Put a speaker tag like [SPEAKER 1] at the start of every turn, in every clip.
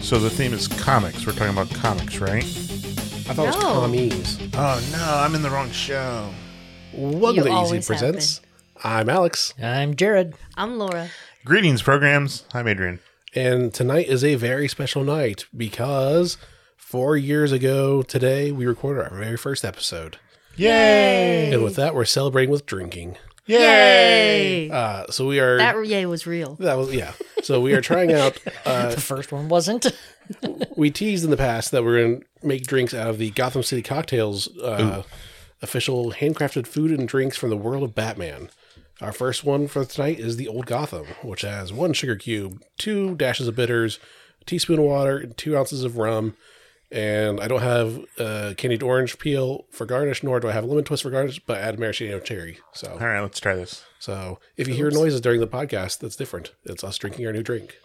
[SPEAKER 1] So the theme is comics. We're talking about comics, right?
[SPEAKER 2] I thought it was
[SPEAKER 3] No.
[SPEAKER 2] commies.
[SPEAKER 1] Oh no, I'm in the wrong show.
[SPEAKER 2] One
[SPEAKER 3] You
[SPEAKER 2] Lazy
[SPEAKER 3] always have
[SPEAKER 2] presents. I'm Alex,
[SPEAKER 4] I'm Jared.
[SPEAKER 3] I'm Laura.
[SPEAKER 1] Greetings, programs. I'm Adrian.
[SPEAKER 2] and tonight is a very special night because four years ago today we recorded our very first episode,
[SPEAKER 1] Yay!
[SPEAKER 2] and with that we're celebrating with drinking.
[SPEAKER 3] Yay!
[SPEAKER 2] Uh, so we are
[SPEAKER 3] That
[SPEAKER 2] that,
[SPEAKER 3] yay was real.
[SPEAKER 2] was yeah. So we are trying out. Uh,
[SPEAKER 4] The first one wasn't.
[SPEAKER 2] we teased in the past that we're going to make drinks out of the Gotham City cocktails uh, official handcrafted food and drinks from the world of Batman. Our first one for tonight is the Old Gotham, which has one sugar cube, two dashes of bitters, a teaspoon of water, and two ounces of rum. And I don't have uh, candied orange peel for garnish, nor do I have lemon twist for garnish, but I add maraschino cherry. So,
[SPEAKER 1] All right, let's try this.
[SPEAKER 2] so if you hear noises during the podcast, that's different. It's us drinking our new drink.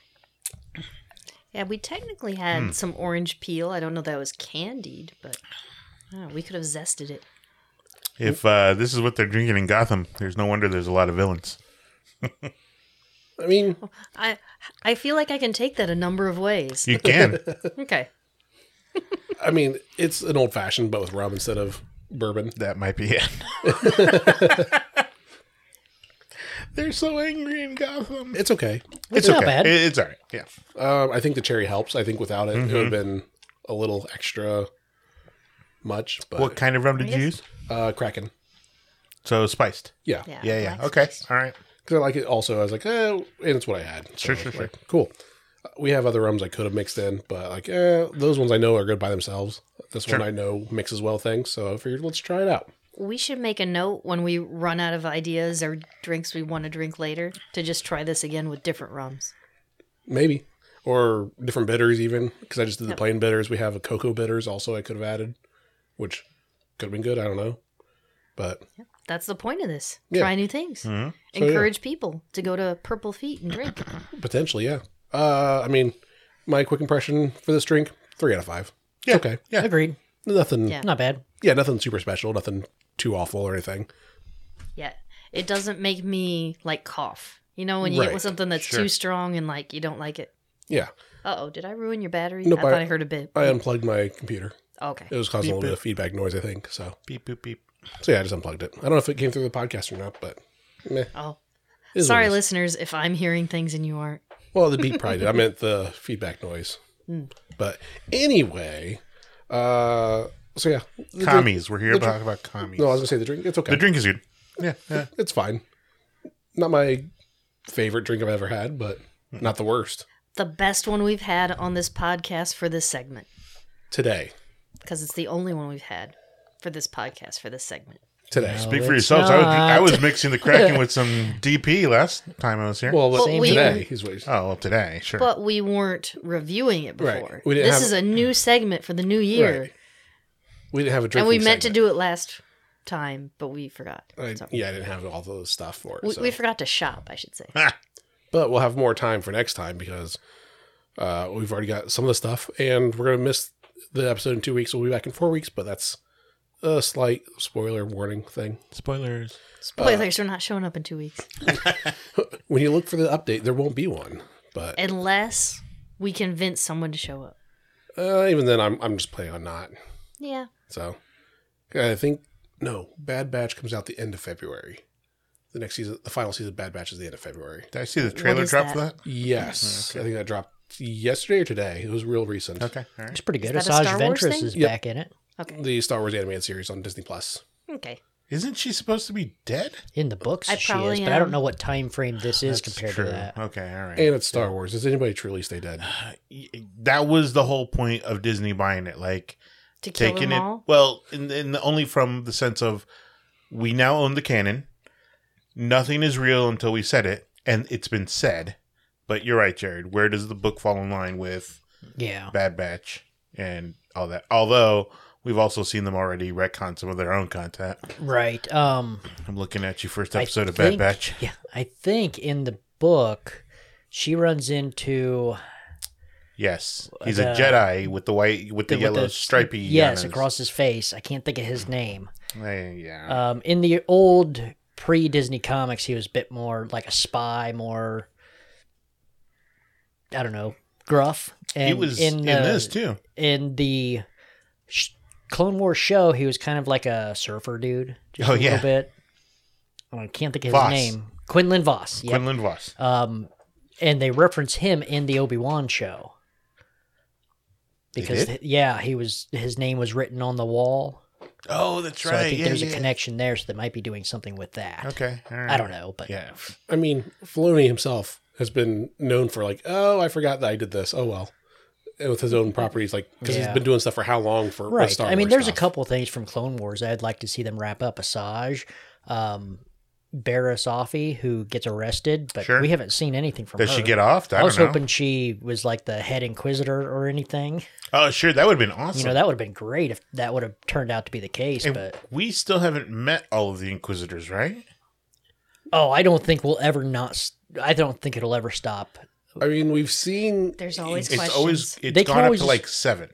[SPEAKER 3] Yeah, we technically had some orange peel. I don't know that was candied, but uh, we could have zested it.
[SPEAKER 1] If uh, this is what they're drinking in Gotham, there's no wonder there's a lot of villains.
[SPEAKER 2] I mean,
[SPEAKER 3] I I feel like I can take that a number of ways.
[SPEAKER 1] You can.
[SPEAKER 3] Okay.
[SPEAKER 2] I mean, it's an old fashioned, but with rum instead of bourbon.
[SPEAKER 1] that might be it. they're so angry in Gotham.
[SPEAKER 2] It's okay.
[SPEAKER 1] It's,
[SPEAKER 4] not
[SPEAKER 1] okay.
[SPEAKER 4] bad.
[SPEAKER 1] It- it's all right. Yeah.
[SPEAKER 2] Um, I think the cherry helps. I think without it, it
[SPEAKER 1] Mm-hmm.
[SPEAKER 2] would have been a little extra much. But
[SPEAKER 1] What kind of rum did you
[SPEAKER 3] Yes.
[SPEAKER 1] use?
[SPEAKER 2] uh, Kraken?
[SPEAKER 1] So spiced.
[SPEAKER 2] Yeah,
[SPEAKER 3] Yeah.
[SPEAKER 1] Yeah, yeah.
[SPEAKER 3] that's
[SPEAKER 1] Okay.
[SPEAKER 3] nice.
[SPEAKER 1] All right.
[SPEAKER 2] Because I like it. Also, I was like, eh, and it's what I had. So,
[SPEAKER 1] Sure, sure, sure.
[SPEAKER 2] like, Cool. Uh, We have other rums I could have mixed in, but like, eh, those ones I know are good by themselves. This one I know mixes well things, so I figured let's try it out.
[SPEAKER 3] We should make a note when we run out of ideas or drinks we want to drink later to just try this again with different rums.
[SPEAKER 2] Maybe. Or different bitters, even because I just did the plain bitters. We have a cocoa bitters also. I could have added, which could have been good. I don't know, but
[SPEAKER 3] That's the point of this.
[SPEAKER 2] Yeah.
[SPEAKER 3] Try new things.
[SPEAKER 2] yeah.
[SPEAKER 3] Encourage people to go to Purple Feet and drink.
[SPEAKER 2] potentially, yeah. Uh, I mean, my quick impression for this drink: three out of five. It's
[SPEAKER 1] Yeah.
[SPEAKER 2] okay.
[SPEAKER 1] Yeah.
[SPEAKER 4] Agreed.
[SPEAKER 2] Nothing.
[SPEAKER 3] Yeah.
[SPEAKER 2] Yeah.
[SPEAKER 4] Not bad.
[SPEAKER 2] nothing super special. Nothing too awful or anything.
[SPEAKER 3] Yeah. It doesn't make me like cough. You know, when you get
[SPEAKER 2] Right.
[SPEAKER 3] with something that's
[SPEAKER 1] Sure.
[SPEAKER 3] too strong and like you don't like it.
[SPEAKER 2] Yeah,
[SPEAKER 3] Uh oh, did I ruin your battery?
[SPEAKER 2] Nope,
[SPEAKER 3] I thought
[SPEAKER 2] I-
[SPEAKER 3] I, heard a bit.
[SPEAKER 2] I unplugged my computer.
[SPEAKER 3] okay.
[SPEAKER 2] It was causing a
[SPEAKER 1] Beep,
[SPEAKER 2] little bit of feedback noise, I think. So,
[SPEAKER 1] Beep boop beep.
[SPEAKER 2] so yeah, I just unplugged it. I don't know if it came through the podcast or not, but meh. it
[SPEAKER 3] Oh,
[SPEAKER 2] is what
[SPEAKER 3] sorry,
[SPEAKER 2] it is.
[SPEAKER 3] listeners, if I'm hearing things and you aren't.
[SPEAKER 2] Well, the beat probably did. I meant the feedback noise.
[SPEAKER 3] Hmm.
[SPEAKER 2] But anyway, uh, so yeah, the drink-
[SPEAKER 1] Commies. We're here
[SPEAKER 2] the
[SPEAKER 1] to
[SPEAKER 2] drink-
[SPEAKER 1] talk about commies.
[SPEAKER 2] No, I was gonna say the drink. It's okay.
[SPEAKER 1] the drink is good. Yeah. yeah.
[SPEAKER 2] It's fine. Not my favorite drink I've ever had, but
[SPEAKER 1] Hmm.
[SPEAKER 2] not the worst
[SPEAKER 3] The best one we've had on this podcast for this segment,
[SPEAKER 2] today.
[SPEAKER 3] because it's the only one we've had for this podcast for this segment.
[SPEAKER 2] Today.
[SPEAKER 1] Speak
[SPEAKER 4] No,
[SPEAKER 1] for
[SPEAKER 4] Oh, it's
[SPEAKER 1] yourselves. I was, I
[SPEAKER 4] not.
[SPEAKER 1] was mixing the Kraken with some DP last time I was here.
[SPEAKER 2] Well, but
[SPEAKER 3] Well, we-
[SPEAKER 2] today is what.
[SPEAKER 1] oh, well, today, sure.
[SPEAKER 3] But we weren't reviewing it
[SPEAKER 2] Right.
[SPEAKER 3] before.
[SPEAKER 2] We didn't
[SPEAKER 3] This
[SPEAKER 2] have-
[SPEAKER 3] is a new segment for the new year.
[SPEAKER 2] Right. We didn't have a drink.
[SPEAKER 3] And we meant to do it last time, but we forgot. So-
[SPEAKER 2] yeah, I didn't have all the stuff for it.
[SPEAKER 3] we,
[SPEAKER 2] so.
[SPEAKER 3] we forgot to shop, I should say.
[SPEAKER 2] but we'll have more time for next time because uh, we've already got some of the stuff, and we're gonna miss the episode in two weeks. We'll be back in four weeks, but that's a slight spoiler warning thing.
[SPEAKER 1] Spoilers. Uh,
[SPEAKER 3] Spoilers are not showing up in two weeks.
[SPEAKER 2] When you look for the update, there won't be one. But
[SPEAKER 3] Unless we convince someone to show up.
[SPEAKER 2] uh, even then, I'm I'm just playing on not.
[SPEAKER 3] Yeah.
[SPEAKER 2] So I think no, Bad Batch comes out the end of February. The next season, the final season of Bad Batch is the end of February.
[SPEAKER 1] Did I see the trailer
[SPEAKER 3] is
[SPEAKER 1] drop
[SPEAKER 3] that?
[SPEAKER 1] for that?
[SPEAKER 2] Yes, I think that dropped yesterday or today. It was real recent.
[SPEAKER 1] Okay. All right.
[SPEAKER 4] It's pretty good.
[SPEAKER 3] Is that a
[SPEAKER 4] Asajj
[SPEAKER 3] Star Wars
[SPEAKER 4] Ventress
[SPEAKER 3] thing?
[SPEAKER 4] is
[SPEAKER 2] Yep.
[SPEAKER 4] back in it.
[SPEAKER 2] The Star Wars animated series on Disney Plus.
[SPEAKER 3] Okay.
[SPEAKER 1] Isn't she supposed to be dead?
[SPEAKER 4] In the books,
[SPEAKER 3] I
[SPEAKER 4] she
[SPEAKER 3] probably
[SPEAKER 4] is, but I
[SPEAKER 3] am.
[SPEAKER 4] don't know what time frame this is compared to that.
[SPEAKER 1] Okay. All right.
[SPEAKER 2] And it's Star Wars. Does anybody truly stay dead?
[SPEAKER 1] Y- that was the whole point of Disney buying it, like
[SPEAKER 3] To kill
[SPEAKER 1] taking
[SPEAKER 3] them
[SPEAKER 1] it.
[SPEAKER 3] all?
[SPEAKER 1] Well, in, in the, only from the sense of we now own the canon. Nothing is real until we said it, and it's been said. But you're right, Jared. Where does the book fall in line with
[SPEAKER 4] Yeah.
[SPEAKER 1] Bad Batch and all that? Although we've also seen them already retcon some of their own content.
[SPEAKER 4] Right. Um
[SPEAKER 1] I'm looking at you first
[SPEAKER 4] I
[SPEAKER 1] episode of Bad
[SPEAKER 4] think-
[SPEAKER 1] Batch.
[SPEAKER 4] Yeah. I think in the book she runs into
[SPEAKER 1] Yes, he's a
[SPEAKER 4] the-
[SPEAKER 1] Jedi with the white with the,
[SPEAKER 4] uh, with
[SPEAKER 1] yellow
[SPEAKER 4] the-
[SPEAKER 1] stripey. on
[SPEAKER 4] yes
[SPEAKER 1] his-
[SPEAKER 4] across his face. I can't think of his name.
[SPEAKER 1] Eh, yeah.
[SPEAKER 4] Um, in the old pre Disney comics, he was a bit more like a spy, more I don't know, gruff. And
[SPEAKER 1] he was in,
[SPEAKER 4] the,
[SPEAKER 1] this too.
[SPEAKER 4] in the sh- Clone Wars show, he was kind of like a surfer dude. Just
[SPEAKER 1] Oh,
[SPEAKER 4] a
[SPEAKER 1] yeah.
[SPEAKER 4] little bit. Oh, I can't think of
[SPEAKER 1] Voss.
[SPEAKER 4] his name. Quinlan Voss. Yep.
[SPEAKER 1] Quinlan Voss.
[SPEAKER 4] Um, and they reference him in the Obi Wan show
[SPEAKER 1] They
[SPEAKER 4] because
[SPEAKER 1] did?
[SPEAKER 4] yeah, he was his name was written on the wall.
[SPEAKER 1] Oh, that's
[SPEAKER 4] So
[SPEAKER 1] right.
[SPEAKER 4] I think
[SPEAKER 1] Yeah,
[SPEAKER 4] there's
[SPEAKER 1] yeah.
[SPEAKER 4] a connection there, so they might be doing something with that.
[SPEAKER 1] Okay. all right.
[SPEAKER 4] I don't know, but
[SPEAKER 1] Yeah.
[SPEAKER 2] I mean, Filoni himself has been known for like, oh, I forgot that I did this. Oh well, And with his own properties, like because
[SPEAKER 4] Yeah.
[SPEAKER 2] he's been doing stuff for how long for with
[SPEAKER 4] right.
[SPEAKER 2] Star
[SPEAKER 4] I mean,
[SPEAKER 2] Wars
[SPEAKER 4] there's
[SPEAKER 2] stuff.
[SPEAKER 4] a couple things from Clone Wars I'd like to see them wrap up. Asajj, um, Barrisafi, who gets arrested, but
[SPEAKER 1] Sure.
[SPEAKER 4] we haven't seen anything from
[SPEAKER 1] Does
[SPEAKER 4] her.
[SPEAKER 1] she get off? I,
[SPEAKER 4] I, was
[SPEAKER 1] don't know.
[SPEAKER 4] hoping she was like the head inquisitor or anything.
[SPEAKER 1] Oh, sure. That would have been awesome.
[SPEAKER 4] You know, that would have been great if that would have turned out to be the case.
[SPEAKER 1] And
[SPEAKER 4] but
[SPEAKER 1] we still haven't met all of the Inquisitors, right?
[SPEAKER 4] oh, I don't think we'll ever not. s- I don't think it'll ever stop.
[SPEAKER 2] I mean, we've seen
[SPEAKER 3] There's always
[SPEAKER 1] it's
[SPEAKER 3] questions.
[SPEAKER 1] always it's
[SPEAKER 4] They can
[SPEAKER 1] gone up
[SPEAKER 4] always
[SPEAKER 1] to
[SPEAKER 4] just-
[SPEAKER 1] like seven.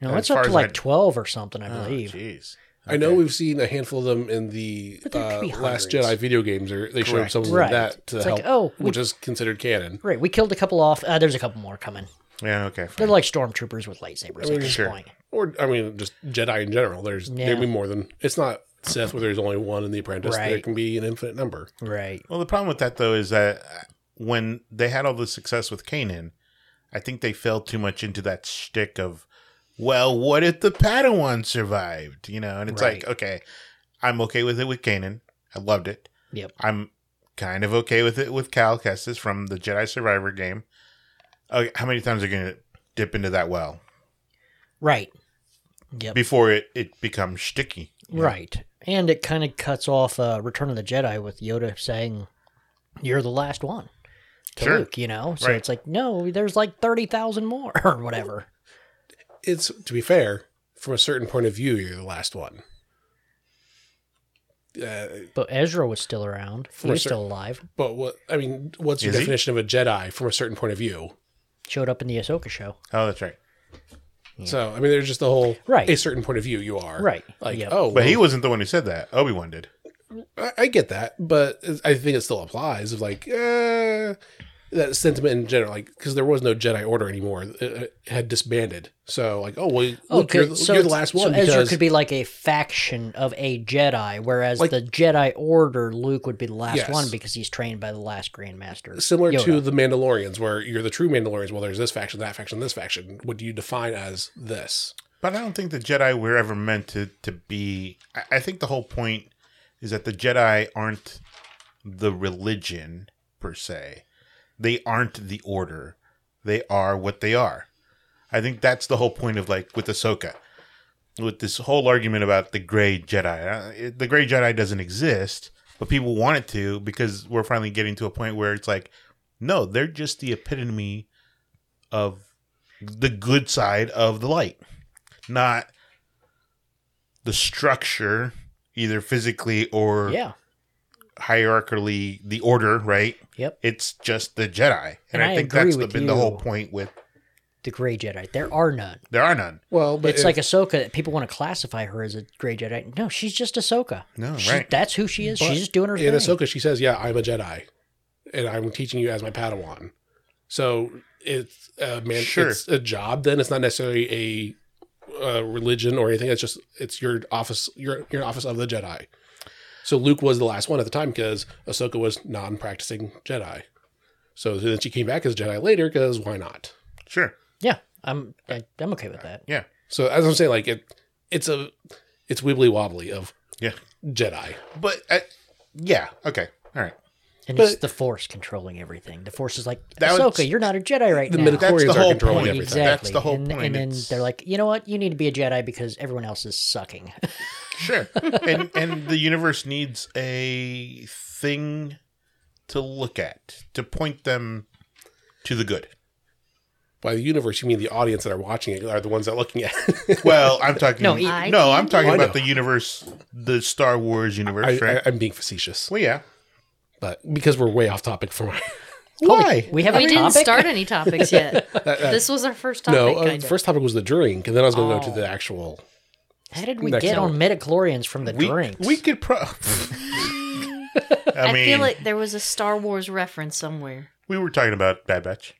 [SPEAKER 4] No,
[SPEAKER 1] As
[SPEAKER 4] it's
[SPEAKER 1] far
[SPEAKER 4] up to
[SPEAKER 1] as
[SPEAKER 4] like
[SPEAKER 1] I-
[SPEAKER 4] twelve or something, I
[SPEAKER 1] Oh,
[SPEAKER 4] believe.
[SPEAKER 1] Jeez.
[SPEAKER 2] I know
[SPEAKER 1] Okay.
[SPEAKER 2] we've seen a handful of them in the
[SPEAKER 4] But there could
[SPEAKER 2] uh,
[SPEAKER 4] be
[SPEAKER 2] Last
[SPEAKER 4] hundreds.
[SPEAKER 2] Jedi video games, or they showed
[SPEAKER 1] Correct.
[SPEAKER 2] some of
[SPEAKER 4] Right.
[SPEAKER 2] that to
[SPEAKER 4] It's
[SPEAKER 2] help,
[SPEAKER 4] like, oh, we-
[SPEAKER 2] which is considered canon.
[SPEAKER 4] Great, we killed a couple off. Uh, there's a couple more coming.
[SPEAKER 1] Yeah. Okay.
[SPEAKER 4] They're
[SPEAKER 1] Fine.
[SPEAKER 4] like stormtroopers with lightsabers
[SPEAKER 2] mean,
[SPEAKER 4] at this
[SPEAKER 1] sure.
[SPEAKER 4] point.
[SPEAKER 2] Or I mean, just Jedi in general. There's
[SPEAKER 4] Yeah.
[SPEAKER 2] there'd be more than it's not Sith where there's only one in the Apprentice. There
[SPEAKER 4] Right.
[SPEAKER 2] can be an infinite number.
[SPEAKER 4] Right.
[SPEAKER 1] Well, the problem with that though is that uh, when they had all the success with Kanan, I think they fell too much into that shtick of, well, what if the Padawan survived? You know, and it's like,
[SPEAKER 4] Right.
[SPEAKER 1] okay, I'm okay with it with Kanan. I loved it.
[SPEAKER 4] Yep.
[SPEAKER 1] I'm kind of okay with it with Cal Kestis from the Jedi Survivor game. Okay, how many times are you gonna dip into that well
[SPEAKER 4] Right. Yep.
[SPEAKER 1] before it it becomes shticky? you know?
[SPEAKER 4] Right. And it kind of cuts off uh, Return of the Jedi with Yoda saying, "You're the last one." To
[SPEAKER 1] Sure.
[SPEAKER 4] Luke, you know. So
[SPEAKER 1] Right.
[SPEAKER 4] it's like, no, there's like thirty thousand more or whatever.
[SPEAKER 2] It's to be fair, from a certain point of view, you're the last one. Uh,
[SPEAKER 4] But Ezra was still around. He
[SPEAKER 2] For
[SPEAKER 4] was
[SPEAKER 2] sure.
[SPEAKER 4] still alive.
[SPEAKER 2] but what I mean, what's your
[SPEAKER 1] Is he?
[SPEAKER 2] definition of a Jedi from a certain point of view?
[SPEAKER 4] Showed up in the Ahsoka show.
[SPEAKER 1] Oh, that's right.
[SPEAKER 2] So I mean, there's just the whole
[SPEAKER 4] Right.
[SPEAKER 2] a certain point of view. You are
[SPEAKER 4] Right.
[SPEAKER 2] Like
[SPEAKER 4] Yep.
[SPEAKER 2] oh,
[SPEAKER 1] But he
[SPEAKER 2] well,
[SPEAKER 1] wasn't the one who said that. Obi Wan did.
[SPEAKER 2] I, I get that, but I think it still applies of like uh, that sentiment in general, like because there was no Jedi Order anymore; it, it had disbanded. So like, oh well, look,
[SPEAKER 4] Okay,
[SPEAKER 2] you're, the- you're the
[SPEAKER 4] it's-
[SPEAKER 2] last one
[SPEAKER 4] So Ezra
[SPEAKER 2] because
[SPEAKER 4] could be like a faction of a Jedi, whereas
[SPEAKER 2] Like-
[SPEAKER 4] the Jedi Order Luke would be the last
[SPEAKER 2] Yes.
[SPEAKER 4] one because he's trained by the last Grand Master.
[SPEAKER 2] similar to
[SPEAKER 4] Yoda.
[SPEAKER 2] the Mandalorians, where you're the true Mandalorians. Well, there's this faction, that faction, this faction. What do you define as this?
[SPEAKER 1] But I don't think the Jedi were ever meant to to be. I, I think the whole point is that the Jedi aren't the religion per se. They aren't the order. They are what they are. I think that's the whole point of like with Ahsoka, with this whole argument about the gray Jedi. Uh, it- The gray Jedi doesn't exist, but people want it to because we're finally getting to a point where it's like, no, they're just the epitome of the good side of the light not the structure either physically or
[SPEAKER 4] yeah,
[SPEAKER 1] hierarchically the order right
[SPEAKER 4] Yep.
[SPEAKER 1] it's just the jedi and,
[SPEAKER 4] And
[SPEAKER 1] i,
[SPEAKER 4] I
[SPEAKER 1] think
[SPEAKER 4] agree
[SPEAKER 1] that's the,
[SPEAKER 4] with
[SPEAKER 1] been the
[SPEAKER 4] you.
[SPEAKER 1] whole point with
[SPEAKER 4] the Gray Jedi. There are none.
[SPEAKER 1] there are none
[SPEAKER 2] Well, but
[SPEAKER 4] it's like Ahsoka. People want to classify her as a Gray Jedi. No, she's just Ahsoka.
[SPEAKER 1] no
[SPEAKER 4] She,
[SPEAKER 1] right
[SPEAKER 4] That's who she is.
[SPEAKER 2] But
[SPEAKER 4] she's just doing her
[SPEAKER 2] in
[SPEAKER 4] thing.
[SPEAKER 2] Ahsoka, she says, "Yeah, I'm a Jedi, and I'm teaching you as my Padawan." So it's a man,
[SPEAKER 1] Sure.
[SPEAKER 2] it's a job. Then it's not necessarily a, uh religion or anything. It's just it's your office, your your office of the Jedi. So Luke was the last one at the time because Ahsoka was non-practicing Jedi. So then she came back as Jedi later because why not?
[SPEAKER 1] sure
[SPEAKER 4] Yeah, I'm. I, I'm okay with that.
[SPEAKER 1] yeah
[SPEAKER 2] So as I'm saying, like it, it's a it's wibbly wobbly of
[SPEAKER 1] yeah
[SPEAKER 2] Jedi.
[SPEAKER 1] but uh, yeah okay all right
[SPEAKER 4] And it's
[SPEAKER 2] But-
[SPEAKER 4] the Force controlling everything. The Force is like
[SPEAKER 1] That would-
[SPEAKER 4] Ahsoka. you're not a Jedi right
[SPEAKER 2] The
[SPEAKER 4] now.
[SPEAKER 1] That's
[SPEAKER 2] midichlorians
[SPEAKER 1] the
[SPEAKER 2] are
[SPEAKER 1] whole
[SPEAKER 2] controlling
[SPEAKER 1] point.
[SPEAKER 2] everything.
[SPEAKER 4] Exactly.
[SPEAKER 1] That's the whole
[SPEAKER 4] and,
[SPEAKER 1] point.
[SPEAKER 4] And then
[SPEAKER 1] It's-
[SPEAKER 4] they're like, you know what? You need to be a Jedi because everyone else is sucking.
[SPEAKER 1] sure and and the universe needs a thing to look at to point them to the good
[SPEAKER 2] By the universe, you mean the audience that are watching it are the ones that are looking at it.
[SPEAKER 1] well i'm talking
[SPEAKER 4] No,
[SPEAKER 1] no,
[SPEAKER 4] e-
[SPEAKER 3] Eye
[SPEAKER 1] i'm
[SPEAKER 3] candy?
[SPEAKER 1] talking
[SPEAKER 2] I
[SPEAKER 1] about
[SPEAKER 2] know.
[SPEAKER 1] the universe the star wars universe
[SPEAKER 2] I,
[SPEAKER 1] right
[SPEAKER 2] I, I'm being facetious,
[SPEAKER 1] well yeah
[SPEAKER 2] but because we're way off topic from
[SPEAKER 1] Why?
[SPEAKER 4] we have
[SPEAKER 3] we
[SPEAKER 4] a
[SPEAKER 3] didn't
[SPEAKER 4] topic?
[SPEAKER 3] start any topics yet. this was our first topic.
[SPEAKER 2] no. Uh,
[SPEAKER 3] kind
[SPEAKER 2] the
[SPEAKER 3] of.
[SPEAKER 2] first topic was the drink, and then I was going to go
[SPEAKER 4] Oh.
[SPEAKER 2] to the actual.
[SPEAKER 4] How did we
[SPEAKER 2] Next
[SPEAKER 4] get
[SPEAKER 2] hour.
[SPEAKER 4] on midichlorians from the
[SPEAKER 1] we,
[SPEAKER 4] drinks?
[SPEAKER 1] We could pro. I
[SPEAKER 3] I
[SPEAKER 1] mean,
[SPEAKER 3] feel like there was a Star Wars reference somewhere.
[SPEAKER 1] we were talking about Bad Batch.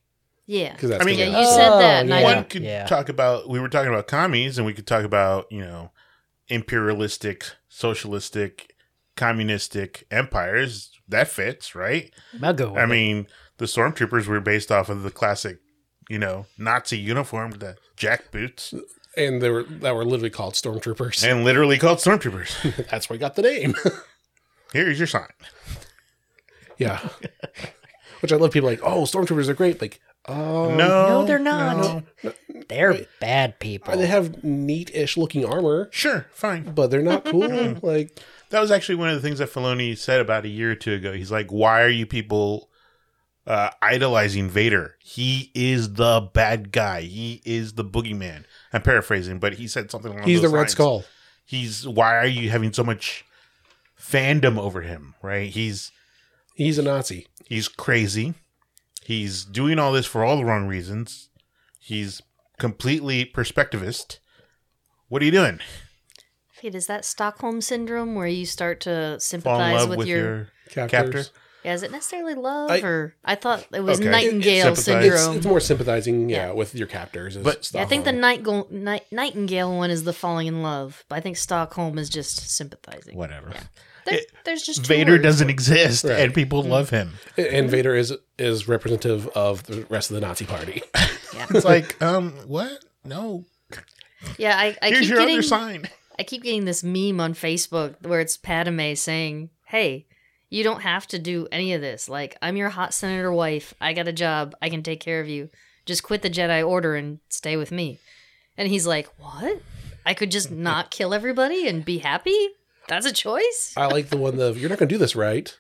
[SPEAKER 3] Yeah.
[SPEAKER 2] because that's
[SPEAKER 1] I mean,
[SPEAKER 2] gonna be-
[SPEAKER 3] Yeah, you said that.
[SPEAKER 4] Oh,
[SPEAKER 3] And
[SPEAKER 4] yeah.
[SPEAKER 3] I,
[SPEAKER 1] One could
[SPEAKER 4] Yeah.
[SPEAKER 1] talk about we were talking about commies, and we could talk about you know imperialistic, socialistic, communistic empires. That fits, right?
[SPEAKER 4] I'll go. With
[SPEAKER 1] I mean, the stormtroopers were based off of the classic, you know, Nazi uniform, the jack boots,
[SPEAKER 2] and they were that were literally called stormtroopers.
[SPEAKER 1] and literally called stormtroopers.
[SPEAKER 2] that's where I got the name.
[SPEAKER 1] Here's your sign.
[SPEAKER 2] yeah, which I love. People like, oh, stormtroopers are great. Like, oh
[SPEAKER 1] no,
[SPEAKER 4] no, they're not. it. they're bad people.
[SPEAKER 2] they have neat-ish looking armor,
[SPEAKER 1] Sure, fine.
[SPEAKER 2] but they're not cool. like,
[SPEAKER 1] That was actually one of the things that Filoni said about a year or two ago. He's like, "Why are you people uh, idolizing Vader? He is the bad guy. He is the boogeyman." I'm paraphrasing, but he said something along
[SPEAKER 2] he's the
[SPEAKER 1] those
[SPEAKER 2] Red
[SPEAKER 1] lines.
[SPEAKER 2] Skull.
[SPEAKER 1] He's why are you having so much fandom over him? Right? He's
[SPEAKER 2] He's a Nazi.
[SPEAKER 1] he's crazy. He's doing all this for all the wrong reasons. He's completely perspectivist. What are you doing?
[SPEAKER 3] Wait, is that Stockholm syndrome where you start to
[SPEAKER 1] Fall in
[SPEAKER 3] sympathize
[SPEAKER 1] love
[SPEAKER 3] with,
[SPEAKER 1] with,
[SPEAKER 3] your,
[SPEAKER 1] your,
[SPEAKER 2] Captors.
[SPEAKER 1] captor?
[SPEAKER 3] Yeah, is it necessarily love
[SPEAKER 2] I-
[SPEAKER 3] or I thought it was
[SPEAKER 1] Okay.
[SPEAKER 3] nightingale
[SPEAKER 1] Sympathize.
[SPEAKER 2] It's,
[SPEAKER 3] syndrome.
[SPEAKER 2] it's more sympathizing, yeah,
[SPEAKER 3] Yeah.
[SPEAKER 2] with your captors. is
[SPEAKER 1] But-
[SPEAKER 3] Yeah, I
[SPEAKER 2] Stockholm.
[SPEAKER 3] think the nightingale, night, nightingale one is the falling in love, but I think Stockholm is just sympathizing.
[SPEAKER 1] whatever.
[SPEAKER 3] Yeah. There,
[SPEAKER 1] It-
[SPEAKER 3] there's just two
[SPEAKER 1] Vader
[SPEAKER 3] words.
[SPEAKER 1] doesn't exist,
[SPEAKER 2] Right.
[SPEAKER 1] and people love him.
[SPEAKER 2] and Vader is is representative of the rest of the Nazi party.
[SPEAKER 3] Yeah,
[SPEAKER 1] It's like, um, what? No.
[SPEAKER 3] yeah I, I
[SPEAKER 1] Here's
[SPEAKER 3] keep
[SPEAKER 1] your
[SPEAKER 3] getting
[SPEAKER 1] other sign.
[SPEAKER 3] I keep getting this meme on Facebook where it's Padme saying, "Hey, you don't have to do any of this. Like, I'm your hot senator wife. I got a job. I can take care of you. Just quit the Jedi Order and stay with me." And he's like, "What? I could just not kill everybody and be happy? That's a choice."
[SPEAKER 2] I like the one of you're not going to do this right.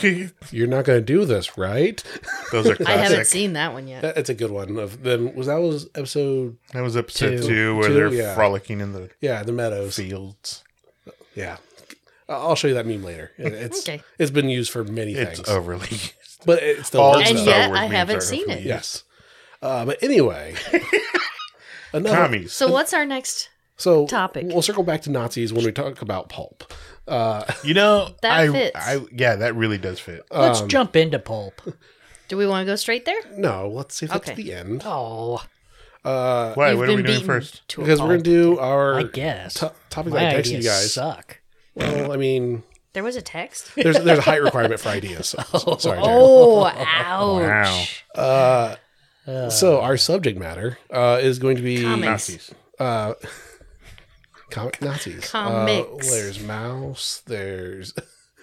[SPEAKER 2] You're not going to do this right.
[SPEAKER 1] Those are
[SPEAKER 3] I haven't
[SPEAKER 1] classic.
[SPEAKER 3] seen that one yet.
[SPEAKER 2] That- That's a good one. Of them was that was episode
[SPEAKER 1] that was episode
[SPEAKER 4] Two.
[SPEAKER 1] two, where
[SPEAKER 2] Two,
[SPEAKER 1] they're
[SPEAKER 2] yeah.
[SPEAKER 1] frolicking in the
[SPEAKER 2] yeah the meadows
[SPEAKER 1] fields.
[SPEAKER 2] yeah. I- I'll show you that meme later. It- It's
[SPEAKER 3] Okay.
[SPEAKER 2] it's been used for many
[SPEAKER 1] It's
[SPEAKER 2] things,
[SPEAKER 1] overly.
[SPEAKER 2] but it still
[SPEAKER 1] All
[SPEAKER 2] works
[SPEAKER 1] Star
[SPEAKER 3] And
[SPEAKER 2] though.
[SPEAKER 3] yet,
[SPEAKER 1] Wars
[SPEAKER 3] I
[SPEAKER 1] memes
[SPEAKER 3] haven't
[SPEAKER 1] are
[SPEAKER 3] seen it.
[SPEAKER 1] overly-
[SPEAKER 2] yes. Uh, but anyway, another
[SPEAKER 1] Commies.
[SPEAKER 3] So what's our next?
[SPEAKER 2] so
[SPEAKER 3] topic.
[SPEAKER 2] We'll circle back to Nazis when we talk about pulp. Uh,
[SPEAKER 1] You know,
[SPEAKER 3] That
[SPEAKER 1] I,
[SPEAKER 3] fits.
[SPEAKER 1] I, yeah, that really does fit.
[SPEAKER 4] Let's jump into pulp.
[SPEAKER 3] Do we want to go straight there?
[SPEAKER 2] no, let's see if that's
[SPEAKER 3] Okay.
[SPEAKER 2] the end
[SPEAKER 4] Oh,
[SPEAKER 2] uh,
[SPEAKER 1] Why?
[SPEAKER 3] You've
[SPEAKER 1] What are we
[SPEAKER 3] been
[SPEAKER 1] doing
[SPEAKER 3] beaten
[SPEAKER 1] first?
[SPEAKER 3] to a
[SPEAKER 2] because we're
[SPEAKER 3] pulp.
[SPEAKER 2] gonna do our
[SPEAKER 4] I guess
[SPEAKER 2] to- topic
[SPEAKER 4] my
[SPEAKER 2] that I texted you
[SPEAKER 4] ideas
[SPEAKER 2] guys.
[SPEAKER 4] suck.
[SPEAKER 2] Well, I mean,
[SPEAKER 3] There was a text.
[SPEAKER 2] there's there's a height requirement for ideas. So, sorry. Jared.
[SPEAKER 3] Oh, ouch!
[SPEAKER 2] Uh,
[SPEAKER 4] Uh,
[SPEAKER 2] so our subject matter uh, is going to be
[SPEAKER 3] Comics.
[SPEAKER 1] Nazis.
[SPEAKER 2] uh, comic Nazis.
[SPEAKER 3] Comics.
[SPEAKER 2] Uh, there's mouse. There's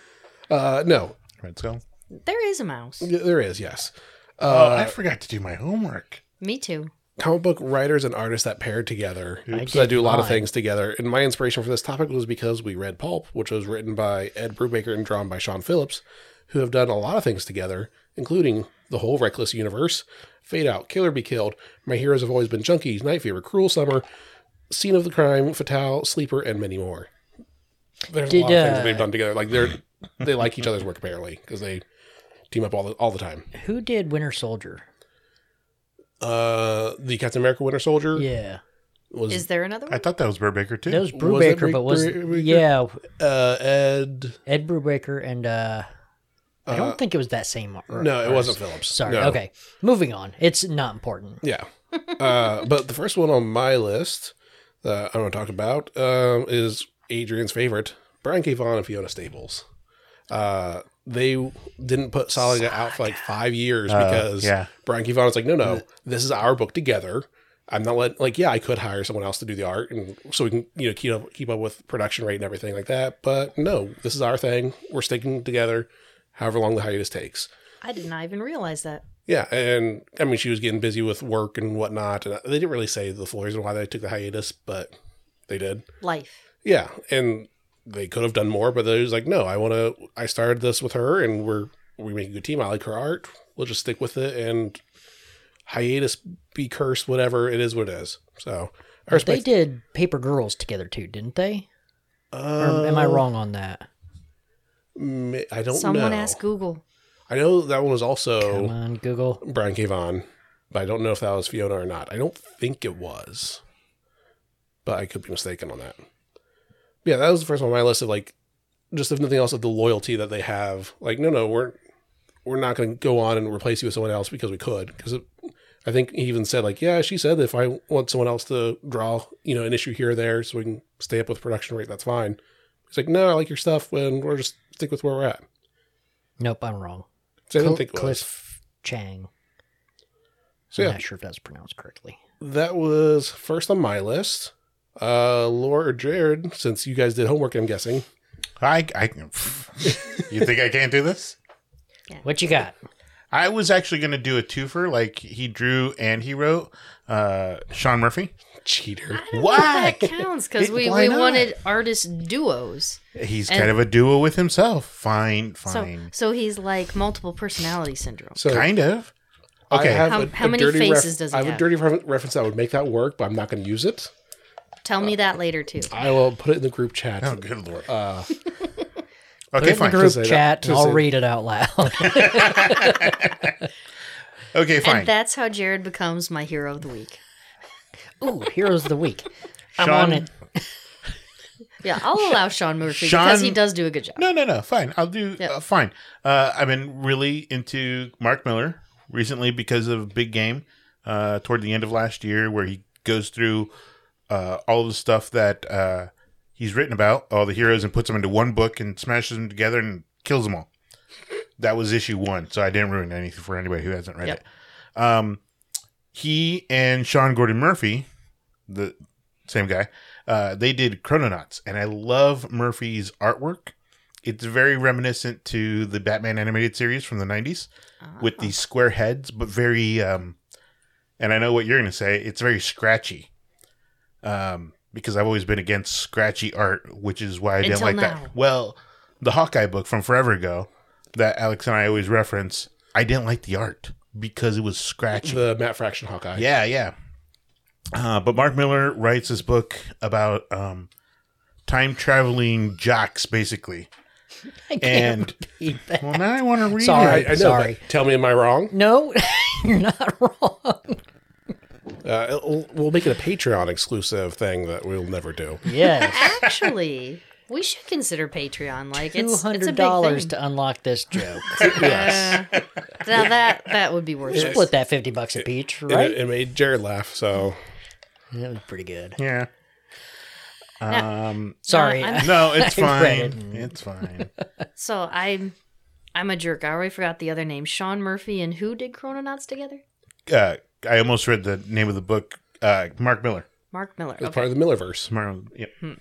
[SPEAKER 2] uh, no.
[SPEAKER 1] Red Skull.
[SPEAKER 3] There is a mouse.
[SPEAKER 2] y- There is yes.
[SPEAKER 1] oh, I
[SPEAKER 2] Uh,
[SPEAKER 1] forgot to do my homework.
[SPEAKER 3] Me too.
[SPEAKER 2] comic book writers and artists that pair together.
[SPEAKER 4] I
[SPEAKER 2] So I
[SPEAKER 4] did
[SPEAKER 2] do a lot of
[SPEAKER 4] mine.
[SPEAKER 2] things together. And my inspiration for this topic was because we read Pulp, which was written by Ed Brubaker and drawn by Sean Phillips, who have done a lot of things together, including the whole Reckless universe, Fade Out, Killer Be Killed, My Heroes Have Always Been Junkies, Night Fever, Cruel Summer, Scene of the Crime, Fatale, Sleeper, and many more. There's a lot of
[SPEAKER 4] Did,
[SPEAKER 2] things
[SPEAKER 4] uh,
[SPEAKER 2] that they've done together. Like they're they like each other's work apparently because they team up all the all the time.
[SPEAKER 4] who did Winter Soldier?
[SPEAKER 2] Uh, the Captain America Winter Soldier
[SPEAKER 4] Yeah,
[SPEAKER 2] was
[SPEAKER 3] Is there another one?
[SPEAKER 1] I thought that was Burbaker too.
[SPEAKER 4] that was
[SPEAKER 2] Was that
[SPEAKER 4] Brubaker,
[SPEAKER 2] Bru-
[SPEAKER 4] but was
[SPEAKER 2] Brubaker?
[SPEAKER 4] yeah
[SPEAKER 2] uh, Ed.
[SPEAKER 4] Ed Brubaker and uh, I don't think it was that same. ar-
[SPEAKER 2] Uh, No, it
[SPEAKER 4] artist.
[SPEAKER 2] wasn't Phillips.
[SPEAKER 4] Sorry.
[SPEAKER 2] No.
[SPEAKER 4] Okay, moving on. It's not important.
[SPEAKER 2] Yeah. Uh, but the first one on my list that I want to talk about um, is Adrian's favorite, Brian K. Vaughan and Fiona Staples. Uh, they didn't put Saga, out for like five years because
[SPEAKER 1] yeah.
[SPEAKER 2] Brian K. Vaughan was like, no, no, this is our book together. I'm not letting, like, yeah, I could hire someone else to do the art and so we can, you know, keep up, keep up with production rate and everything like that. But no, this is our thing. We're sticking together however long the hiatus takes.
[SPEAKER 3] I did not even realize that.
[SPEAKER 2] Yeah, and I mean, she was getting busy with work and whatnot, and they didn't really say the full reason why they took the hiatus, but they did.
[SPEAKER 3] Life.
[SPEAKER 2] Yeah, and they could have done more, but they was like, no, I want to. I started this with her, and we're we make a good team. I like her art. We'll just stick with it, and hiatus be cursed, whatever it is, what it is. So I
[SPEAKER 4] They
[SPEAKER 2] respect.
[SPEAKER 4] did Paper Girls together too, didn't they? Or
[SPEAKER 2] Uh,
[SPEAKER 4] am I wrong on that?
[SPEAKER 2] ma- I don't
[SPEAKER 3] Someone
[SPEAKER 2] know.
[SPEAKER 3] asked Google.
[SPEAKER 2] I know that one was also
[SPEAKER 4] Come on, Google.
[SPEAKER 2] Brian K. Vaughan, but I don't know if that was Fiona or not. I don't think it was, but I could be mistaken on that. Yeah, that was the first one on my list of like, just if nothing else, of the loyalty that they have. Like, no, no, we're we're not going to go on and replace you with someone else because we could. Because I think he even said like, yeah, she said if I want someone else to draw, you know, an issue here or there, so we can stay up with production rate, that's fine. He's like, no, I like your stuff, and we're just stick with where we're at.
[SPEAKER 4] Nope, I'm wrong.
[SPEAKER 2] So I
[SPEAKER 4] Cl-
[SPEAKER 2] don't think it was.
[SPEAKER 4] Cliff Chang.
[SPEAKER 2] So, yeah.
[SPEAKER 4] I'm not sure if that's pronounced correctly.
[SPEAKER 2] That was first on my list. Uh, Laura or Jared, since you guys did homework, I'm guessing.
[SPEAKER 1] I, I can. you think I can't do this?
[SPEAKER 4] What you got?
[SPEAKER 1] I was actually going to do a twofer, like he drew and he wrote. Uh, Sean Murphy.
[SPEAKER 2] Cheater.
[SPEAKER 3] I don't
[SPEAKER 1] Whack!
[SPEAKER 3] think that counts because
[SPEAKER 1] It-
[SPEAKER 3] we,
[SPEAKER 1] why
[SPEAKER 3] we
[SPEAKER 1] not?
[SPEAKER 3] wanted artist duos.
[SPEAKER 1] He's
[SPEAKER 3] And-
[SPEAKER 1] kind of a duo with himself. Fine,
[SPEAKER 3] So,
[SPEAKER 1] fine.
[SPEAKER 3] so he's like multiple personality syndrome.
[SPEAKER 2] So
[SPEAKER 1] kind of.
[SPEAKER 2] I
[SPEAKER 1] Okay.
[SPEAKER 2] have
[SPEAKER 3] How-
[SPEAKER 2] a,
[SPEAKER 3] how
[SPEAKER 2] a
[SPEAKER 3] many
[SPEAKER 2] dirty
[SPEAKER 3] faces does it
[SPEAKER 2] I have a
[SPEAKER 3] have?
[SPEAKER 2] dirty re- reference that would make that work, but I'm not going to use it.
[SPEAKER 3] Tell me that later too.
[SPEAKER 2] I will put it in the group chat.
[SPEAKER 1] Oh, good lord.
[SPEAKER 2] Uh,
[SPEAKER 4] Put it
[SPEAKER 1] Okay,
[SPEAKER 4] in the
[SPEAKER 1] fine.
[SPEAKER 4] group
[SPEAKER 2] Just say that.
[SPEAKER 4] chat and
[SPEAKER 2] Just
[SPEAKER 4] I'll
[SPEAKER 2] say-
[SPEAKER 4] read it out loud.
[SPEAKER 1] Okay, fine.
[SPEAKER 3] And that's how Jared becomes my hero of the week.
[SPEAKER 4] Ooh, Heroes of the Week. I'm
[SPEAKER 1] Sean-
[SPEAKER 4] on it.
[SPEAKER 3] Yeah, I'll allow Sean Murphy because
[SPEAKER 1] Sean-
[SPEAKER 3] he does do a good job.
[SPEAKER 1] No, no, no. Fine. I'll do
[SPEAKER 3] Yeah.
[SPEAKER 1] uh, fine. Uh, I've been really into Mark Miller recently because of Big Game uh, toward the end of last year, where he goes through uh, all the stuff that uh, he's written about, all the heroes, and puts them into one book and smashes them together and kills them all. That was issue one, so I didn't ruin anything for anybody who hasn't read
[SPEAKER 3] Yep.
[SPEAKER 1] it. Um, he and Sean Gordon Murphy, the same guy, uh, they did Chrononauts, and I love Murphy's artwork. It's very reminiscent to the Batman animated series from the '90s with
[SPEAKER 3] Uh,
[SPEAKER 1] these square heads, but very. Um, and I know what you're going to say. It's very scratchy, um, because I've always been against scratchy art, which is why I didn't
[SPEAKER 3] Until
[SPEAKER 1] like
[SPEAKER 3] now.
[SPEAKER 1] that. Well, the Hawkeye book from forever ago that Alex and I always reference, I didn't like the art because it was scratchy.
[SPEAKER 2] the Matt Fraction Hawkeye.
[SPEAKER 1] Yeah, yeah. Uh, but Mark Miller writes this book about um, time traveling jocks, basically.
[SPEAKER 4] I can't
[SPEAKER 1] And
[SPEAKER 4] repeat that.
[SPEAKER 1] well, now I want to read
[SPEAKER 4] Sorry.
[SPEAKER 1] it.
[SPEAKER 2] I, I know.
[SPEAKER 4] Sorry.
[SPEAKER 2] but Tell me, am I wrong?
[SPEAKER 4] No, you're not wrong.
[SPEAKER 2] Uh, it'll- we'll make it a Patreon exclusive thing that we'll never do.
[SPEAKER 4] Yes.
[SPEAKER 3] Actually, we should consider Patreon. Like
[SPEAKER 4] Two
[SPEAKER 3] it's it's a
[SPEAKER 4] hundred
[SPEAKER 3] big
[SPEAKER 4] dollars
[SPEAKER 3] thing.
[SPEAKER 4] to unlock this joke.
[SPEAKER 3] yes. now that that would be worth it.
[SPEAKER 4] Split that fifty bucks a peach,
[SPEAKER 2] And
[SPEAKER 4] right?
[SPEAKER 2] It, it made Jared laugh. So
[SPEAKER 4] That was pretty good.
[SPEAKER 1] Yeah. Um.
[SPEAKER 4] Sorry,
[SPEAKER 3] I'm-
[SPEAKER 4] I-
[SPEAKER 1] No, it's
[SPEAKER 4] I've read
[SPEAKER 1] fine. It's fine.
[SPEAKER 3] So I'm I'm a jerk. I already forgot the other name. Sean Murphy and who did Chrononauts together?
[SPEAKER 1] Uh, I almost read the name of the book. Uh, Mark Miller.
[SPEAKER 3] Mark Miller.
[SPEAKER 2] it's
[SPEAKER 3] Okay.
[SPEAKER 2] part of the Millerverse.
[SPEAKER 1] Tomorrow. Yep.
[SPEAKER 3] Hmm.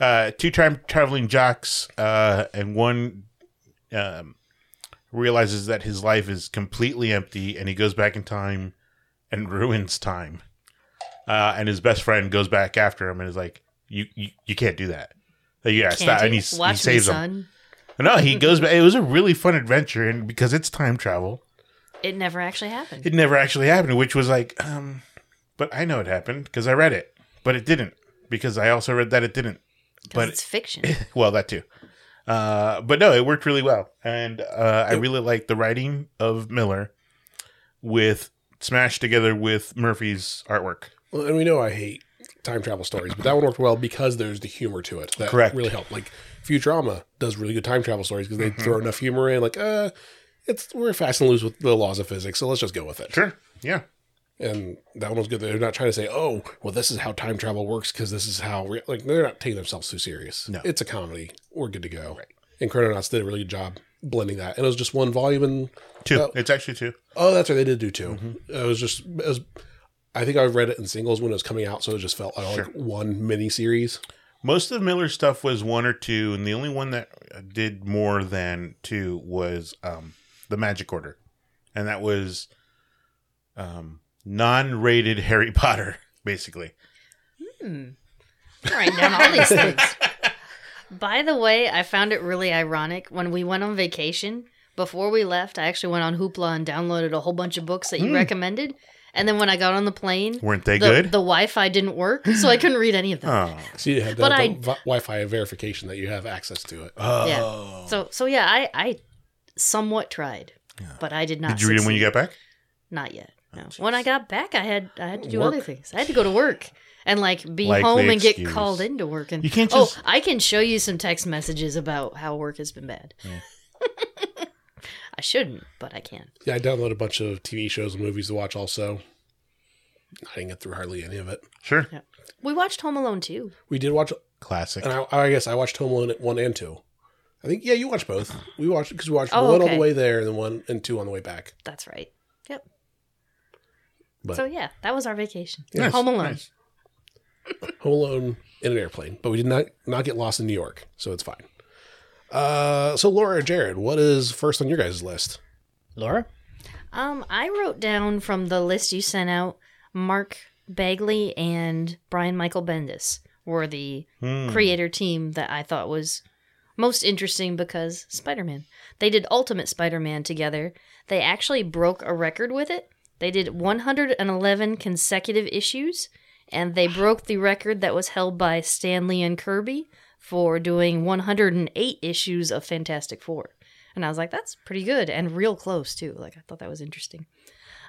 [SPEAKER 1] Uh, two time traveling jocks, uh, and one um, realizes that his life is completely empty, and he goes back in time and ruins time. Uh, and his best friend goes back after him and is like, "You you, you can't do that. Like, yeah,
[SPEAKER 3] Can't
[SPEAKER 1] stop." And
[SPEAKER 3] do-
[SPEAKER 1] he, s- he
[SPEAKER 3] Watch
[SPEAKER 1] saves
[SPEAKER 3] me,
[SPEAKER 1] him.
[SPEAKER 3] son.
[SPEAKER 1] No, he goes back. It was a really fun adventure, and because it's time travel,
[SPEAKER 3] It never actually happened.
[SPEAKER 1] it never actually happened, which was like, um, but I know it happened because I read it, but it didn't because I also read that it didn't.
[SPEAKER 3] 'Cause
[SPEAKER 1] But
[SPEAKER 3] it's fiction.
[SPEAKER 1] well, that too. Uh, but no, it worked really well, and uh, I really liked the writing of Miller with smashed together with Murphy's artwork.
[SPEAKER 2] Well, and we know I hate time travel stories, but that one worked well because there's the humor to it. That
[SPEAKER 1] Correct.
[SPEAKER 2] really helped. Like Futurama does really good time travel stories because they
[SPEAKER 1] Mm-hmm.
[SPEAKER 2] throw enough humor in. Like, uh, it's we're fast and loose with the laws of physics, so let's just go with it.
[SPEAKER 1] Sure, yeah,
[SPEAKER 2] And that one was good. They're not trying to say, "Oh, well, this is how time travel works," because this is how re-. like they're not taking themselves too serious.
[SPEAKER 1] No.
[SPEAKER 2] it's a comedy. We're good to go. Right. And Chrononauts did a really good job blending that. And it was just one volume. And
[SPEAKER 1] two.
[SPEAKER 2] Oh.
[SPEAKER 1] It's actually two.
[SPEAKER 2] oh, that's right, they did do 2 It was just, it was, I think I read it in singles when it was coming out, so it just felt like
[SPEAKER 1] Sure.
[SPEAKER 2] one mini series.
[SPEAKER 1] Most of Miller's stuff was one or two, and the only one that did more than two was um, the Magic Order, and that was um, non-rated Harry Potter, basically.
[SPEAKER 3] Hmm. Writing down all these things. By the way, I found it really ironic when we went on vacation. Before we left, I actually went on Hoopla and downloaded a whole bunch of books that you recommended. And then when I got on the plane,
[SPEAKER 1] Weren't Hmm. they
[SPEAKER 3] the,
[SPEAKER 1] good?
[SPEAKER 3] the Wi-Fi didn't work, so I couldn't read any of them.
[SPEAKER 1] oh,
[SPEAKER 2] So you had the,
[SPEAKER 3] But I-
[SPEAKER 2] the vi- Wi-Fi verification that you have access to it.
[SPEAKER 1] Oh.
[SPEAKER 3] Yeah. So so yeah, I I somewhat tried, but I did not.
[SPEAKER 1] did you read them when you
[SPEAKER 3] succeed.
[SPEAKER 1] got back?
[SPEAKER 3] Not yet. No.
[SPEAKER 1] Oh, jeez.
[SPEAKER 3] when I got back, I had I had to do other
[SPEAKER 2] Work.
[SPEAKER 3] things. I had to go to work and like be
[SPEAKER 1] Likely
[SPEAKER 3] home and get
[SPEAKER 1] excuse.
[SPEAKER 3] called into work. And
[SPEAKER 1] You can't just-
[SPEAKER 3] Oh, I can show you some text messages about how work has been bad. I shouldn't, but I can.
[SPEAKER 2] Yeah, I download a bunch of TV shows and movies to watch also. I didn't get through hardly any of it.
[SPEAKER 1] Sure.
[SPEAKER 3] We watched Home Alone too.
[SPEAKER 2] We did watch,
[SPEAKER 1] Classic.
[SPEAKER 2] and I, I guess I watched Home Alone at one and two. I think, yeah, you watched both. We watched, because we watched
[SPEAKER 3] Oh,
[SPEAKER 2] one all
[SPEAKER 3] okay.
[SPEAKER 2] the way there and then one and two on the way back.
[SPEAKER 3] That's right. Yep.
[SPEAKER 2] But-
[SPEAKER 3] so yeah, that was our vacation.
[SPEAKER 1] Nice,
[SPEAKER 3] Home Alone.
[SPEAKER 1] nice.
[SPEAKER 2] Home Alone in an airplane, but we did not, not get lost in New York, so it's fine. Uh, so, Laura or Jared, what is first on your guys' list?
[SPEAKER 4] Laura?
[SPEAKER 3] Um, I wrote down from the list you sent out, Mark Bagley and Brian Michael Bendis were the
[SPEAKER 1] Hmm.
[SPEAKER 3] creator team that I thought was most interesting because Spider Man. They did Ultimate Spider Man together. They actually broke a record with it. They did 111 consecutive issues, and they broke the record that was held by Stanley and Kirby for doing 108 issues of Fantastic Four. And I was like, that's pretty good and real close, too. Like, I thought that was interesting.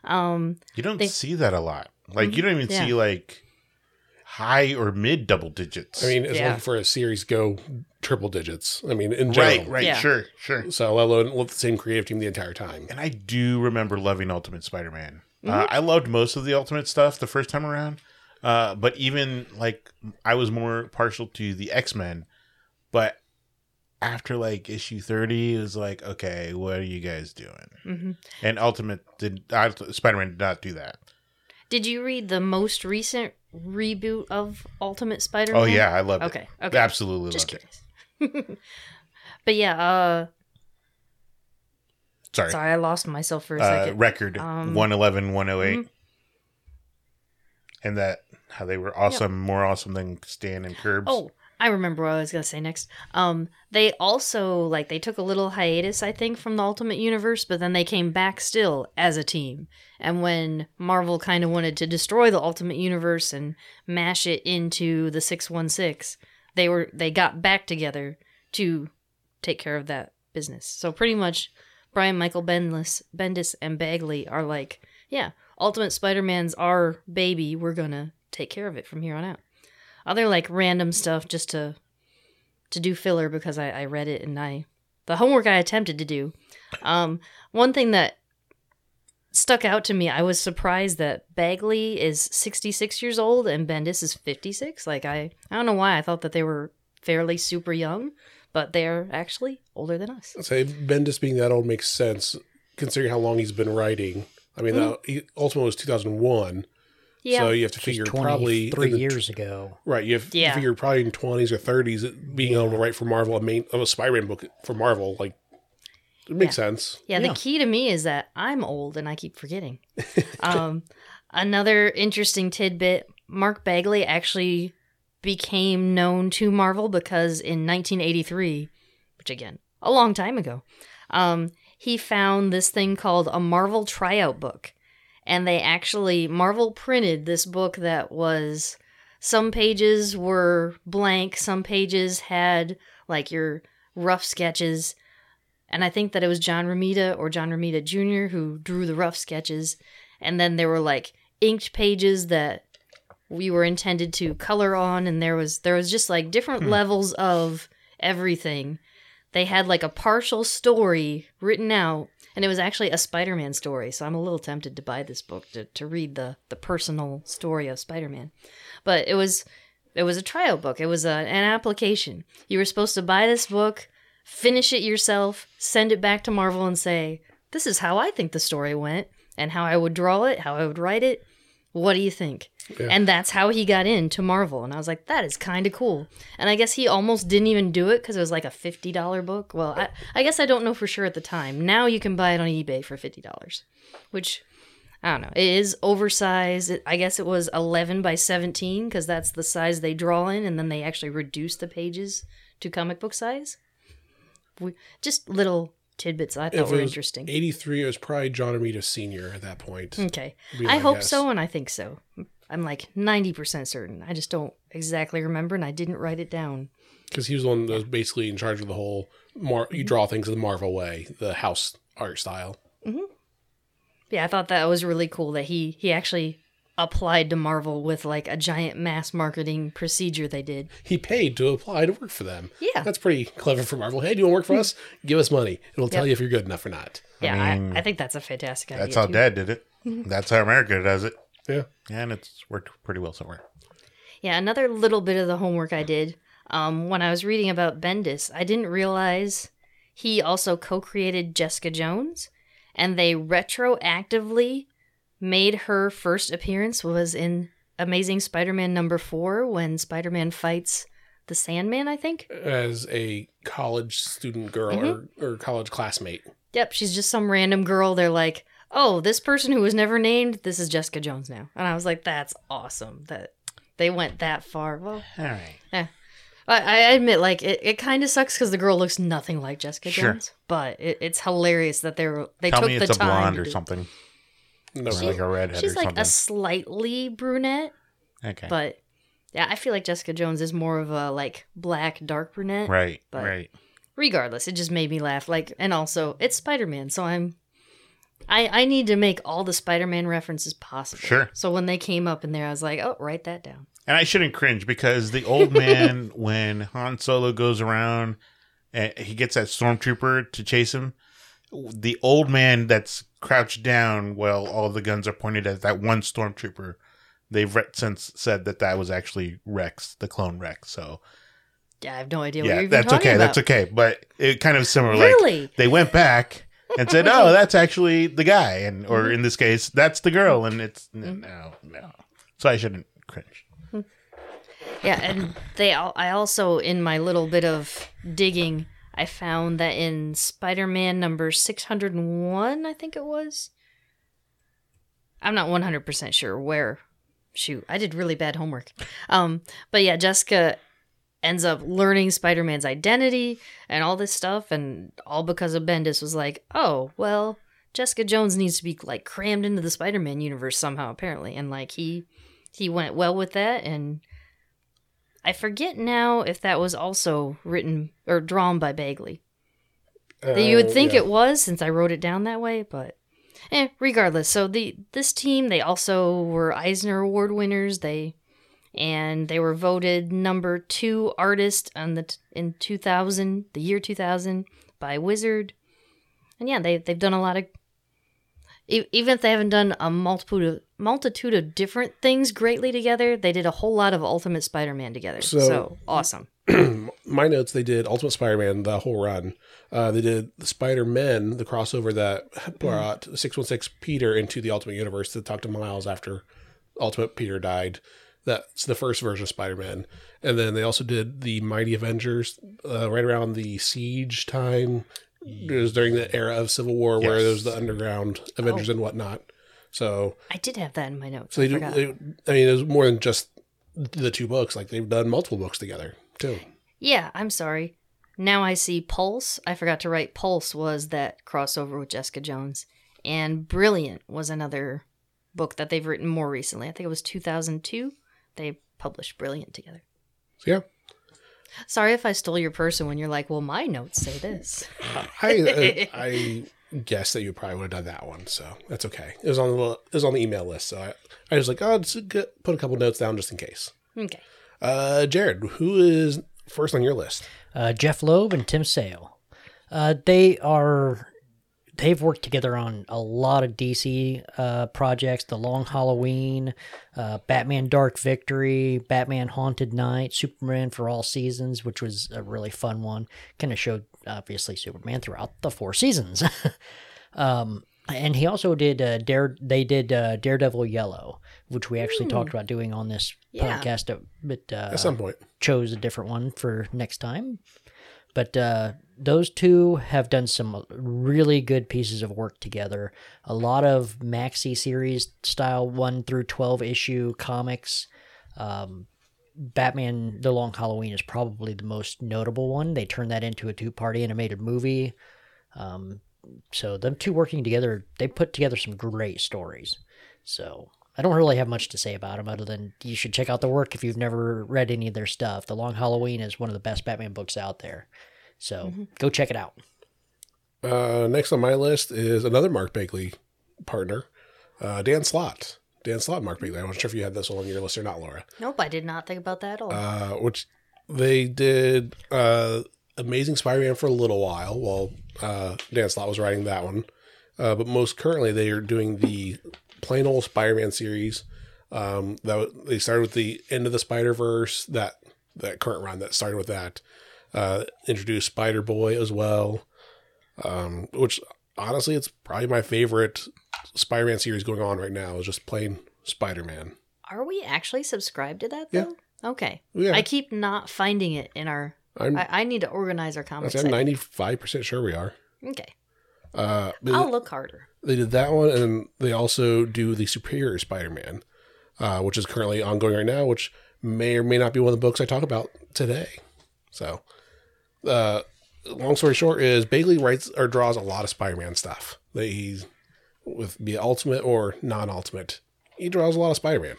[SPEAKER 3] Um,
[SPEAKER 1] You don't
[SPEAKER 3] They- Mm-hmm.
[SPEAKER 1] see that a lot. Like you don't even
[SPEAKER 3] Yeah.
[SPEAKER 1] see like high or mid double digits.
[SPEAKER 2] I mean, it's
[SPEAKER 3] Yeah.
[SPEAKER 2] looking for a series go triple digits. I mean, in general.
[SPEAKER 1] right, right,
[SPEAKER 3] Yeah.
[SPEAKER 1] sure, sure.
[SPEAKER 2] So, let alone with the same creative team the entire time.
[SPEAKER 1] And I do remember loving Ultimate Spider-Man. Uh,
[SPEAKER 3] Mm-hmm.
[SPEAKER 1] I loved most of the Ultimate stuff the first time around, uh, but even like I was more partial to the X-Men. But after like issue thirty, it was like, okay, what are you guys doing?
[SPEAKER 3] mhm.
[SPEAKER 1] And Ultimate did uh, Spider-Man did not do that.
[SPEAKER 3] Did you read the most recent reboot of Ultimate Spider Man?
[SPEAKER 1] Oh yeah, I loved
[SPEAKER 3] Mm-hmm. Okay.
[SPEAKER 1] it.
[SPEAKER 3] Okay.
[SPEAKER 1] Absolutely
[SPEAKER 3] Just
[SPEAKER 1] loved
[SPEAKER 3] curious. but yeah, uh
[SPEAKER 1] it. Sorry,
[SPEAKER 3] sorry, I lost myself for a
[SPEAKER 1] uh,
[SPEAKER 3] second.
[SPEAKER 1] record
[SPEAKER 3] Um, mhm.
[SPEAKER 1] 111 108 and that how they were awesome more awesome than stan and curbs
[SPEAKER 3] oh, I remember what I was gonna say next. Um they also like they took a little hiatus, I think, from the Ultimate Universe, but then they came back still as a team. And when Marvel kinda wanted to destroy the Ultimate Universe and mash it into the six one six, they were they got back together to take care of that business. So pretty much Brian Michael Bendis, Bendis and Bagley are like, yeah, Ultimate Spider-Man's our baby. We're gonna take care of it from here on out. Other like random stuff just to to do filler because I, I read it and I the homework I attempted to do. Um, one thing that stuck out to me, I was surprised that Bagley is 66 years old and Bendis is 56. Like I I don't know why I thought that they were fairly super young, but they're actually older than us.
[SPEAKER 2] I'd say Bendis being that old makes sense considering how long he's been writing. I mean, that, he, Ultimate was 2001,
[SPEAKER 3] Mm-hmm. Yeah.
[SPEAKER 2] so you have to
[SPEAKER 4] She's
[SPEAKER 2] figure probably in
[SPEAKER 4] three
[SPEAKER 2] the-
[SPEAKER 4] years ago.
[SPEAKER 2] Right, you have
[SPEAKER 3] Yeah.
[SPEAKER 2] you figure probably in 20s or 30s it- being able to write for Marvel a main of a Spider-Man book for Marvel like it makes sense.
[SPEAKER 3] Yeah,
[SPEAKER 4] Yeah.
[SPEAKER 3] the key to me is that I'm old and I keep forgetting. um, another interesting tidbit Mark Bagley actually became known to Marvel because in 1983, which again, a long time ago, um, he found this thing called a Marvel tryout book. And they actually, Marvel printed this book that was some pages were blank, some pages had like your rough sketches and I think that it was John Romita or John Romita Jr. who drew the rough sketches, and then there were like inked pages that we were intended to color on, and there was there was just like different levels of everything. They had like a partial story written out, and it was actually a Spider-Man story. So I'm a little tempted to buy this book to, to read the the personal story of Spider-Man, but it was it was a trial book. It was a, an application. You were supposed to buy this book finish it yourself, send it back to Marvel and say, this is how I think the story went and how I would draw it, how I would write it. What do you think? And that's how he got in to Marvel. And I was like, that is kind of cool. And I guess he almost didn't even do it because it was like a $50 book. Well, I, I guess I don't know for sure at the time. Now you can buy it on eBay for $50, which I don't know. It is oversized. It, I guess it was 11 by 17 because that's the size they draw in. And then they actually reduce the pages to comic book size just little tidbits I thought
[SPEAKER 2] If it
[SPEAKER 3] were
[SPEAKER 2] was
[SPEAKER 3] interesting. Hmm.
[SPEAKER 2] 83 it was probably John Romita senior at that point.
[SPEAKER 3] okay.
[SPEAKER 2] be
[SPEAKER 3] I
[SPEAKER 2] my
[SPEAKER 3] hope
[SPEAKER 2] guess.
[SPEAKER 3] so and I think so. I'm like 90% certain. I just don't exactly remember and I didn't write it down.
[SPEAKER 2] Cuz he was the one that was basically in charge of the whole Mar- you draw things the Marvel way, the house art style.
[SPEAKER 3] Yeah, I thought that was really cool that he he actually applied to Marvel with like a giant mass marketing procedure they did.
[SPEAKER 2] He paid to apply to work for them.
[SPEAKER 3] Yeah. Hmm.
[SPEAKER 2] That's pretty clever for Marvel. Hey, do you want to work for us? Give us money. It'll tell
[SPEAKER 3] Yep.
[SPEAKER 2] you if you're good enough or not.
[SPEAKER 3] Yeah, I,
[SPEAKER 1] mean,
[SPEAKER 3] I, think that's a fantastic idea.
[SPEAKER 1] That's how
[SPEAKER 3] too.
[SPEAKER 1] Dad did it. That's how America does it.
[SPEAKER 2] Yeah.
[SPEAKER 1] And it's worked pretty well somewhere.
[SPEAKER 3] Yeah, another little bit of the homework I did um, when I was reading about Bendis, I didn't realize he also co created Jessica Jones, and they retroactively made her first appearance was in Amazing Spider Man number four when Spider Man fights the Sandman, I think.
[SPEAKER 2] As a college student girl
[SPEAKER 3] Mm-hmm.
[SPEAKER 2] or, or college classmate.
[SPEAKER 3] Yep, she's just some random girl. They're like, oh, this person who was never named, this is Jessica Jones now. And I was like, that's awesome that they went that far. Well,
[SPEAKER 1] All right.
[SPEAKER 3] I, I admit, like it, it kind of sucks because the girl looks nothing like Jessica
[SPEAKER 1] Sure.
[SPEAKER 3] Jones, but it, it's hilarious that they were they
[SPEAKER 1] Tell
[SPEAKER 3] took
[SPEAKER 1] me
[SPEAKER 3] the
[SPEAKER 1] it's a
[SPEAKER 3] time.
[SPEAKER 1] blonde
[SPEAKER 3] to
[SPEAKER 1] or
[SPEAKER 3] do-
[SPEAKER 1] something.
[SPEAKER 2] No,
[SPEAKER 1] Or like a redhead
[SPEAKER 3] She's
[SPEAKER 1] or
[SPEAKER 3] like
[SPEAKER 1] something.
[SPEAKER 3] a slightly brunette,
[SPEAKER 1] okay.
[SPEAKER 3] but yeah, I feel like Jessica Jones is more of a like black dark brunette.
[SPEAKER 1] right.
[SPEAKER 3] but-
[SPEAKER 1] right.
[SPEAKER 3] Regardless, it just made me laugh. Like, and also it's Spider Man, so I'm. I, I need to make all the Spider-Man references possible.
[SPEAKER 1] Sure.
[SPEAKER 3] So when they came up in there, I was like, "Oh, write that down."
[SPEAKER 1] And I shouldn't cringe because the old man, when Han Solo goes around, and he gets that stormtrooper to chase him. The old man that's crouched down while all the guns are pointed at that one stormtrooper. They've re- since said that that was actually Rex, the clone Rex. So
[SPEAKER 3] Yeah, I have no idea what you're
[SPEAKER 1] yeah,
[SPEAKER 3] even
[SPEAKER 1] that's
[SPEAKER 3] talking
[SPEAKER 1] okay.
[SPEAKER 3] about.
[SPEAKER 1] That's okay. But it kind of similar. Like
[SPEAKER 3] Really?
[SPEAKER 1] they went back and said, "Oh, that's actually the guy," and
[SPEAKER 3] Mm-hmm.
[SPEAKER 1] or in this case, that's the girl, and it's no, no. So I shouldn't cringe.
[SPEAKER 3] Yeah, and they. All, I also, in my little bit of digging, I found that in Spider-Man number six hundred and one, I think it was. I'm not one hundred percent sure where. Shoot, I did really bad homework. Um, but yeah, Jessica ends up learning Spider-Man's identity and all this stuff, and all because of Bendis was like, oh well. Jessica Jones needs to be like crammed into the Spider-Man universe somehow, apparently, and like he he went well with that, and I forget now if that was also written or drawn by Bagley. you
[SPEAKER 2] Uh,
[SPEAKER 3] would think it was since I wrote it down that way, but eh, regardless. So the this team they also were Eisner Award winners. They and they were voted number two artist on the t- in 2000, the year 2000 by Wizard. And yeah, they they've done a lot of e- even if they haven't done a multitude of, multitude of different things greatly together, they did a whole lot of Ultimate Spider-Man together.
[SPEAKER 2] So-
[SPEAKER 3] so awesome.
[SPEAKER 2] my notes they did ultimate spider-man the whole run uh, they did the spider-men the crossover that brought 616 peter into the ultimate universe to talk to miles after ultimate peter died that's the first version of spider-man and then they also did the mighty avengers uh, right around the siege time it was during the era of civil war where there was the underground avengers and whatnot so
[SPEAKER 3] I did have that in my notes.
[SPEAKER 2] so
[SPEAKER 3] Oh. I
[SPEAKER 2] they, do,
[SPEAKER 3] forgot.
[SPEAKER 2] they i mean it was more than just the two books like they've done multiple books together too
[SPEAKER 3] yeah, I'm sorry. Now I see Pulse. I forgot to write Pulse was that crossover with Jessica Jones. And Brilliant was another book that they've written more recently. I think it was 2002. They published Brilliant together.
[SPEAKER 2] so yeah
[SPEAKER 3] Sorry if I stole your person when you're like, well, my notes say this.
[SPEAKER 2] I uh, I guess that you probably would have done that one, so that's okay. It was on the it was on the email list, so I, I was like, oh, just go- put a couple notes down just in case.
[SPEAKER 3] Okay.
[SPEAKER 2] Uh, Jared, who is first on your list?
[SPEAKER 4] uh, Jeff Loeb and Tim Sale. Uh, they are they've worked together on a lot of DC uh, projects: The Long Halloween, uh, Batman: Dark Victory, Batman: Haunted Night, Superman for All Seasons, which was a really fun one. Kind of showed obviously Superman throughout the four seasons. um, and he also did uh, Dare. They did uh, Daredevil Yellow, which we actually talked about doing on this
[SPEAKER 3] Yeah.
[SPEAKER 4] podcast. uh, But uh,
[SPEAKER 2] At some point,
[SPEAKER 4] chose a different one for next time. But uh, those two have done some really good pieces of work together. A lot of maxi series style one through twelve issue comics. Um, Batman: The Long Halloween is probably the most notable one. They turned that into a two-party animated movie. Um, so them two working together, they put together some great stories. So I don't really have much to say about them other than you should check out the work if you've never read any of their stuff. The Long Halloween is one of the best Batman books out there. So go check it out.
[SPEAKER 2] uh, next on my list is another Mark Bagley partner, uh, Dan Slott. Dan Slott and Mark Bagley. I wasn't sure if you had this along your list or not, Laura.
[SPEAKER 3] Nope, I did not think about that at all.
[SPEAKER 2] Uh, which they did uh, Amazing Spider-Man for a little while while uh, Dan Slott was writing that one. Uh, but most currently, they are doing the plain old Spider-Man series. Um, that w- they started with the end of the Spider Verse that that current run that started with that. Uh, introduced Spider Boy as well, um, which honestly, it's probably my favorite Spider-Man series going on right now. Is just plain Spider-Man.
[SPEAKER 3] Are we actually subscribed to that
[SPEAKER 2] Yeah.
[SPEAKER 3] though? Okay.
[SPEAKER 2] Yeah,
[SPEAKER 3] I keep not finding it in our.
[SPEAKER 2] I'm
[SPEAKER 3] I, I need to organize our comics.
[SPEAKER 2] I'm
[SPEAKER 3] site.
[SPEAKER 2] ninety five percent sure we are.
[SPEAKER 3] Okay,
[SPEAKER 2] Uh, but
[SPEAKER 3] I'll look harder.
[SPEAKER 2] they did that one, and they also do the Superior Spider-Man, uh, which is currently ongoing right now, which may or may not be one of the books I talk about today. So, uh, long story short, is Bagley writes or draws a lot of Spider-Man stuff. That he's with be it ultimate or non-ultimate, he draws a lot of Spider-Man.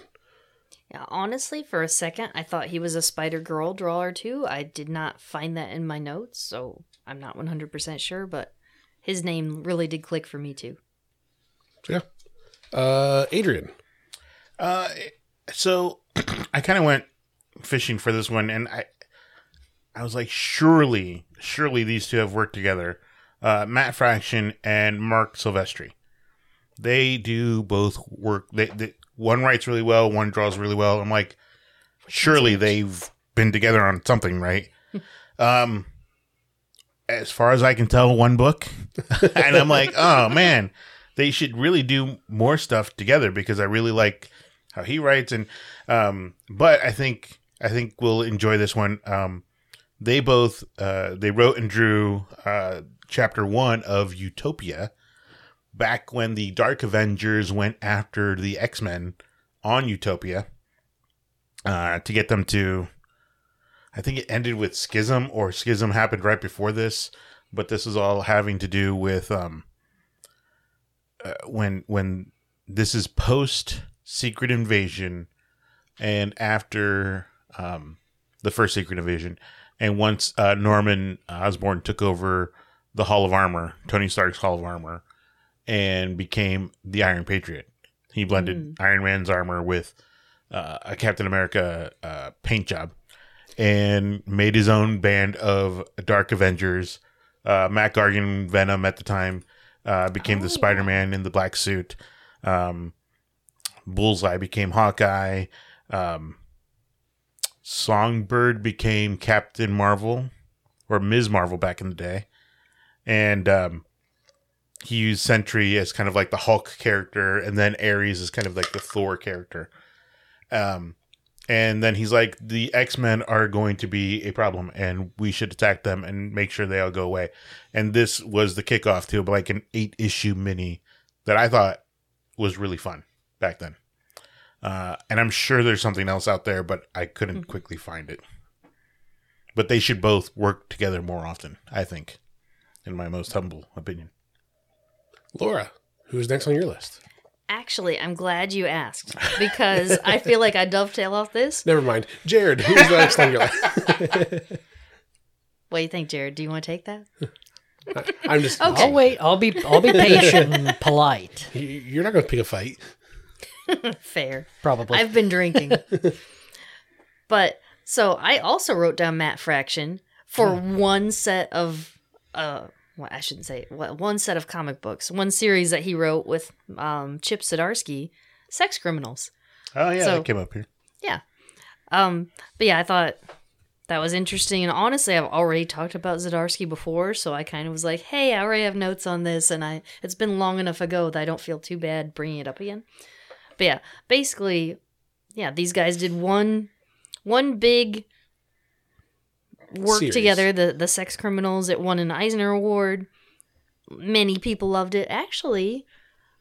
[SPEAKER 3] Yeah, honestly, for a second, I thought he was a Spider Girl drawer too. I did not find that in my notes, so I'm not 100% sure, but his name really did click for me too.
[SPEAKER 2] So yeah, uh, Adrian,
[SPEAKER 1] Uh, so I kind of went fishing for this one, and I, I was like, surely, surely these two have worked together. Uh, Matt Fraction and Mark Silvestri. They do both work. They, they one writes really well, one draws really well. I'm like, surely they've been together on something, right? um, as far as I can tell, one book, and I'm like, oh man, they should really do more stuff together because I really like how he writes and um but I think I think we'll enjoy this one. Um they both uh they wrote and drew uh chapter 1 of Utopia back when the Dark Avengers went after the X-Men on Utopia uh to get them to I think it ended with Schism or Schism happened right before this, but this is all having to do with um uh, when when this is post secret invasion and after um, the first secret invasion and once uh, norman osborn took over the hall of armor tony stark's hall of armor and became the iron patriot he blended iron man's armor with uh, a captain america uh, paint job and made his own band of dark avengers uh, matt gargan venom at the time uh, became
[SPEAKER 3] Oh,
[SPEAKER 1] the spider-man in the black suit um, bullseye became hawkeye um, Songbird became Captain Marvel or Ms. Marvel back in the day. And um, he used Sentry as kind of like the Hulk character, and then Ares is kind of like the Thor character. Um, and then he's like, the X Men are going to be a problem, and we should attack them and make sure they all go away. And this was the kickoff to like an eight issue mini that I thought was really fun back then. Uh, and I'm sure there's something else out there, but I couldn't quickly find it. But they should both work together more often, I think, in my most humble opinion.
[SPEAKER 2] Laura, who's next on your list?
[SPEAKER 3] Actually, I'm glad you asked because I feel like I dovetail off this.
[SPEAKER 2] Never mind, Jared, who's next on your list?
[SPEAKER 3] What do you think, Jared? Do you want to take that?
[SPEAKER 2] I'm just
[SPEAKER 3] Okay.
[SPEAKER 4] I'll wait. I'll be I'll be patient and polite.
[SPEAKER 2] You- You're not going to pick a fight.
[SPEAKER 3] Fair.
[SPEAKER 4] Probably.
[SPEAKER 3] I've been drinking. but so I also wrote down Matt Fraction for one set of uh well, I shouldn't say what one set of comic books, one series that he wrote with um, Chip Zdarsky, Sex Criminals.
[SPEAKER 1] Oh yeah,
[SPEAKER 3] So-
[SPEAKER 1] that came up here.
[SPEAKER 3] Um, but yeah, I thought that was interesting. And honestly, I've already talked about Zadarsky before, so I kind of was like, "Hey, I already have notes on this, and I it's been long enough ago that I don't feel too bad bringing it up again." But yeah, basically, yeah, these guys did one one big work
[SPEAKER 2] Series.
[SPEAKER 3] together. The the Sex Criminals. It won an Eisner Award. Many people loved it. Actually,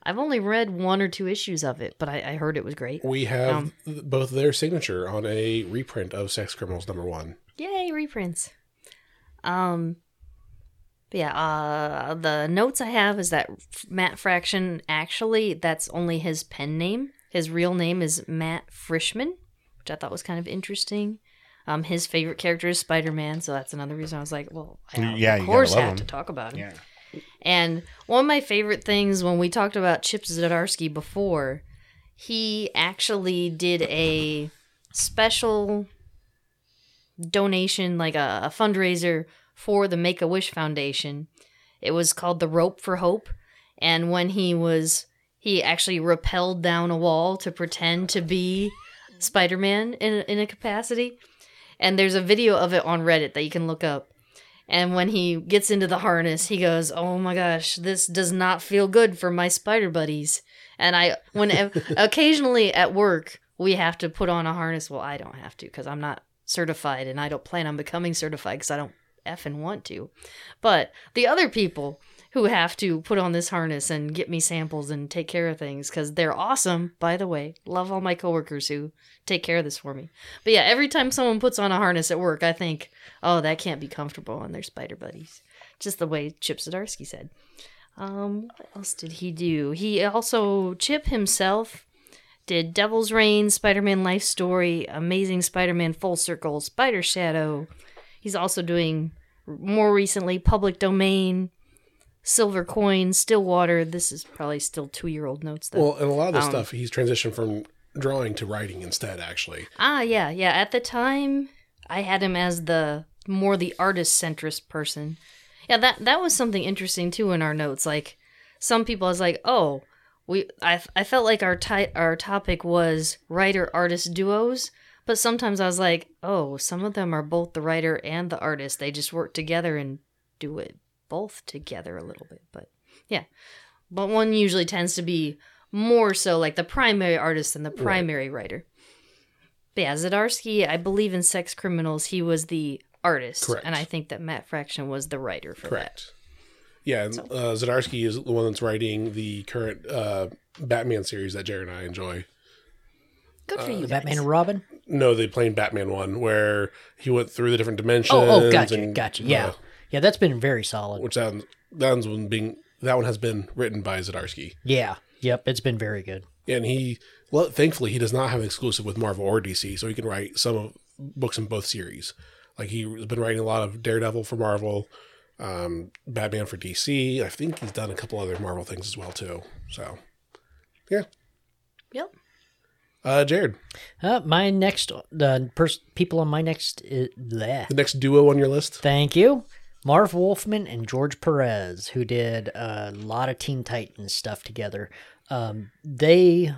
[SPEAKER 3] I've only read one or two issues of it, but I, I heard it was great.
[SPEAKER 2] We have
[SPEAKER 3] Um,
[SPEAKER 2] th- both their signature on a reprint of Sex Criminals number one.
[SPEAKER 3] Yay, reprints. Um but yeah, uh the notes I have is that F- Matt Fraction actually that's only his pen name. His real name is Matt Frischman, which I thought was kind of interesting. Um his favorite character is Spider-Man, so that's another reason I was like, well, I
[SPEAKER 1] Yeah, you
[SPEAKER 3] of
[SPEAKER 1] gotta
[SPEAKER 3] course I
[SPEAKER 1] love
[SPEAKER 3] have
[SPEAKER 1] him.
[SPEAKER 3] to talk about him. And one of my favorite things when we talked about Chip Zdarsky before he actually did a special donation, like a, a fundraiser for the Make a Wish Foundation. It was called the Rope for Hope, and when he was, he actually rappelled down a wall to pretend to be Spider Man in in a capacity. And there's a video of it on Reddit that you can look up. And when he gets into the harness, he goes, "Oh my gosh, this does not feel good for my spider buddies." And I, when occasionally at work, we have to put on a harness. Well, I don't have to because I'm not certified, and I don't plan on becoming certified because I don't effing want to. But the other people who have to put on this harness and get me samples and take care of things because they're awesome. By the way, love all my coworkers who take care of this for me. But yeah, every time someone puts on a harness at work, I think, oh, that can't be comfortable on their spider buddies. Just the way Chip Zdarsky said. Um, what else did he do? He also Chip himself did Devil's Reign, Spider-Man Life Story, Amazing Spider-Man Full Circle, Spider Shadow. He's also doing more recently Public Domain, Silver Coin, Stillwater. This is probably still two-year-old notes though.
[SPEAKER 2] Well, and a lot of the
[SPEAKER 3] Um,
[SPEAKER 2] stuff he's transitioned from drawing to writing instead. Actually,
[SPEAKER 3] Ah, yeah, yeah. At the time, I had him as the more the artist centrist person. Yeah, that that was something interesting too in our notes. Like some people, I was like, oh, we. I, I felt like our ti- our topic was writer artist duos, but sometimes I was like, oh, some of them are both the writer and the artist. They just work together and do it both together a little bit. But yeah, but one usually tends to be more so like the primary artist than the primary writer. But yeah, Zadarsky, I believe in Sex Criminals, he was the artist.
[SPEAKER 2] Correct.
[SPEAKER 3] And I think that Matt Fraction was the writer for
[SPEAKER 2] correct. Yeah, and uh, Zdarsky is the one that's writing the current uh, Batman series that Jared and I enjoy.
[SPEAKER 3] that. Good for you.
[SPEAKER 4] The
[SPEAKER 3] Guys.
[SPEAKER 4] Batman and Robin.
[SPEAKER 2] No, they playing Batman one where he went through the different dimensions.
[SPEAKER 4] Oh, oh, gotcha,
[SPEAKER 2] and,
[SPEAKER 4] gotcha.
[SPEAKER 2] uh,
[SPEAKER 4] Yeah, yeah, that's been very solid.
[SPEAKER 2] which that that one's been being that one has been written by Zdarsky,
[SPEAKER 4] Yeah, yep, it's been very good.
[SPEAKER 2] and he well, thankfully he does not have an exclusive with Marvel or DC, so he can write some of books in both series. Like he's been writing a lot of Daredevil for Marvel, um, Batman for DC. I think he's done a couple other Marvel things as well too. So, yeah,
[SPEAKER 3] Yep.
[SPEAKER 2] uh, Jared,
[SPEAKER 4] Uh, my next, the pers- people on my next, uh, bleh.
[SPEAKER 2] the next duo on your list.
[SPEAKER 4] thank you, Marv Wolfman and George Perez, who did a lot of Teen Titans stuff together. Um, they,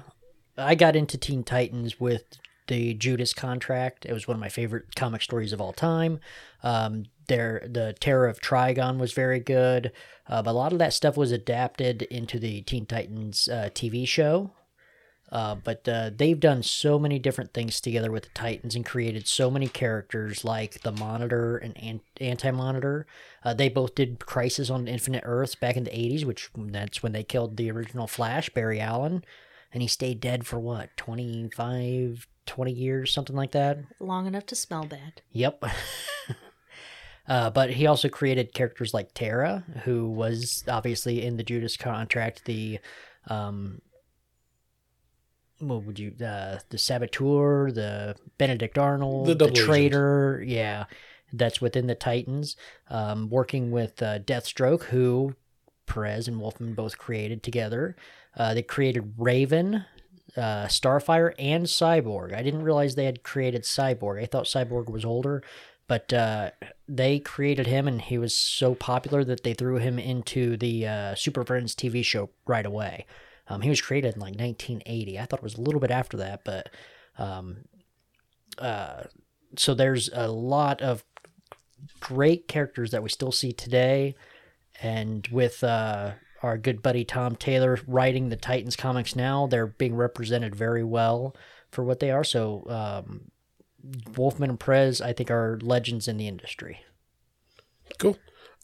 [SPEAKER 4] I got into Teen Titans with the Judas Contract. It was one of my favorite comic stories of all time. Um, their the Terror of Trigon was very good, uh, but a lot of that stuff was adapted into the Teen Titans uh, TV show. Uh, but uh, they've done so many different things together with the Titans and created so many characters like the Monitor and Ant- Anti Monitor. Uh, they both did Crisis on Infinite Earths back in the 80s, which that's when they killed the original Flash, Barry Allen. And he stayed dead for what, 25, 20 years, something like that?
[SPEAKER 3] Long enough to smell bad.
[SPEAKER 4] Yep. uh, but he also created characters like Tara, who was obviously in the Judas contract, the um, what would you uh, the saboteur, the Benedict Arnold,
[SPEAKER 2] The
[SPEAKER 4] the,
[SPEAKER 2] double agent.
[SPEAKER 4] traitor, yeah, that's within the Titans. Um, working with uh, Deathstroke, who Perez and Wolfman both created together. Uh, they created Raven, uh, Starfire, and Cyborg. I didn't realize they had created Cyborg. I thought Cyborg was older, but uh, they created him, and he was so popular that they threw him into the uh, Super Friends TV show right away. Um, he was created in like 1980. I thought it was a little bit after that, but um, uh, so there's a lot of great characters that we still see today and with uh, our good buddy Tom Taylor writing the Titans comics now, they're being represented very well for what they are. So, um, Wolfman and Prez, I think, are legends in the industry.
[SPEAKER 2] Cool.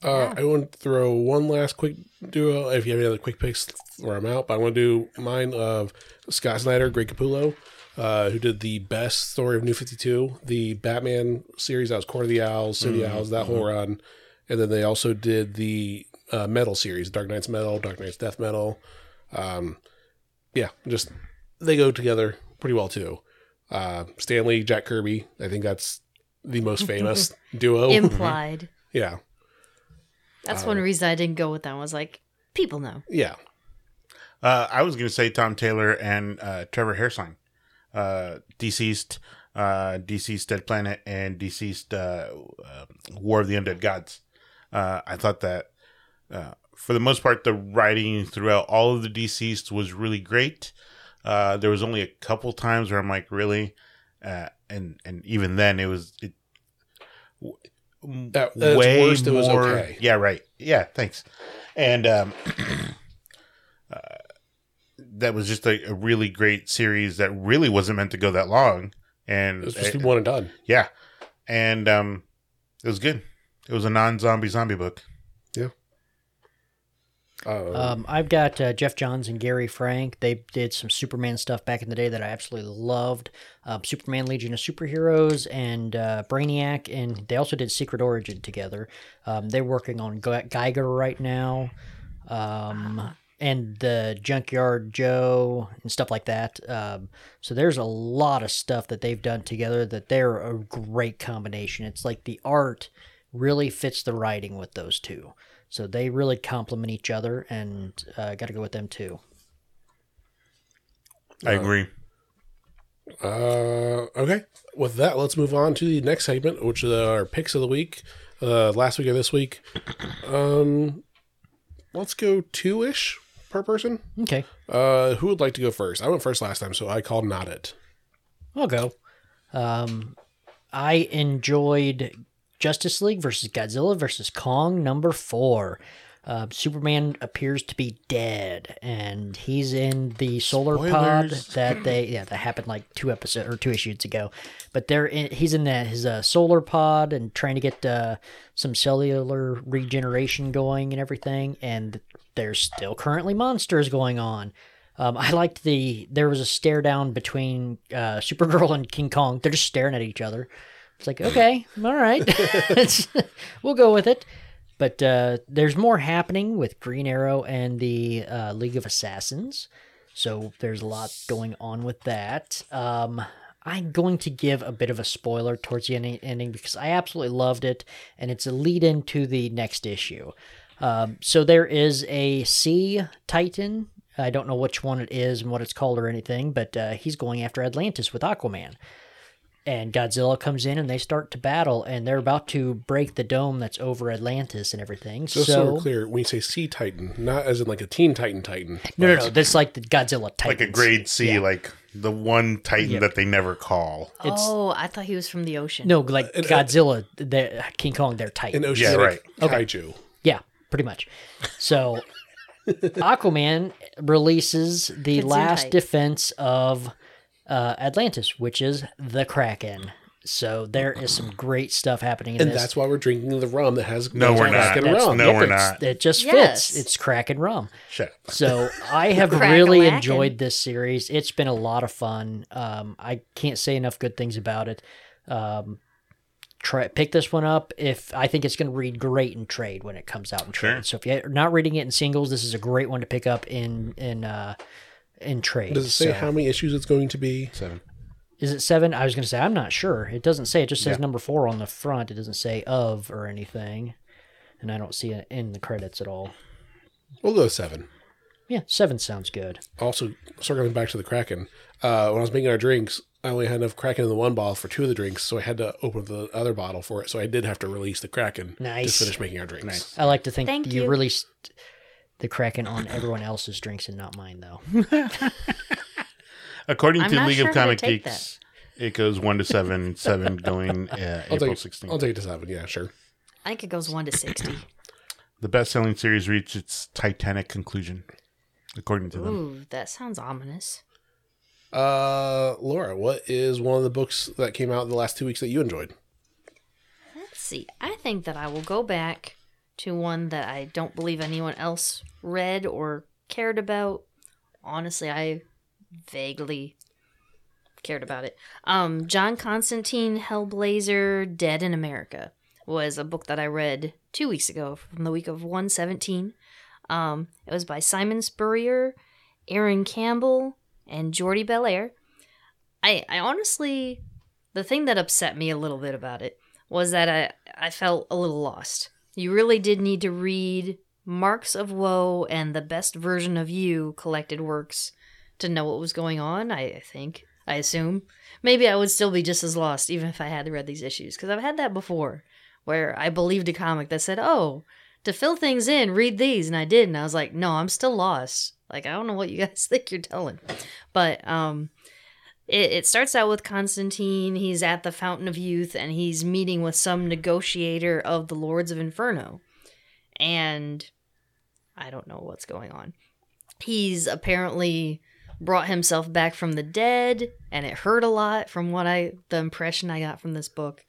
[SPEAKER 2] Uh, I want to throw one last quick duo. If you have any other quick picks, where I'm out, but I want to do mine of Scott Snyder, Greg Capullo, uh, who did the best story of New 52, the Batman series. That was Court of the Owls, City of the Owls, that whole run, and then they also did the uh, Metal series, Dark Knight's Metal, Dark Knight's Death Metal. Um, yeah, just they go together pretty well too. Uh, Stanley, Jack Kirby. I think that's the most famous duo.
[SPEAKER 3] Implied.
[SPEAKER 2] yeah.
[SPEAKER 3] That's one reason I didn't go with that. one. I was like, people know.
[SPEAKER 2] Yeah.
[SPEAKER 1] Uh, I was going to say Tom Taylor and uh, Trevor Hairsline, uh, deceased, uh, deceased Dead Planet, and deceased uh, uh, War of the Undead Gods. Uh, I thought that uh, for the most part, the writing throughout all of the deceased was really great. Uh, there was only a couple times where I'm like, really, uh, and and even then, it was it w-
[SPEAKER 2] At- at its worst, it was okay.
[SPEAKER 1] Yeah, right. Yeah, thanks. And um, uh, that was just a, a really great series that really wasn't meant to go that long. And
[SPEAKER 2] It was just
[SPEAKER 1] uh,
[SPEAKER 2] one and done.
[SPEAKER 1] yeah, and um, it was good. It was a non-zombie zombie book.
[SPEAKER 2] Um,
[SPEAKER 4] Um, I've got uh, Jeff Johns and Gary Frank. They did some Superman stuff back in the day that I absolutely loved. Uh, Superman Legion of Superheroes and uh, Brainiac, and they also did Secret Origin together. Um, they're working on Ge- Geiger right now, um, and the Junkyard Joe and stuff like that. Um, so there's a lot of stuff that they've done together that they're a great combination. It's like the art really fits the writing with those two. So they really complement each other, and uh, got to go with them too.
[SPEAKER 1] I agree.
[SPEAKER 2] Uh, okay. With that, let's move on to the next segment, which are our picks of the week. Uh, last week or this week. Um, let's go two ish per person.
[SPEAKER 4] Okay,
[SPEAKER 2] Uh, who would like to go first? I went first last time, so I called not it.
[SPEAKER 4] I'll go. Um, I enjoyed Justice League versus Godzilla versus Kong number four. Uh, Superman appears to be dead, and he's in the solar pod
[SPEAKER 1] Spoilers.
[SPEAKER 4] that they yeah that happened like two episodes or two issues ago. But they're in, he's in that his uh, solar pod and trying to get uh, some cellular regeneration going and everything. And there's still currently monsters going on. Um, I liked the there was a stare down between uh, Supergirl and King Kong. They're just staring at each other. It's like okay, all right, It's- we'll go with it. But uh, there's more happening with Green Arrow and the uh, League of Assassins. So there's a lot going on with that. Um, I'm going to give a bit of a spoiler towards the ending, ending because I absolutely loved it, and it's a lead in to the next issue. Um, so there is a sea titan. I don't know which one it is and what it's called or anything, but uh, he's going after Atlantis with Aquaman. And Godzilla comes in and they start to battle, and they're about to break the dome that's over Atlantis and everything.
[SPEAKER 2] Just so, we're clear, when you say Sea Titan, not as in like a Teen Titan Titan.
[SPEAKER 4] No, no, no. That's Oh, like the Godzilla Titans.
[SPEAKER 1] Like a grade C, like the one Titan that they never call.
[SPEAKER 4] It's-
[SPEAKER 3] oh, I thought he was from the ocean.
[SPEAKER 4] No, like
[SPEAKER 2] uh,
[SPEAKER 4] Godzilla, the King Kong, they're
[SPEAKER 2] An
[SPEAKER 4] Titan.
[SPEAKER 2] oceanic
[SPEAKER 1] right.
[SPEAKER 2] kaiju.
[SPEAKER 4] yeah, pretty much. So Aquaman releases the
[SPEAKER 3] Kitsune
[SPEAKER 4] last
[SPEAKER 3] Titan.
[SPEAKER 4] defense of uh, Atlantis, which is the Kraken. So there is some great stuff happening in
[SPEAKER 2] And
[SPEAKER 4] this.
[SPEAKER 2] that's why we're drinking the rum that has
[SPEAKER 1] No, we're
[SPEAKER 2] Kraken
[SPEAKER 1] not.
[SPEAKER 2] rum.
[SPEAKER 1] No,
[SPEAKER 4] yep,
[SPEAKER 1] we're
[SPEAKER 4] it's-
[SPEAKER 1] not.
[SPEAKER 4] It just
[SPEAKER 3] Yes.
[SPEAKER 4] fits. It's Kraken rum.
[SPEAKER 1] Shut up.
[SPEAKER 4] So I have
[SPEAKER 3] Crack-a-lackin'.
[SPEAKER 4] really enjoyed this series. It's been a lot of fun. Um, I can't say enough good things about it. Um, try pick this one up if I think it's going to read great in trade when it comes out in trade.
[SPEAKER 1] Sure.
[SPEAKER 4] So if you're not reading it in singles, this is a great one to pick up in in uh, in trade.
[SPEAKER 2] Does it say
[SPEAKER 4] So-
[SPEAKER 2] how many issues it's going to be? Seven.
[SPEAKER 4] Is it seven? I was going to say I'm not sure. It doesn't say. It just says number four on the front. It doesn't say of or anything, and I don't see it in the credits at all.
[SPEAKER 2] We'll go seven.
[SPEAKER 4] Yeah, seven sounds good.
[SPEAKER 2] also circling back to the Kraken, uh, when I was making our drinks, I only had enough Kraken in the one bottle for two of the drinks, so I had to open the other bottle for it. So I did have to release the Kraken
[SPEAKER 4] Nice.
[SPEAKER 2] to finish making our drinks.
[SPEAKER 4] I like to think
[SPEAKER 3] Thank
[SPEAKER 4] you,
[SPEAKER 3] you.
[SPEAKER 4] released the Kraken on everyone else's drinks and not mine, though.
[SPEAKER 1] According
[SPEAKER 3] I'm
[SPEAKER 1] to
[SPEAKER 3] not
[SPEAKER 1] League
[SPEAKER 3] sure
[SPEAKER 1] of
[SPEAKER 3] how to
[SPEAKER 1] Comic
[SPEAKER 3] take
[SPEAKER 1] Geeks, it goes one to seven, seven going uh,
[SPEAKER 2] I'll,
[SPEAKER 1] April
[SPEAKER 2] take, I'll
[SPEAKER 1] 16th.
[SPEAKER 2] take it to seven. Yeah, sure.
[SPEAKER 3] I think it goes one to sixty.
[SPEAKER 1] The best selling series reached its titanic conclusion, according to them.
[SPEAKER 3] Ooh, that sounds ominous.
[SPEAKER 2] Uh, Laura, what is one of the books that came out in the last two weeks that you enjoyed?
[SPEAKER 3] Let's see. I think that I will go back to one that I don't believe anyone else read or cared about. Honestly, I vaguely cared about it. Um, John Constantine Hellblazer Dead in America was a book that I read two weeks ago from the week of 117. Um, it was by Simon Spurrier, Aaron Campbell, and Jordi Belair. I, I honestly, the thing that upset me a little bit about it was that I, I felt a little lost. You really did need to read Marks of Woe and the Best Version of You collected works to know what was going on, I I think. I assume. Maybe I would still be just as lost even if I had read these issues, because I've had that before where I believed a comic that said, oh, to fill things in, read these. And I did. And I was like, no, I'm still lost. Like, I don't know what you guys think you're telling. But um, it, it starts out with Constantine. He's at the Fountain of Youth and he's meeting with some negotiator of the Lords of Inferno. And I don't know what's going on. He's apparently brought himself back from the dead and it hurt a lot from what I, the impression I got from this book.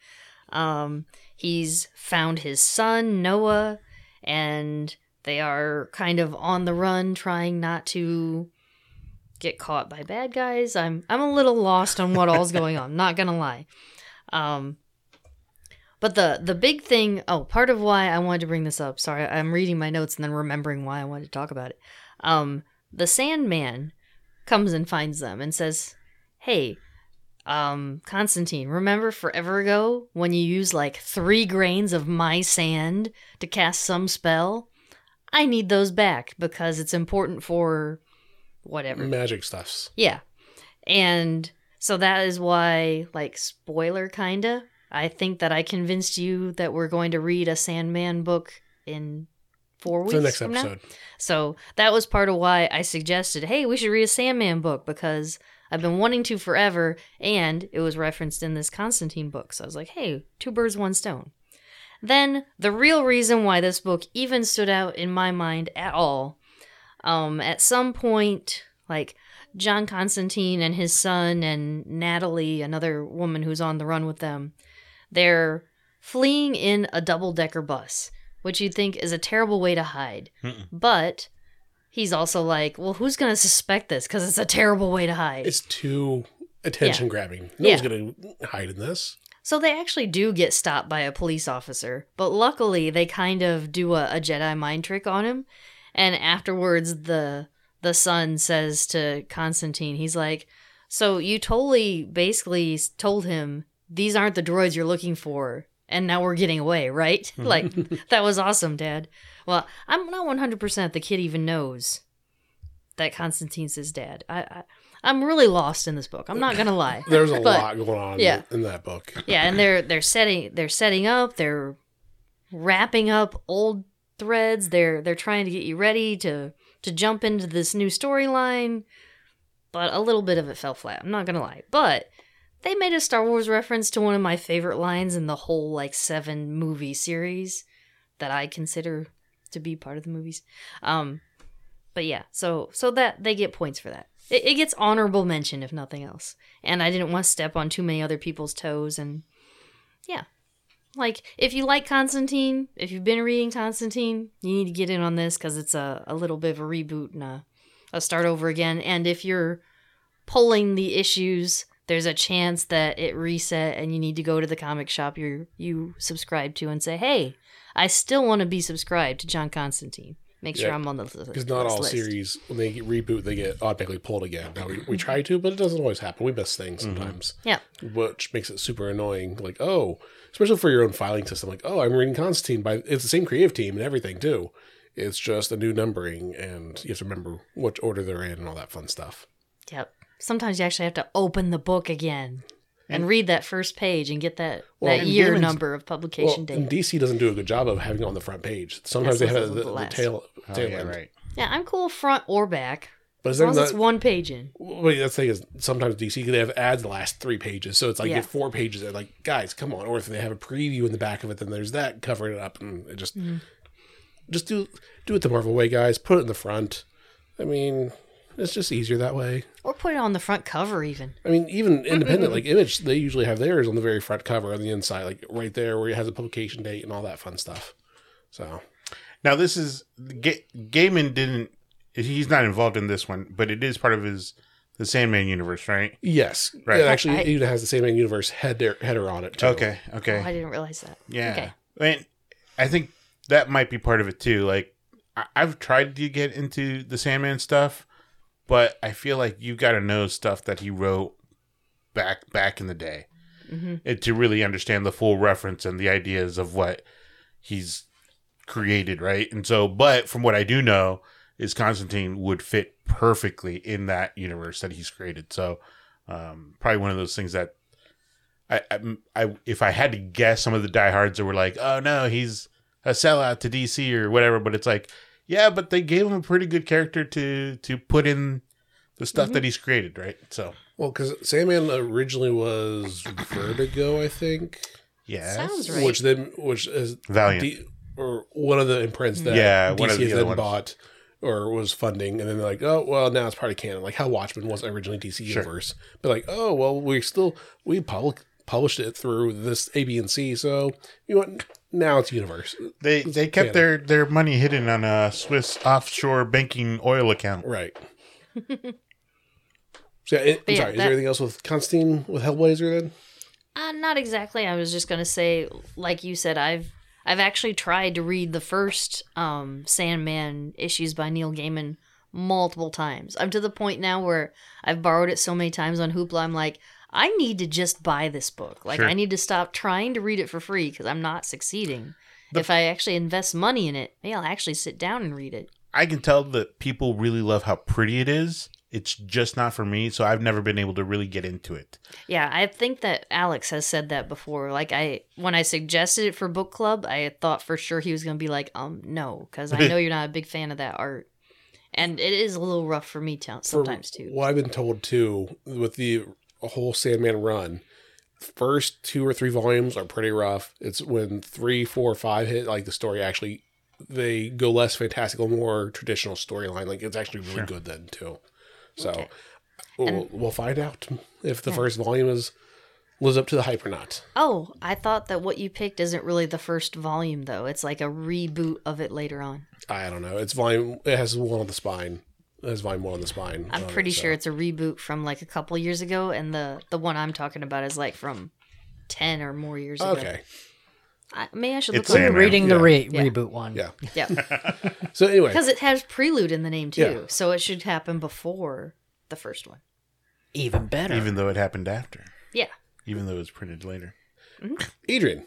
[SPEAKER 3] Um, he's found his son, Noah, and they are kind of on the run trying not to get caught by bad guys. I'm I'm a little lost on what all's going on, not gonna lie. Um but the the big thing, oh, part of why I wanted to bring this up. Sorry, I'm reading my notes and then remembering why I wanted to talk about it. Um the Sandman comes and finds them and says, "Hey, um, Constantine, remember forever ago when you used like three grains of my sand to cast some spell? I need those back because it's important for whatever.
[SPEAKER 2] Magic stuffs.
[SPEAKER 3] Yeah. And so that is why, like, spoiler kinda, I think that I convinced you that we're going to read a Sandman book in four weeks.
[SPEAKER 2] For the next
[SPEAKER 3] from now.
[SPEAKER 2] episode.
[SPEAKER 3] So that was part of why I suggested, hey, we should read a Sandman book because I've been wanting to forever, and it was referenced in this Constantine book. So I was like, hey, two birds, one stone. Then the real reason why this book even stood out in my mind at all, um, at some point, like John Constantine and his son and Natalie, another woman who's on the run with them, they're fleeing in a double decker bus, which you'd think is a terrible way to hide.
[SPEAKER 1] Mm-mm.
[SPEAKER 3] But he's also like, well, who's going to suspect this? Because it's a terrible way to hide.
[SPEAKER 2] It's too attention grabbing. No one's going to hide in this.
[SPEAKER 3] So they actually do get stopped by a police officer, but luckily they kind of do a, a Jedi mind trick on him. And afterwards, the the son says to Constantine, he's like, "So you totally, basically, s- told him these aren't the droids you're looking for, and now we're getting away, right? like that was awesome, Dad. Well, I'm not 100 percent the kid even knows that Constantine's his dad. I, I I'm really lost in this book. I'm not gonna lie.
[SPEAKER 2] There's a
[SPEAKER 3] But-
[SPEAKER 2] lot going on
[SPEAKER 3] yeah.
[SPEAKER 2] in that book.
[SPEAKER 3] yeah, and they're they're setting they're setting up, they're wrapping up old threads, they're they're trying to get you ready to to jump into this new storyline. But a little bit of it fell flat, I'm not gonna lie. But they made a Star Wars reference to one of my favorite lines in the whole like seven movie series that I consider to be part of the movies. Um but yeah, so so that they get points for that. It, it gets honorable mention if nothing else. And I didn't want to step on too many other people's toes and yeah. Like if you like Constantine, if you've been reading Constantine, you need to get in on this cuz it's a, a little bit of a reboot and a, a start over again and if you're pulling the issues, there's a chance that it reset and you need to go to the comic shop you you subscribe to and say, "Hey, I still want to be subscribed to John Constantine." Make sure
[SPEAKER 2] Yeah,
[SPEAKER 3] I'm on the list.
[SPEAKER 2] Because not all
[SPEAKER 3] list.
[SPEAKER 2] series, when they get reboot, they get automatically pulled again. Now we, we try to, but it doesn't always happen. We miss things
[SPEAKER 1] Mm-hmm.
[SPEAKER 2] sometimes,
[SPEAKER 3] Yeah.
[SPEAKER 2] which makes it super annoying. Like, oh, especially for your own filing system. Like, oh, I'm reading Constantine by it's the same creative team and everything too. It's just a new numbering, and you have to remember which order they're in and all that fun stuff.
[SPEAKER 3] Yep. Sometimes you actually have to open the book again and, read that first page and get that,
[SPEAKER 2] Well,
[SPEAKER 3] that
[SPEAKER 2] and
[SPEAKER 3] year
[SPEAKER 2] Demons-
[SPEAKER 3] number of
[SPEAKER 2] Well,
[SPEAKER 3] publication
[SPEAKER 2] and
[SPEAKER 3] date.
[SPEAKER 2] DC doesn't do a good job of having it on the front page. Sometimes
[SPEAKER 3] Yes,
[SPEAKER 2] they have
[SPEAKER 3] this
[SPEAKER 2] it
[SPEAKER 3] is
[SPEAKER 2] the,
[SPEAKER 3] the
[SPEAKER 2] the
[SPEAKER 3] last.
[SPEAKER 2] tail,
[SPEAKER 1] Oh,
[SPEAKER 2] tail
[SPEAKER 1] yeah,
[SPEAKER 2] end.
[SPEAKER 1] right.
[SPEAKER 3] Yeah, I'm cool front or back.
[SPEAKER 2] But is
[SPEAKER 3] As long
[SPEAKER 2] there
[SPEAKER 3] as
[SPEAKER 2] not,
[SPEAKER 3] it's one page in.
[SPEAKER 2] Well, that's the thing is sometimes DC they have ads the last three pages, so it's like you have four pages. They're like, guys, come on! Or if they have a preview in the back of it, then there's that covering it up, and it just just do do it the Marvel way, guys. Put it in the front. I mean, it's just easier that way.
[SPEAKER 3] Or put it on the front cover even.
[SPEAKER 2] I mean, even independent like Image, they usually have theirs on the very front cover on the inside, like right there where it has a publication date and all that fun stuff. So
[SPEAKER 1] Now this is Ga- Gaiman didn't. He's not involved in this one, but it is part of his the Sandman universe, right?
[SPEAKER 2] yes,
[SPEAKER 1] Right.
[SPEAKER 2] It actually
[SPEAKER 3] I-
[SPEAKER 2] even has the same universe header header on it. Too.
[SPEAKER 1] Okay, okay.
[SPEAKER 3] Oh, I didn't realize that.
[SPEAKER 1] Yeah.
[SPEAKER 3] Okay.
[SPEAKER 1] I mean, I think that might be part of it too. Like, I- I've tried to get into the Sandman stuff, but I feel like you got to know stuff that he wrote back back in the day
[SPEAKER 3] hmm
[SPEAKER 1] it, to really understand the full reference and the ideas of what he's created, right? And so, but from what I do know, is Constantine would fit perfectly in that universe that he's created. So, um, probably one of those things that I, I, I, if I had to guess, some of the diehards that were like, "Oh no, he's a sellout to DC or whatever," but it's like, yeah, but they gave him a pretty good character to to put in the stuff
[SPEAKER 3] Mm-hmm.
[SPEAKER 1] that he's created, right? So,
[SPEAKER 2] Well, because Sandman originally was Vertigo, I think,
[SPEAKER 1] yeah,
[SPEAKER 3] Sounds right.
[SPEAKER 2] which then which is
[SPEAKER 1] Valiant.
[SPEAKER 2] D- or one of the imprints that
[SPEAKER 1] Yeah,
[SPEAKER 2] DC
[SPEAKER 1] one of the other
[SPEAKER 2] then
[SPEAKER 1] ones.
[SPEAKER 2] bought or was funding, and then they're like, oh well, now it's part of canon, like how Watchmen was originally DC
[SPEAKER 1] Sure.
[SPEAKER 2] universe, but like oh well, we still we public published it through this A, B, and C, so you know what? Now it's universe,
[SPEAKER 1] They they kept their their money hidden on a Swiss offshore banking oil account.
[SPEAKER 2] right? so, yeah, it- I'm
[SPEAKER 3] But yeah,
[SPEAKER 2] sorry. Is
[SPEAKER 3] that-
[SPEAKER 2] there anything else with Constantine with Hellblazer then?
[SPEAKER 3] Uh, not exactly. I was just gonna say, like you said, I've I've actually tried to read the first um, Sandman issues by Neil Gaiman multiple times. I'm to the point now where I've borrowed it so many times on Hoopla. I'm like, I need to just buy this book. Like,
[SPEAKER 1] Sure.
[SPEAKER 3] I need to stop trying to read it for free because I'm not succeeding. if I actually invest money in it, maybe I'll actually sit down and read it.
[SPEAKER 1] I can tell that people really love how pretty it is. It's just not for me, so I've never been able to really get into it.
[SPEAKER 3] Yeah, I think that Alex has said that before. Like I when I suggested it for book club, I thought for sure he was going to be like, "Um, no, cuz I know you're not a big fan of that art." And it is a little rough for me to-
[SPEAKER 2] for
[SPEAKER 3] sometimes too.
[SPEAKER 2] What I've been told too, with the whole Sandman run, first two or three volumes are pretty rough. It's when three, four, five hit, like the story actually they go less fantastical, more traditional storyline. Like it's actually really
[SPEAKER 1] Sure.
[SPEAKER 2] good then too. So
[SPEAKER 3] Okay.
[SPEAKER 2] we'll,
[SPEAKER 3] And-
[SPEAKER 2] we'll find out if the
[SPEAKER 3] Yeah.
[SPEAKER 2] first volume is lives up to the hype or not.
[SPEAKER 3] Oh, I thought that what you picked isn't really the first volume though. It's like a reboot of it later on.
[SPEAKER 2] I don't know. It's volume. It has one on the spine. It has volume one on the spine.
[SPEAKER 3] I'm
[SPEAKER 2] on it,
[SPEAKER 3] pretty
[SPEAKER 2] so.
[SPEAKER 3] sure it's a reboot from like a couple years ago and the the one I'm talking about is like from 10 or more years ago.
[SPEAKER 2] okay.
[SPEAKER 3] I, maybe I should
[SPEAKER 1] It's
[SPEAKER 3] look
[SPEAKER 4] We're
[SPEAKER 1] Sandman.
[SPEAKER 4] reading the
[SPEAKER 2] Yeah.
[SPEAKER 4] re-
[SPEAKER 3] Yeah.
[SPEAKER 4] reboot one.
[SPEAKER 2] Yeah.
[SPEAKER 3] up. Yeah.
[SPEAKER 2] So anyway,
[SPEAKER 3] Because it has prelude in the name too,
[SPEAKER 2] Yeah.
[SPEAKER 3] so it should happen before the first one.
[SPEAKER 4] Even better.
[SPEAKER 1] Even though it happened after,
[SPEAKER 3] Yeah.
[SPEAKER 1] even though it was printed later.
[SPEAKER 2] Adrian,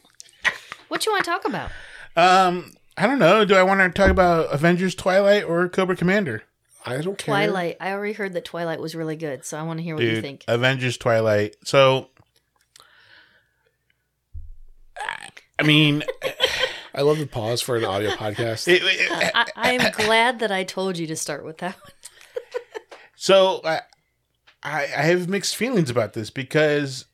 [SPEAKER 3] What you want to talk about?
[SPEAKER 1] Um, I don't know. Do I want to talk about Avengers Twilight or Cobra Commander?
[SPEAKER 2] I don't care.
[SPEAKER 3] Twilight. I already heard that Twilight was really good, so I want to hear what you think.
[SPEAKER 1] Avengers Twilight. So, I mean,
[SPEAKER 2] I love the pause for an audio podcast.
[SPEAKER 1] it, it,
[SPEAKER 3] I, I am glad that I told you to start with that one.
[SPEAKER 1] So I, I I have mixed feelings about this because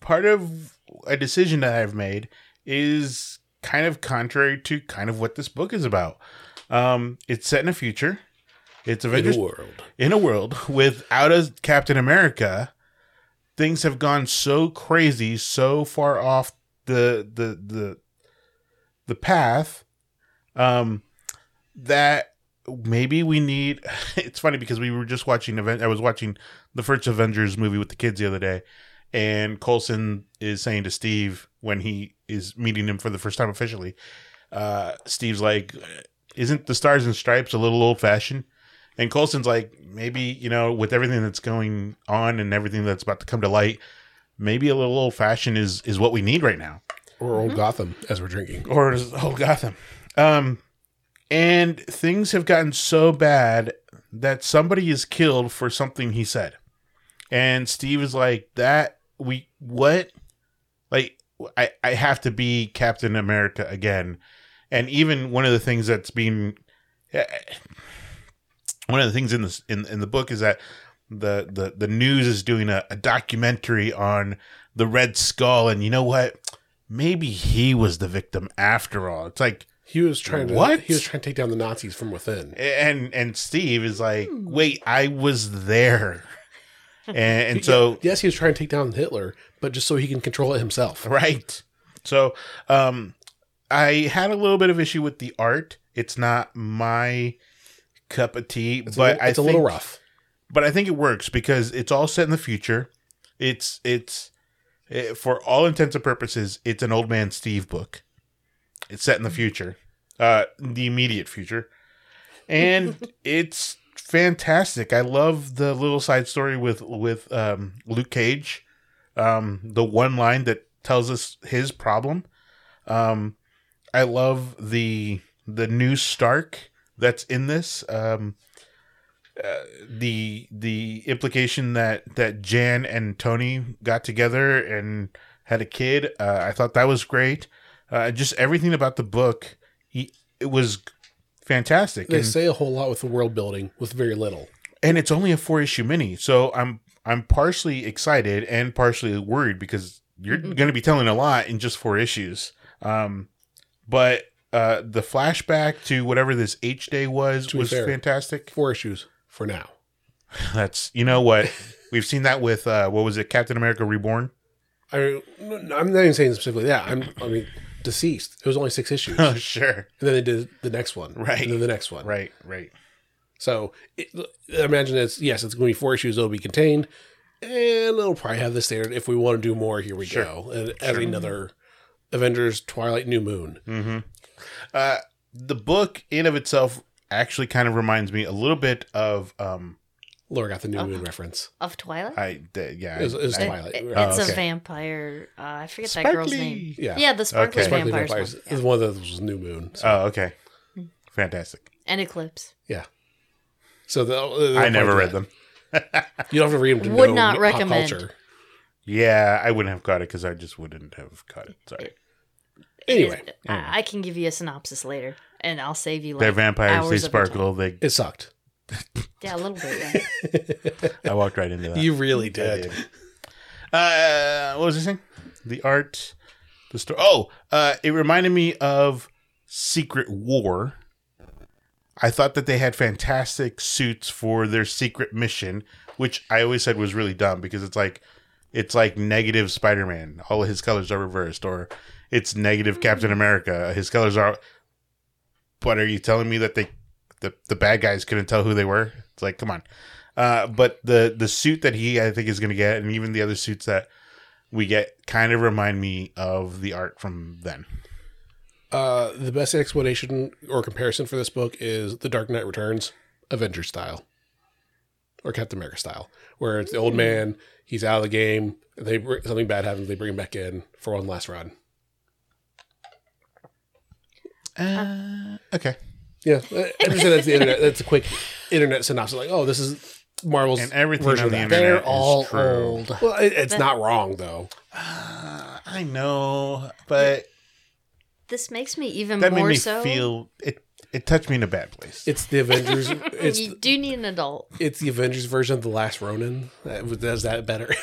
[SPEAKER 1] part of a decision that I've made is kind of contrary to kind of what this book is about. Um, it's set in a future. It's Avengers
[SPEAKER 2] the world.
[SPEAKER 1] in a world without a Captain America, things have gone so crazy, so far off the the the the path, um, that maybe we need. It's funny because we were just watching event. I was watching the first Avengers movie with the kids the other day, and Colson is saying to Steve when he is meeting him for the first time officially, uh, Steve's like, "Isn't the Stars and Stripes a little old fashioned?" And Colson's like, maybe, you know, with everything that's going on and everything that's about to come to light, maybe a little old fashioned is is what we need right now.
[SPEAKER 2] or
[SPEAKER 1] Mm-hmm.
[SPEAKER 2] old Gotham as we're drinking.
[SPEAKER 1] Or is oh Gotham. Um and things have gotten so bad that somebody is killed for something he said. And Steve is like, that we what? Like I, I have to be Captain America again. And even one of the things that's been one of the things in this in, in the book is that the, the the news is doing a, a documentary on the Red Skull, and you know what? Maybe he was the victim after all. It's like
[SPEAKER 2] He was trying to
[SPEAKER 1] What?
[SPEAKER 2] He was trying to take down the Nazis from within.
[SPEAKER 1] and and Steve is like, wait, I was there, and, and so
[SPEAKER 2] yes, he was trying to take down Hitler, but just so he can control it himself.
[SPEAKER 1] right. So, um, I had a little bit of issue with the art. It's not my cup of tea,
[SPEAKER 2] It's
[SPEAKER 1] but
[SPEAKER 2] a,
[SPEAKER 1] I
[SPEAKER 2] it's a little
[SPEAKER 1] think-
[SPEAKER 2] rough.
[SPEAKER 1] but I think it works because it's all set in the future. It's it's eh, for all intents and purposes, it's an old man Steve book. It's set in the future, uh, the immediate future, and it's fantastic. I love the little side story with with um, Luke Cage, um, the one line that tells us his problem. Um, I love the the new Stark that's in this. Um, uh, the the implication that that Jan and Tony got together and had a kid. Uh, I thought that was great. Uh, just everything about the book, he, it was fantastic.
[SPEAKER 2] They
[SPEAKER 1] And-
[SPEAKER 2] say a whole lot with the world building with very little.
[SPEAKER 1] and it's only a four issue mini so i'm i'm partially excited and partially worried because you're
[SPEAKER 3] Mm-hmm.
[SPEAKER 1] going to be telling a lot in just four issues um but uh the flashback to whatever this h day was
[SPEAKER 2] To be
[SPEAKER 1] was
[SPEAKER 2] fair.
[SPEAKER 1] fantastic
[SPEAKER 2] Four issues for now.
[SPEAKER 1] that's you know what we've seen that with uh what was it captain america reborn
[SPEAKER 2] I mean, n- I'm not even saying specifically that. I'm, I mean, deceased. It was only six issues, and
[SPEAKER 1] oh sure
[SPEAKER 2] then they did the next one,
[SPEAKER 1] Right.
[SPEAKER 2] And then the next one,
[SPEAKER 1] right right
[SPEAKER 2] So it, I imagine it's yes, it's going to be four issues. It'll be contained, and it'll probably have the standard. If we want to do more, here we
[SPEAKER 1] Sure.
[SPEAKER 2] go. And as another Avengers Twilight New Moon.
[SPEAKER 1] Mm-hmm. Uh, the book in of itself actually kind of reminds me a little bit of um
[SPEAKER 2] Laura got the New
[SPEAKER 3] Oh.
[SPEAKER 2] Moon reference.
[SPEAKER 3] Of Twilight?
[SPEAKER 1] I d- yeah
[SPEAKER 2] It was, it was
[SPEAKER 1] I- Oh,
[SPEAKER 3] It-
[SPEAKER 2] Twilight.
[SPEAKER 3] it-
[SPEAKER 2] right?
[SPEAKER 3] it's
[SPEAKER 1] okay.
[SPEAKER 3] a vampire. Uh, I forget that girl's name.
[SPEAKER 1] Sparkly.
[SPEAKER 2] yeah.
[SPEAKER 3] Yeah, the sparkly
[SPEAKER 1] Okay.
[SPEAKER 2] Sparkly vampires.
[SPEAKER 3] vampires. one.
[SPEAKER 2] The
[SPEAKER 3] Yeah.
[SPEAKER 2] one that was New Moon. So,
[SPEAKER 1] Oh, okay. Fantastic.
[SPEAKER 3] And Eclipse.
[SPEAKER 2] so the, the- the
[SPEAKER 1] I never
[SPEAKER 2] point
[SPEAKER 1] read
[SPEAKER 2] of
[SPEAKER 1] them.
[SPEAKER 2] that- You don't have to read them. To
[SPEAKER 3] Would
[SPEAKER 2] know
[SPEAKER 3] not
[SPEAKER 2] pop
[SPEAKER 3] recommend.
[SPEAKER 2] culture.
[SPEAKER 1] Yeah, I wouldn't have caught it because I just wouldn't have caught it. Sorry.
[SPEAKER 2] Anyway,
[SPEAKER 3] It- I, I can give you a synopsis later, and I'll save you like
[SPEAKER 1] They're vampires.
[SPEAKER 3] hours
[SPEAKER 1] They
[SPEAKER 3] of your time.
[SPEAKER 1] sparkle. They.
[SPEAKER 2] it sucked.
[SPEAKER 3] Yeah, a little bit. Yeah.
[SPEAKER 1] I walked right into that.
[SPEAKER 2] You really
[SPEAKER 1] I
[SPEAKER 2] did.
[SPEAKER 1] did. Uh, what was I saying? The art, the story. Oh, uh, it reminded me of Secret War. I thought that they had fantastic suits for their secret mission, which I always said was really dumb because it's like, it's like negative Spider-Man. All of his colors are reversed, or it's negative Captain America. His colors are. But are you telling me that they, the the bad guys couldn't tell who they were? It's like, come on. Uh, but the the suit that he I think is going to get, and even the other suits that we get, kind of remind me of the art from then.
[SPEAKER 2] Uh, the best explanation or comparison for this book is The Dark Knight Returns, Avenger style, or Captain America style, where it's the
[SPEAKER 1] Hmm.
[SPEAKER 2] old man, he's out of the game, and they br- something bad happens, they bring him back in for one last run.
[SPEAKER 1] Uh, okay,
[SPEAKER 2] Yeah, I I just said that's the internet. That's a quick internet synopsis. Like, oh, this is Marvel's
[SPEAKER 1] and everything
[SPEAKER 2] version
[SPEAKER 1] on
[SPEAKER 2] of
[SPEAKER 1] the
[SPEAKER 2] that.
[SPEAKER 1] internet
[SPEAKER 4] They're
[SPEAKER 1] is
[SPEAKER 4] all
[SPEAKER 1] true.
[SPEAKER 4] old.
[SPEAKER 2] Well, it, it's not wrong though.
[SPEAKER 1] Uh, I know, but
[SPEAKER 3] this makes me even
[SPEAKER 1] that made
[SPEAKER 3] more
[SPEAKER 1] me
[SPEAKER 3] so.
[SPEAKER 1] feel it. It touched me in a bad place.
[SPEAKER 2] It's the Avengers. It's
[SPEAKER 3] you do need an adult.
[SPEAKER 2] it's the Avengers version of the Last Ronin. That does that better.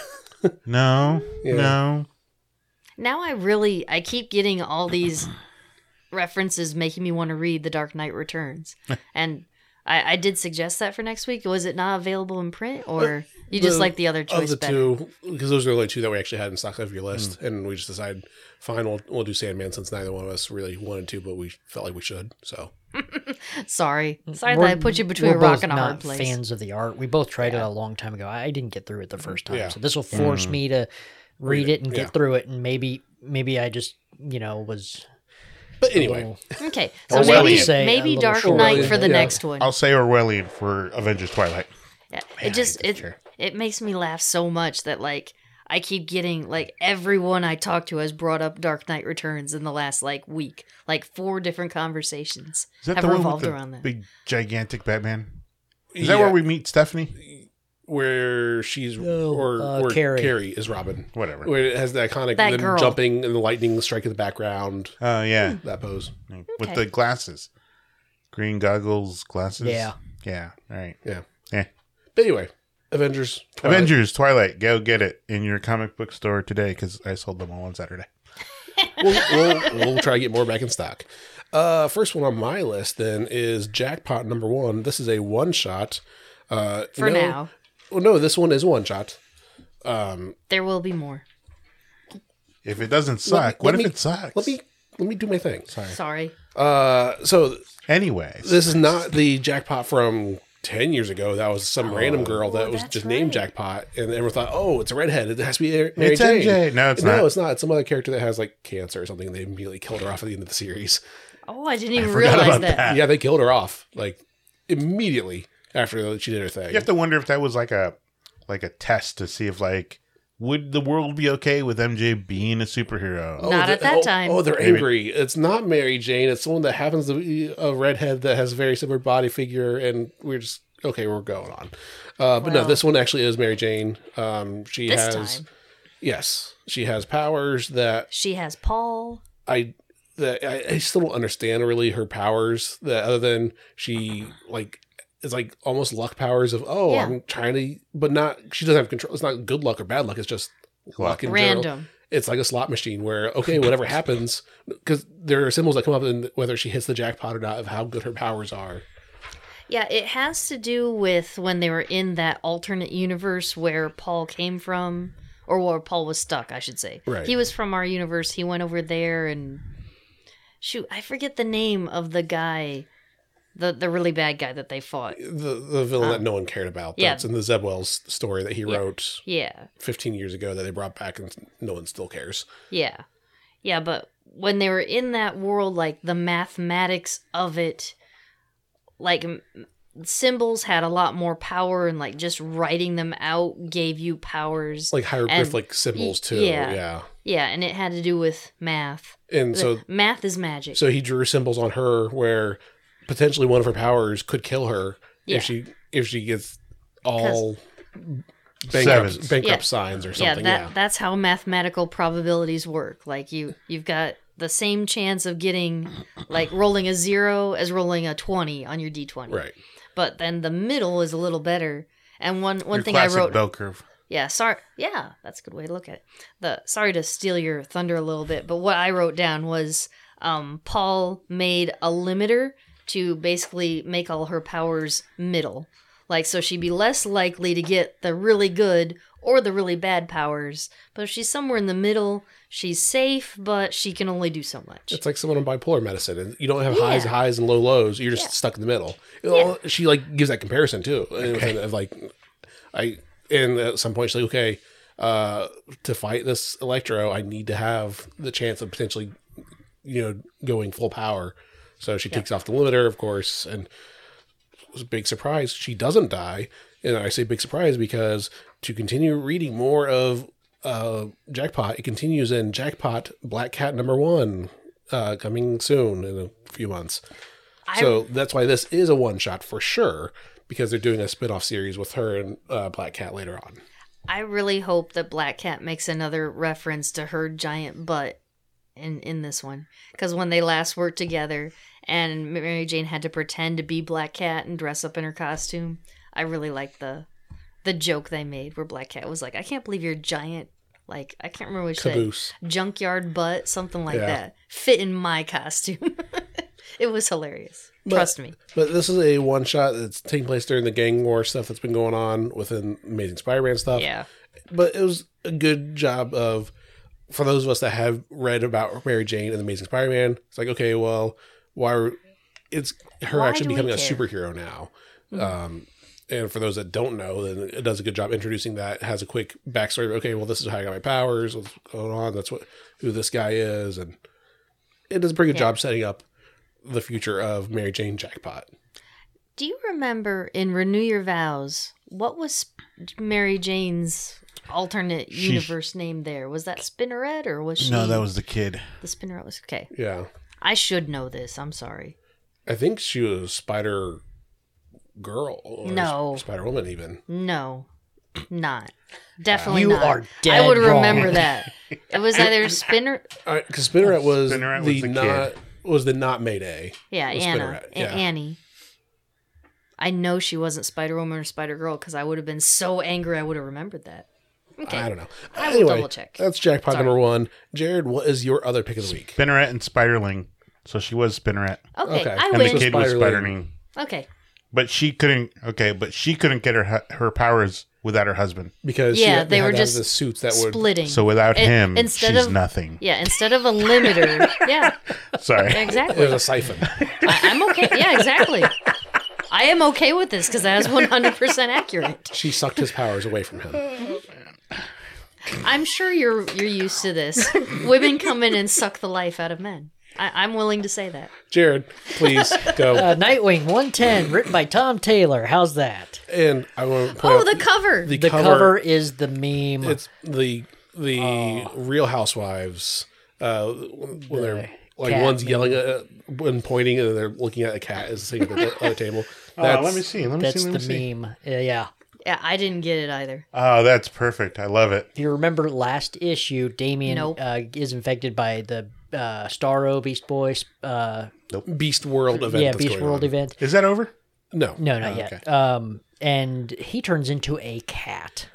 [SPEAKER 1] no,
[SPEAKER 2] Yeah.
[SPEAKER 1] no.
[SPEAKER 3] Now I really I keep getting all these references making me want to read The Dark Knight Returns. and I, I did suggest that for next week. Was it not available in print or you just
[SPEAKER 2] the-
[SPEAKER 3] like the other choice
[SPEAKER 2] of the
[SPEAKER 3] better? Mm.
[SPEAKER 2] two, because those are the only two that we actually had in stock of your list, and we just decided, fine, we'll we'll do Sandman since neither one of us really wanted to, but we felt like we should. So
[SPEAKER 3] Sorry. Sorry
[SPEAKER 4] Mm, We're-
[SPEAKER 3] that I put you between a
[SPEAKER 4] we're
[SPEAKER 3] rock
[SPEAKER 4] both
[SPEAKER 3] and a
[SPEAKER 4] not
[SPEAKER 3] hard place.
[SPEAKER 4] Fans of the art, we both tried it a long time ago. I didn't get through it the first time,
[SPEAKER 2] Mm-hmm. Yeah. Mm-hmm.
[SPEAKER 4] so this will force me to read,
[SPEAKER 2] it,
[SPEAKER 4] it and get
[SPEAKER 2] yeah.
[SPEAKER 4] through it, and maybe maybe I just you know was
[SPEAKER 2] but anyway,
[SPEAKER 1] Oh.
[SPEAKER 4] well,
[SPEAKER 3] Okay.
[SPEAKER 1] Or
[SPEAKER 3] So
[SPEAKER 1] will
[SPEAKER 3] maybe
[SPEAKER 1] you
[SPEAKER 4] say a
[SPEAKER 3] maybe
[SPEAKER 4] little
[SPEAKER 3] Dark
[SPEAKER 4] short
[SPEAKER 3] Knight
[SPEAKER 2] one?
[SPEAKER 3] for the
[SPEAKER 2] Yeah.
[SPEAKER 3] next one.
[SPEAKER 1] I'll say Orwellian for Avengers Twilight.
[SPEAKER 3] Yeah, it just it it makes me laugh so much that like I keep getting like everyone I talk to has brought up Dark Knight Returns in the last like week. Like four different conversations
[SPEAKER 1] Is that
[SPEAKER 3] have
[SPEAKER 1] the one with
[SPEAKER 3] revolved
[SPEAKER 1] the
[SPEAKER 3] around that.
[SPEAKER 1] big gigantic Batman? Is that where
[SPEAKER 2] Yeah,
[SPEAKER 1] we meet Stephanie?
[SPEAKER 2] where she's
[SPEAKER 4] No,
[SPEAKER 2] or
[SPEAKER 4] uh,
[SPEAKER 2] where Carrie.
[SPEAKER 4] Carrie.
[SPEAKER 2] is Robin,
[SPEAKER 1] Whatever.
[SPEAKER 2] where it has the iconic
[SPEAKER 3] That
[SPEAKER 2] them
[SPEAKER 3] girl.
[SPEAKER 2] jumping and the lightning strike in the background.
[SPEAKER 1] Oh yeah.
[SPEAKER 2] That pose,
[SPEAKER 1] with
[SPEAKER 3] Hmm. Okay.
[SPEAKER 1] the glasses, green goggles, glasses.
[SPEAKER 4] Yeah.
[SPEAKER 1] yeah. All right.
[SPEAKER 2] yeah,
[SPEAKER 1] Yeah.
[SPEAKER 2] But anyway, Avengers, Twilight.
[SPEAKER 1] Avengers Twilight. Go get it in your comic book store today because I sold them all on Saturday.
[SPEAKER 2] we'll, we'll, we'll try to get more back in stock. Uh, first one on my list then is Jackpot number one. This is a one shot. Uh,
[SPEAKER 3] For
[SPEAKER 2] no-
[SPEAKER 3] now.
[SPEAKER 2] Well, no, this one is one shot.
[SPEAKER 3] There will be more.
[SPEAKER 1] If it doesn't suck, what
[SPEAKER 2] let
[SPEAKER 1] if
[SPEAKER 2] me-
[SPEAKER 1] it sucks?
[SPEAKER 2] Let me let me do my thing. Sorry.
[SPEAKER 3] Sorry.
[SPEAKER 2] Uh, so
[SPEAKER 1] Anyway,
[SPEAKER 2] this is not the jackpot from ten years ago. That was some random girl that
[SPEAKER 3] Oh,
[SPEAKER 2] was
[SPEAKER 3] that's
[SPEAKER 2] just named
[SPEAKER 3] right.
[SPEAKER 2] Jackpot, and everyone thought, "Oh, it's a redhead. It has to be Mary
[SPEAKER 1] it's
[SPEAKER 2] Jane."
[SPEAKER 1] MJ. No, it's
[SPEAKER 2] no,
[SPEAKER 1] not.
[SPEAKER 2] it's not. It's some other character that has like cancer or something. And they immediately killed her off at the end of the series.
[SPEAKER 3] Oh, I didn't even
[SPEAKER 1] forgot
[SPEAKER 3] realize
[SPEAKER 1] about
[SPEAKER 3] that.
[SPEAKER 1] that.
[SPEAKER 2] yeah, they killed her off like immediately after she did her thing.
[SPEAKER 1] You have to wonder if that was like a like a test to see if like Would the world be okay with MJ being a superhero?
[SPEAKER 3] Not
[SPEAKER 2] the-
[SPEAKER 3] at that
[SPEAKER 2] oh,
[SPEAKER 3] time.
[SPEAKER 2] Oh, they're
[SPEAKER 1] Maybe.
[SPEAKER 2] angry. It's not Mary Jane. It's someone that happens to be a redhead that has a very similar body figure, and we're just okay. We're going on, uh, but no,
[SPEAKER 3] Wow.
[SPEAKER 2] this one actually is Mary Jane. Um, she
[SPEAKER 3] This
[SPEAKER 2] has
[SPEAKER 3] time,
[SPEAKER 2] yes, she has powers that
[SPEAKER 3] she has Paul.
[SPEAKER 2] I that I, I still don't understand really her powers. That other than she like it's like almost luck powers of oh
[SPEAKER 3] Yeah.
[SPEAKER 2] I'm trying to, but not she doesn't have control. It's not good luck or bad luck. It's just luck in general
[SPEAKER 3] Random.
[SPEAKER 2] it's like a slot machine where okay whatever happens because there are symbols that come up and whether she hits the jackpot or not of how good her powers are
[SPEAKER 3] Yeah, it has to do with when they were in that alternate universe where Paul came from, or where Paul was stuck, I should say.
[SPEAKER 2] Right.
[SPEAKER 3] He was from our universe. He went over there and shoot, I forget the name of the guy, the the really bad guy that they fought.
[SPEAKER 2] the, the villain that no one cared about
[SPEAKER 3] Uh, yeah.
[SPEAKER 2] that's in the zebwell's story that he wrote
[SPEAKER 3] Yeah,
[SPEAKER 2] 15 years ago that they brought back and no one still cares
[SPEAKER 3] yeah, yeah. But when they were in that world, like the mathematics of it, like m- symbols had a lot more power, and like just writing them out gave you powers.
[SPEAKER 2] like hieroglyphic
[SPEAKER 3] And-
[SPEAKER 2] symbols too yeah,
[SPEAKER 3] yeah. Yeah, and it had to do with math.
[SPEAKER 2] and so
[SPEAKER 3] math is magic.
[SPEAKER 2] so he drew symbols on her where potentially one of her powers could kill her
[SPEAKER 3] Yeah.
[SPEAKER 2] if she if she gets all
[SPEAKER 1] Sevens.
[SPEAKER 2] bankrupt, bankrupt
[SPEAKER 3] Yeah.
[SPEAKER 2] signs or
[SPEAKER 3] yeah,
[SPEAKER 2] something
[SPEAKER 3] that
[SPEAKER 2] yeah,
[SPEAKER 3] that's how mathematical probabilities work. Like you you've got the same chance of getting like rolling a 0 as rolling a 20 on your d20.
[SPEAKER 2] right
[SPEAKER 3] But then the middle is a little better. And one one
[SPEAKER 1] Your
[SPEAKER 3] thing I
[SPEAKER 1] classic
[SPEAKER 3] wrote
[SPEAKER 1] bell curve.
[SPEAKER 3] Yeah, sorry. Yeah, that's a good way to look at it. The sorry to steal your thunder a little bit, but what I wrote down was um, Paul made a limiter to basically make all her powers middle, like so she'd be less likely to get the really good or the really bad powers. But if she's somewhere in the middle, she's safe, but she can only do so much.
[SPEAKER 2] It's like someone on bipolar medicine, and you don't have highs,
[SPEAKER 3] Yeah.
[SPEAKER 2] highs, and low lows. You're just
[SPEAKER 3] Yeah.
[SPEAKER 2] stuck in the middle. You know, She like gives that comparison too, and it was kind of like I. And at some point, she's like, "Okay, uh, to fight this Electro, I need to have the chance of potentially, you know, going full power." So she takes off the limiter, of course, and it was a big surprise. She doesn't die, and I say big surprise because to continue reading more of uh, Jackpot, it continues in Jackpot Black Cat number one, uh, coming soon in a few months.
[SPEAKER 3] I-
[SPEAKER 2] so that's why this is a one shot for sure because they're doing a spin off series with her and uh, Black Cat later on.
[SPEAKER 3] I really hope that Black Cat makes another reference to her giant butt in in this one because when they last worked together and Mary Jane had to pretend to be Black Cat and dress up in her costume, I really liked the the joke they made where Black Cat was like, "I can't believe your giant." Like I can't remember which said
[SPEAKER 2] Caboose.
[SPEAKER 3] junkyard butt, something like
[SPEAKER 2] Yeah.
[SPEAKER 3] that, fit in my costume. it was hilarious.
[SPEAKER 2] But-
[SPEAKER 3] Trust me.
[SPEAKER 2] But this is a one shot that's taking place during the gang war stuff that's been going on within Amazing Spider Man stuff.
[SPEAKER 3] Yeah,
[SPEAKER 2] but it was a good job of for those of us that have read about Mary Jane and the Amazing Spider-Man. It's like okay, well, why? Are, it's her
[SPEAKER 3] Why
[SPEAKER 2] actually
[SPEAKER 3] do we
[SPEAKER 2] becoming a
[SPEAKER 3] care? Mm-hmm.
[SPEAKER 2] superhero now. Um, and for those that don't know, then it does a good job introducing that. It has a quick backstory. Of, okay, well, this is how I got my powers. What's going on? That's what who this guy is, and it does a pretty good
[SPEAKER 3] Yeah.
[SPEAKER 2] job setting up the future of Mary Jane Jackpot.
[SPEAKER 3] Do you remember in Renew Your Vows, what was Mary Jane's alternate
[SPEAKER 1] She-
[SPEAKER 3] universe name there? Was that Spinneret or was she
[SPEAKER 1] No, that was the kid.
[SPEAKER 3] the Spinneret was okay.
[SPEAKER 2] Yeah,
[SPEAKER 3] I should know this, I'm sorry.
[SPEAKER 2] I think she was Spider Girl or
[SPEAKER 3] No.
[SPEAKER 2] Spider Woman even.
[SPEAKER 3] No. Not. Definitely
[SPEAKER 4] You
[SPEAKER 3] not.
[SPEAKER 4] are dead
[SPEAKER 3] I would
[SPEAKER 4] wrong.
[SPEAKER 3] remember that. It was either Spinner
[SPEAKER 2] because Spinneret was
[SPEAKER 1] Spinneret
[SPEAKER 2] the,
[SPEAKER 1] was the kid.
[SPEAKER 2] not was the not Mayday.
[SPEAKER 3] Yeah,
[SPEAKER 2] It was
[SPEAKER 3] Anna.
[SPEAKER 2] Spinneret,
[SPEAKER 3] A-
[SPEAKER 2] yeah.
[SPEAKER 3] Annie. I know she wasn't Spider Woman or Spider Girl because I would have been so angry I would have remembered that. Okay.
[SPEAKER 2] I don't know.
[SPEAKER 3] I will
[SPEAKER 2] anyway,
[SPEAKER 3] double check.
[SPEAKER 2] That's jackpot
[SPEAKER 3] Sorry.
[SPEAKER 2] number one. Jared, what is your other pick of the week?
[SPEAKER 1] Spinneret and Spiderling. So she was Spinneret,
[SPEAKER 3] Okay,
[SPEAKER 2] Okay.
[SPEAKER 3] I
[SPEAKER 1] and the
[SPEAKER 2] So
[SPEAKER 3] win.
[SPEAKER 1] kid was
[SPEAKER 2] Spiderling.
[SPEAKER 1] Spiderling.
[SPEAKER 3] Okay.
[SPEAKER 1] But she couldn't. Okay, but she couldn't get her hu- her powers without her husband.
[SPEAKER 2] Because
[SPEAKER 3] Yeah,
[SPEAKER 2] she
[SPEAKER 3] they
[SPEAKER 2] had
[SPEAKER 3] were
[SPEAKER 2] to have
[SPEAKER 3] just
[SPEAKER 2] the suits that would
[SPEAKER 3] Splitting.
[SPEAKER 1] So without
[SPEAKER 3] In-
[SPEAKER 1] him,
[SPEAKER 3] instead
[SPEAKER 1] she's
[SPEAKER 3] of-
[SPEAKER 1] nothing.
[SPEAKER 3] Yeah, instead of a limiter. yeah,
[SPEAKER 1] Sorry,
[SPEAKER 2] it was
[SPEAKER 3] exactly.
[SPEAKER 2] a siphon.
[SPEAKER 3] I, I'm okay. Yeah, exactly. I am okay with this because that is 100% accurate.
[SPEAKER 2] she sucked his powers away from him.
[SPEAKER 3] I'm sure you're you're used to this. Women come in and suck the life out of men. I, I'm willing to say that.
[SPEAKER 2] Jared, please go.
[SPEAKER 4] Uh, Nightwing 110, written by Tom Taylor. How's that?
[SPEAKER 2] and I want to point
[SPEAKER 3] Oh,
[SPEAKER 2] out
[SPEAKER 3] the cover.
[SPEAKER 2] the,
[SPEAKER 4] The cover,
[SPEAKER 2] cover.
[SPEAKER 4] is the meme.
[SPEAKER 2] It's the the
[SPEAKER 3] Oh.
[SPEAKER 2] Real Housewives uh, when they're like
[SPEAKER 4] cat
[SPEAKER 2] one's
[SPEAKER 4] meme.
[SPEAKER 2] yelling at, and pointing, and they're looking at a cat is sitting at the other table.
[SPEAKER 1] Uh,
[SPEAKER 2] That's
[SPEAKER 1] let me see. Let me
[SPEAKER 4] That's
[SPEAKER 1] see. Let
[SPEAKER 4] the
[SPEAKER 1] me see.
[SPEAKER 4] meme. Uh, yeah.
[SPEAKER 3] yeah, I didn't get it either.
[SPEAKER 1] Oh, that's perfect. I love it.
[SPEAKER 4] If you remember last issue, Damien
[SPEAKER 3] Nope.
[SPEAKER 4] uh, is infected by the uh, Starro Beast Boy. Uh,
[SPEAKER 2] Beast World event.
[SPEAKER 4] yeah,
[SPEAKER 2] that's
[SPEAKER 4] Beast
[SPEAKER 2] going
[SPEAKER 4] World
[SPEAKER 2] on.
[SPEAKER 4] event.
[SPEAKER 1] Is that over?
[SPEAKER 2] No,
[SPEAKER 4] No, not
[SPEAKER 2] Oh,
[SPEAKER 4] yet.
[SPEAKER 2] okay.
[SPEAKER 4] Um, and he turns into a cat.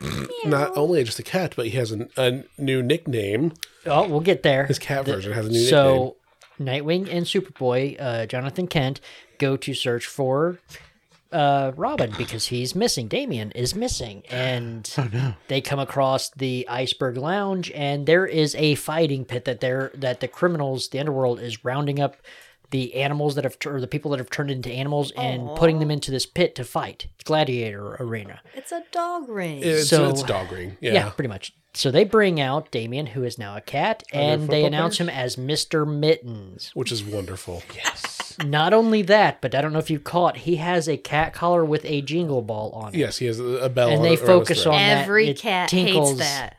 [SPEAKER 2] Not only just a cat, but he has an, a new nickname.
[SPEAKER 4] Oh, we'll get there.
[SPEAKER 2] His cat version has a new nickname.
[SPEAKER 4] so Nightwing and Superboy, uh, Jonathan Kent, go to search for uh, Robin because he's missing. Damien is missing, and
[SPEAKER 2] Oh,
[SPEAKER 4] they come across the Iceberg Lounge, and there is a fighting pit that they're that the criminals, the underworld, is rounding up the animals that have tur- or the people that have turned into animals and putting them into this pit to fight. It's gladiator arena.
[SPEAKER 3] It's a dog ring.
[SPEAKER 2] It's,
[SPEAKER 4] so-
[SPEAKER 2] it's dog ring. Yeah.
[SPEAKER 4] Yeah. pretty much. So they bring out Damien, who is now a cat, and they announce him as Mr. Mittens.
[SPEAKER 2] which is wonderful.
[SPEAKER 4] Not only that, but I don't know if you caught, he has a cat collar with a jingle ball on it.
[SPEAKER 2] Yes, he has a a bell.
[SPEAKER 4] And
[SPEAKER 2] on-
[SPEAKER 4] they
[SPEAKER 2] around his
[SPEAKER 4] focus
[SPEAKER 2] throat.
[SPEAKER 4] on that,
[SPEAKER 3] Every
[SPEAKER 4] it
[SPEAKER 3] cat hates
[SPEAKER 4] tinkles.
[SPEAKER 3] that.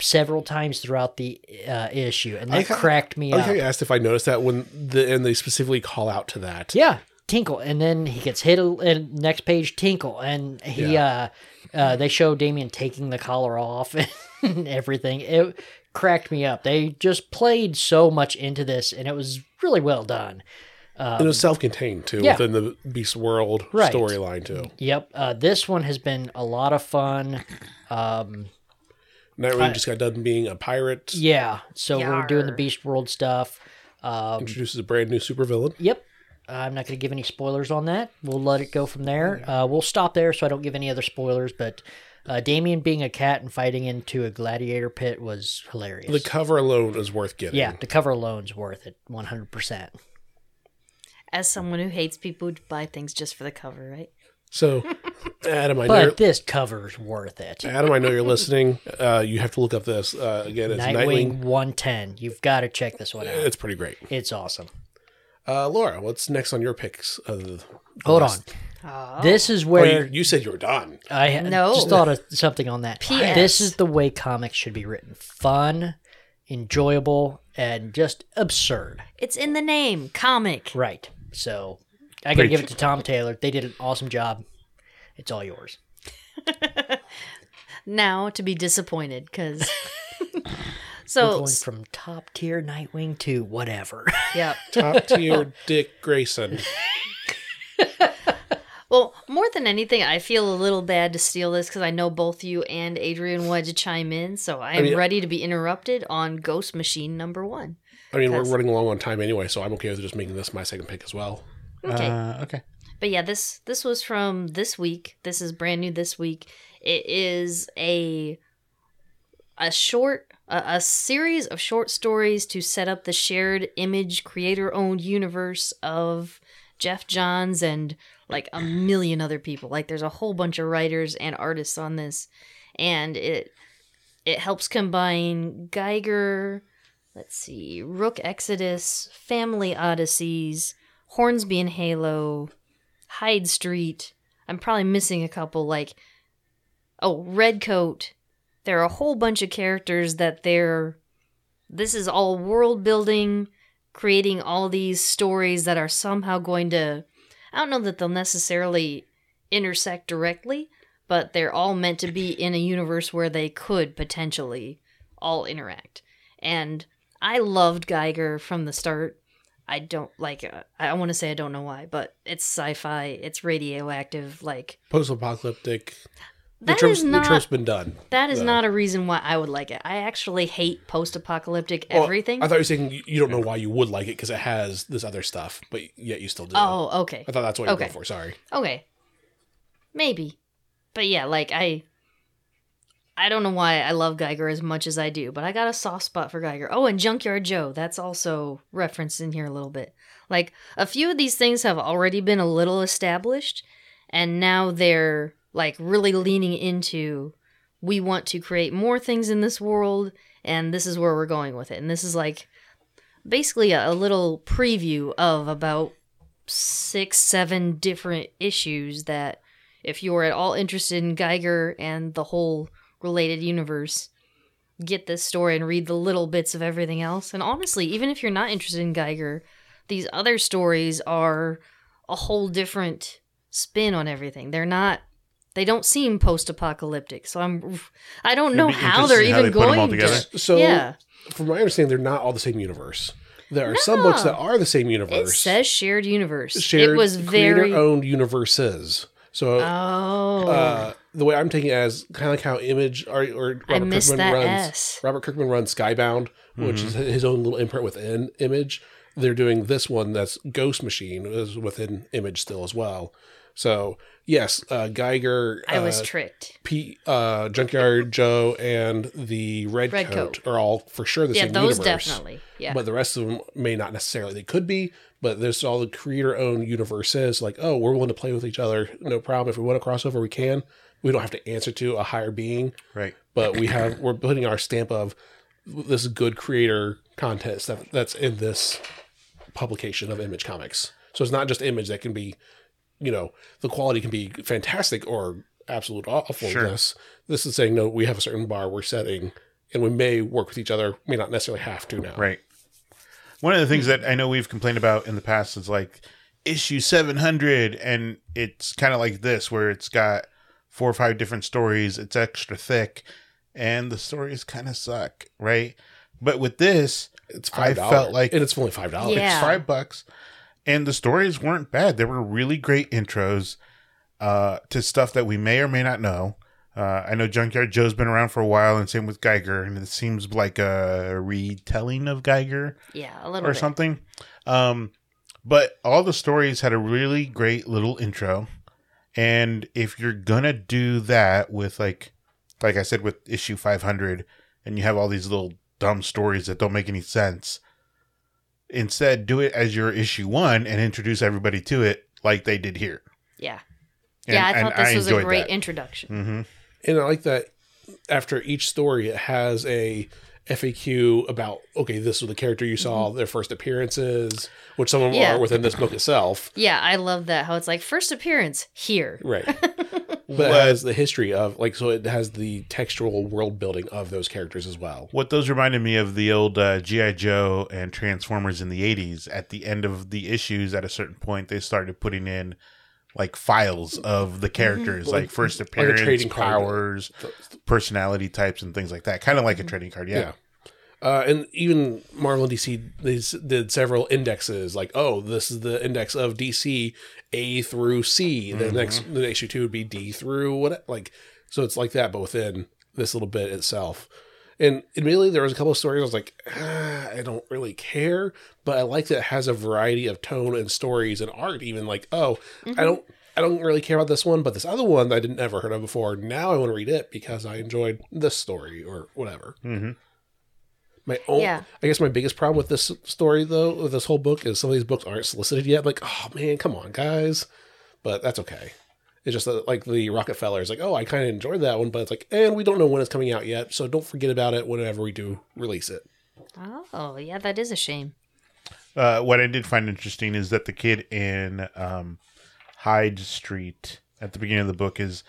[SPEAKER 4] Several times throughout the uh, issue, and that
[SPEAKER 2] like how-
[SPEAKER 4] cracked me
[SPEAKER 2] I
[SPEAKER 4] up.
[SPEAKER 2] think I asked if I noticed that when the and they specifically call out to that.
[SPEAKER 4] Yeah, tinkle, and then he gets hit. a- And next page, tinkle, and he. Uh, uh, they show Damien taking the collar off and everything. It cracked me up. They just played so much into this, and it was really well done.
[SPEAKER 2] and it was self-contained too
[SPEAKER 4] yeah.
[SPEAKER 2] within the Beast World
[SPEAKER 4] Right.
[SPEAKER 2] storyline too.
[SPEAKER 4] Yep, uh, this one has been a lot of fun. Um,
[SPEAKER 2] Nightwing just got done being a pirate.
[SPEAKER 4] Yeah, so we're doing the
[SPEAKER 3] Yar.
[SPEAKER 4] Beast World stuff. Um,
[SPEAKER 2] Introduces a brand new supervillain.
[SPEAKER 4] yep, Uh, I'm not going to give any spoilers on that. We'll let it go from there. Uh, we'll stop there so I don't give any other spoilers. But uh, Damien being a cat and fighting into a gladiator pit was hilarious.
[SPEAKER 2] The cover alone is worth getting.
[SPEAKER 4] yeah, the cover alone's worth it 100%.
[SPEAKER 3] As someone who hates people who buy things just for the cover, right?
[SPEAKER 2] So, Adam, I know.
[SPEAKER 4] But this cover's worth it.
[SPEAKER 2] Adam, I know you're listening. Uh, you have to look up this uh, again. It's Nightwing.
[SPEAKER 4] Nightwing 110. You've got to check this one out.
[SPEAKER 2] It's pretty great.
[SPEAKER 4] It's awesome.
[SPEAKER 2] Uh, Laura, what's next on your picks? Of the, the
[SPEAKER 4] Hold on.
[SPEAKER 2] list?
[SPEAKER 4] This is
[SPEAKER 2] Oh,
[SPEAKER 4] where
[SPEAKER 2] you, you said you were done.
[SPEAKER 4] I
[SPEAKER 3] No.
[SPEAKER 4] just thought of something on that.
[SPEAKER 3] P.S..
[SPEAKER 4] This is the way comics should be written: fun, enjoyable, and just absurd.
[SPEAKER 3] It's in the name, comic.
[SPEAKER 4] Right. So I gotta give it to Tom Taylor. They did an awesome job. It's all yours.
[SPEAKER 3] Now to be disappointed because.
[SPEAKER 4] We're
[SPEAKER 3] so
[SPEAKER 4] going from top tier Nightwing to whatever.
[SPEAKER 3] yep.
[SPEAKER 2] Top tier Dick Grayson.
[SPEAKER 3] Well, more than anything, I feel a little bad to steal this because I know both you and Adrian wanted to chime in, so I am
[SPEAKER 2] mean-
[SPEAKER 3] ready to be interrupted on Ghost Machine number one.
[SPEAKER 2] I mean, we're
[SPEAKER 3] Yes.
[SPEAKER 2] running along on time anyway, so I'm okay with just making this my second pick as well.
[SPEAKER 3] Okay.
[SPEAKER 1] Uh, okay.
[SPEAKER 3] But yeah, this this was from this week. This is brand new this week. It is a a short a, a series of short stories to set up the shared image creator owned universe of Jeff Johns and like a million other people. Like there's a whole bunch of writers and artists on this and it it helps combine Geiger, let's see, Rook Exodus, Family Odysseys, Hornsby and Halo, Hyde Street. I'm probably missing a couple, like, oh, Redcoat. There are a whole bunch of characters that they're. This is all world building, creating all these stories that are somehow going to. I don't know that they'll necessarily intersect directly, but they're all meant to be in a universe where they could potentially all interact. And I loved Geiger from the start. I don't like. Uh, I want to say I don't know why, but it's sci-fi. It's radioactive. Like
[SPEAKER 2] Post-apocalyptic.
[SPEAKER 3] that
[SPEAKER 2] the
[SPEAKER 3] is
[SPEAKER 2] trope's,
[SPEAKER 3] not
[SPEAKER 2] the trope's been done.
[SPEAKER 3] that is
[SPEAKER 2] though.
[SPEAKER 3] not a reason why I would like it. I actually hate post-apocalyptic
[SPEAKER 2] Well,
[SPEAKER 3] everything.
[SPEAKER 2] I thought you were saying you- you don't know why you would like it because it has this other stuff, but yet you still do.
[SPEAKER 3] oh, okay,
[SPEAKER 2] uh, I thought that's what you were
[SPEAKER 3] okay.
[SPEAKER 2] going for. Sorry.
[SPEAKER 3] okay, maybe, but yeah, like I, I don't know why I love Geiger as much as I do, but I got a soft spot for Geiger. Oh, and Junkyard Joe. That's also referenced in here a little bit. Like a few of these things have already been a little established, and now they're like really leaning into we want to create more things in this world and this is where we're going with it and this is like basically a, a little preview of about six, seven different issues that, if you're at all interested in Geiger and the whole related universe, get this story and read the little bits of everything else. And honestly, even if you're not interested in Geiger, these other stories are a whole different spin on everything. They're not. They don't seem post-apocalyptic, so I'm. I don't
[SPEAKER 1] It'll
[SPEAKER 3] know
[SPEAKER 1] be
[SPEAKER 3] how they're
[SPEAKER 1] interesting how they
[SPEAKER 3] even
[SPEAKER 1] put 'em all
[SPEAKER 3] going
[SPEAKER 1] together.
[SPEAKER 3] to.
[SPEAKER 2] So,
[SPEAKER 3] yeah,
[SPEAKER 2] from my understanding, they're not all the same universe. There are some books
[SPEAKER 3] No.
[SPEAKER 2] that are the same
[SPEAKER 3] it
[SPEAKER 2] universe.
[SPEAKER 3] says shared universe.
[SPEAKER 2] shared
[SPEAKER 3] it was very.
[SPEAKER 2] creator-owned universes. So
[SPEAKER 3] Oh,
[SPEAKER 2] uh, the way I'm taking it as kind of like how Image or, or Robert
[SPEAKER 3] I missed
[SPEAKER 2] Kirkman
[SPEAKER 3] that
[SPEAKER 2] runs
[SPEAKER 3] S.
[SPEAKER 2] Robert Kirkman runs Skybound, which is his own little imprint within Image. They're doing this one that's Ghost Machine is within Image still as well. So yes, uh, Geiger,
[SPEAKER 3] I was
[SPEAKER 2] uh,
[SPEAKER 3] tricked.
[SPEAKER 2] P, uh, Junkyard Joe, and the Red,
[SPEAKER 3] Red
[SPEAKER 2] Coat,
[SPEAKER 3] Coat.
[SPEAKER 2] are all for sure the
[SPEAKER 3] Yeah,
[SPEAKER 2] same
[SPEAKER 3] those
[SPEAKER 2] universe.
[SPEAKER 3] definitely. Yeah,
[SPEAKER 2] But the rest of them may not necessarily. They could be, but there's all the creator-owned universes. Like, oh, we're willing to play with each other, no problem. If we want to cross over, we can. We don't have to answer to a higher being,
[SPEAKER 1] Right.
[SPEAKER 2] but we have we're putting our stamp of this good creator content stuff that's in this publication of Image Comics. So it's not just Image that can be, you know, the quality can be fantastic or absolute awfulness. This is saying no, we have a certain bar we're setting, and we may work with each other, may not necessarily have to now.
[SPEAKER 1] Right. One of the things that I know we've complained about in the past is like issue 700, and it's kind of like this, where it's got four or five different stories, it's extra thick, and the stories kind of suck, right? But with this,
[SPEAKER 2] It's
[SPEAKER 1] I
[SPEAKER 2] five dollars.
[SPEAKER 1] felt like
[SPEAKER 2] and it's only five dollars.
[SPEAKER 3] Yeah.
[SPEAKER 1] it's five bucks, and the stories weren't bad. There were really great intros uh, to stuff that we may or may not know. Uh, I know Junkyard Joe's been around for a while, and same with Geiger, and it seems like a retelling of Geiger
[SPEAKER 3] yeah, a little
[SPEAKER 1] or
[SPEAKER 3] bit.
[SPEAKER 1] something. Um, but all the stories had a really great little intro, and if you're gonna do that with like, like I said with issue 500, and you have all these little dumb stories that don't make any sense, instead do it as your issue one and introduce everybody to it like they did here.
[SPEAKER 3] Yeah,
[SPEAKER 1] And-
[SPEAKER 3] yeah. I
[SPEAKER 1] and
[SPEAKER 3] thought this was a
[SPEAKER 1] enjoyed
[SPEAKER 3] great
[SPEAKER 1] that.
[SPEAKER 3] introduction.
[SPEAKER 1] Mhm.
[SPEAKER 2] And I like that after each story, it has a FAQ about okay, this was the character you saw, their first appearances, which some of them
[SPEAKER 3] Yeah.
[SPEAKER 2] are within this book itself.
[SPEAKER 3] Yeah, I love that. How it's like first appearance here.
[SPEAKER 2] Right. But it has the history of like so it has the textual world building of those characters as well.
[SPEAKER 1] What those reminded me of the old uh, GI Joe and Transformers in the '80s. At the end of the issues, at a certain point, they started putting in like files of the characters,
[SPEAKER 2] Mm-hmm. Like-
[SPEAKER 1] like first
[SPEAKER 2] a
[SPEAKER 1] appearance,
[SPEAKER 2] trading card.
[SPEAKER 1] powers, personality types, and things like that. Kind of like a trading card, yeah.
[SPEAKER 2] Mm-hmm. Yeah. Uh, and even Marvel and DC they s- did several indexes like oh this is the index of DC A through C the next the issue two would be D through what like so it's like that but within this little bit itself and admittedly there was a couple of stories I was like ah, I don't really care but I like that it has a variety of tone and stories and art even like oh I don't I don't really care about this one but this other one I didn't ever heard of before now I want to read it because I enjoyed this story or whatever.
[SPEAKER 1] hmm
[SPEAKER 2] My own,
[SPEAKER 3] Yeah.
[SPEAKER 2] I guess my biggest problem with this story, though, with this whole book, is some of these books aren't solicited yet. Like, oh man, come on, guys. But that's okay. It's just that, like the Rockefeller is like, oh, I kind of enjoyed that one, but it's like, and we don't know when it's coming out yet, so don't forget about it whenever we do release it.
[SPEAKER 3] Oh, yeah, that is a shame.
[SPEAKER 1] Uh, what I did find interesting is that the kid in um, Hyde Street at the beginning of the book is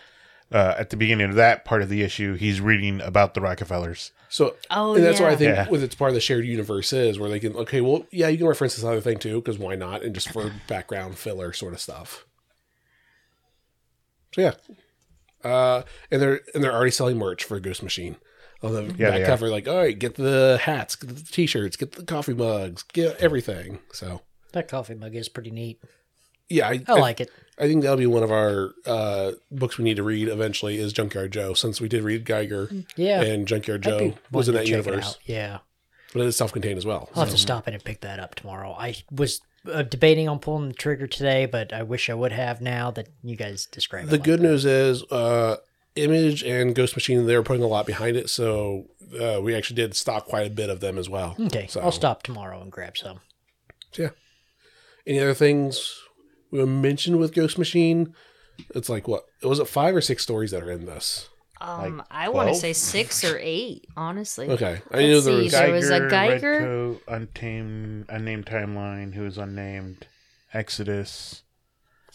[SPEAKER 1] uh, at the beginning of that part of the issue, he's reading about the Rockefellers.
[SPEAKER 2] So,
[SPEAKER 3] Oh,
[SPEAKER 2] and that's why
[SPEAKER 3] yeah.
[SPEAKER 2] I think
[SPEAKER 1] Yeah.
[SPEAKER 2] with it's part of the shared universe is where they can, okay, well, yeah, you can reference this other thing too, because why not? And just for background filler sort of stuff. So yeah, uh, and they're and they're already selling merch for Ghost Machine on the
[SPEAKER 1] Yeah, they
[SPEAKER 2] back
[SPEAKER 1] are.
[SPEAKER 2] cover. Like, all right, get the hats, get the t-shirts, get the coffee mugs, get everything. So
[SPEAKER 4] That coffee mug is pretty neat.
[SPEAKER 2] yeah, I,
[SPEAKER 4] Oh, I like it.
[SPEAKER 2] I think that'll be one of our uh, books we need to read eventually. Is Junkyard Joe? Since we did read Geiger
[SPEAKER 4] Yeah.
[SPEAKER 2] and Junkyard
[SPEAKER 4] I'd be
[SPEAKER 2] Joe was in
[SPEAKER 4] wanting
[SPEAKER 2] that
[SPEAKER 4] to check it
[SPEAKER 2] universe,
[SPEAKER 4] out. Yeah.
[SPEAKER 2] but it's self-contained as well.
[SPEAKER 4] I'll have to stop in and pick that up tomorrow. I was uh, debating on pulling the trigger today, but I wish I would have now that you guys described it.
[SPEAKER 2] The
[SPEAKER 4] like
[SPEAKER 2] good
[SPEAKER 4] that.
[SPEAKER 2] news is, uh, Image and Ghost Machine, they were putting a lot behind it. So uh, we actually did stock quite a bit of them as well.
[SPEAKER 4] Okay.
[SPEAKER 2] So,
[SPEAKER 4] I'll stop tomorrow and grab some.
[SPEAKER 2] Any other things we mentioned with Ghost Machine? It's like, what? Was it five or six stories that are in this?
[SPEAKER 3] Um,
[SPEAKER 1] Like
[SPEAKER 3] I want to
[SPEAKER 1] 12?
[SPEAKER 3] say six or eight, honestly.
[SPEAKER 2] Okay, I
[SPEAKER 3] Let's
[SPEAKER 2] knew there
[SPEAKER 3] see,
[SPEAKER 2] was.
[SPEAKER 3] there was a Geiger.
[SPEAKER 1] Redcoat, Untamed, Unnamed Timeline, who is unnamed, Exodus.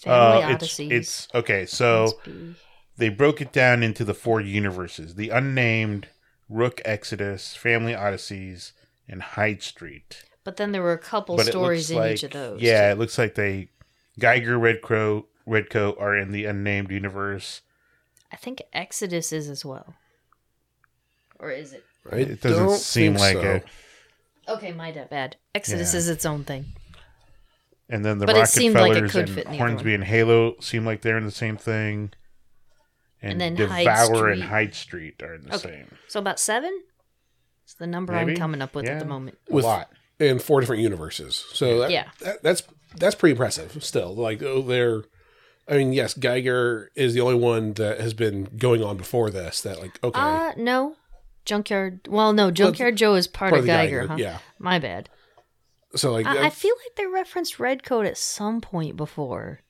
[SPEAKER 1] Uh,
[SPEAKER 3] Family
[SPEAKER 1] it's,
[SPEAKER 3] Odysseys.
[SPEAKER 1] it's okay. So
[SPEAKER 3] Must be-
[SPEAKER 1] they broke it down into the four universes: the unnamed, Rook Exodus, Family Odysseys, and Hyde Street.
[SPEAKER 3] But then there were a couple
[SPEAKER 1] it
[SPEAKER 3] stories in
[SPEAKER 1] looks
[SPEAKER 3] each of
[SPEAKER 1] like-
[SPEAKER 3] those.
[SPEAKER 1] Yeah, it looks like they Geiger, Red Crow, Redcoat are in the unnamed universe.
[SPEAKER 3] I think Exodus is as well. Or is it?
[SPEAKER 2] I
[SPEAKER 1] It doesn't
[SPEAKER 2] don't
[SPEAKER 1] seem
[SPEAKER 2] think
[SPEAKER 1] like
[SPEAKER 2] so.
[SPEAKER 1] it.
[SPEAKER 3] Okay, my bad. Exodus
[SPEAKER 1] Yeah.
[SPEAKER 3] is its own thing.
[SPEAKER 1] And then the
[SPEAKER 3] But it seemed like it
[SPEAKER 1] Rockefellers
[SPEAKER 3] could fit in
[SPEAKER 1] and
[SPEAKER 3] the other
[SPEAKER 1] Hornsby and Halo seem like they're in the same thing. And,
[SPEAKER 3] And then Hyde
[SPEAKER 1] Devour and
[SPEAKER 3] Street.
[SPEAKER 1] Hyde Street are in the
[SPEAKER 3] Okay.
[SPEAKER 1] same.
[SPEAKER 3] So about seven? It's the number I'm
[SPEAKER 1] Maybe.
[SPEAKER 3] coming up with
[SPEAKER 1] Yeah.
[SPEAKER 3] at the moment.
[SPEAKER 1] A
[SPEAKER 2] With-
[SPEAKER 1] lot.
[SPEAKER 2] in four different universes. So that,
[SPEAKER 3] Yeah.
[SPEAKER 2] that, that's that's pretty impressive. Still, like oh, they're. I mean, yes, Geiger is the only one that has been going on before this. That like okay,
[SPEAKER 3] Uh, no. Junkyard. Well, no, Junkyard Joe is part,
[SPEAKER 2] part
[SPEAKER 3] of
[SPEAKER 2] of the
[SPEAKER 3] Geiger,
[SPEAKER 2] Geiger,
[SPEAKER 3] huh?
[SPEAKER 2] yeah.
[SPEAKER 3] My bad.
[SPEAKER 2] so like
[SPEAKER 3] I, I
[SPEAKER 2] that's-
[SPEAKER 3] feel like they referenced Redcoat at some point before.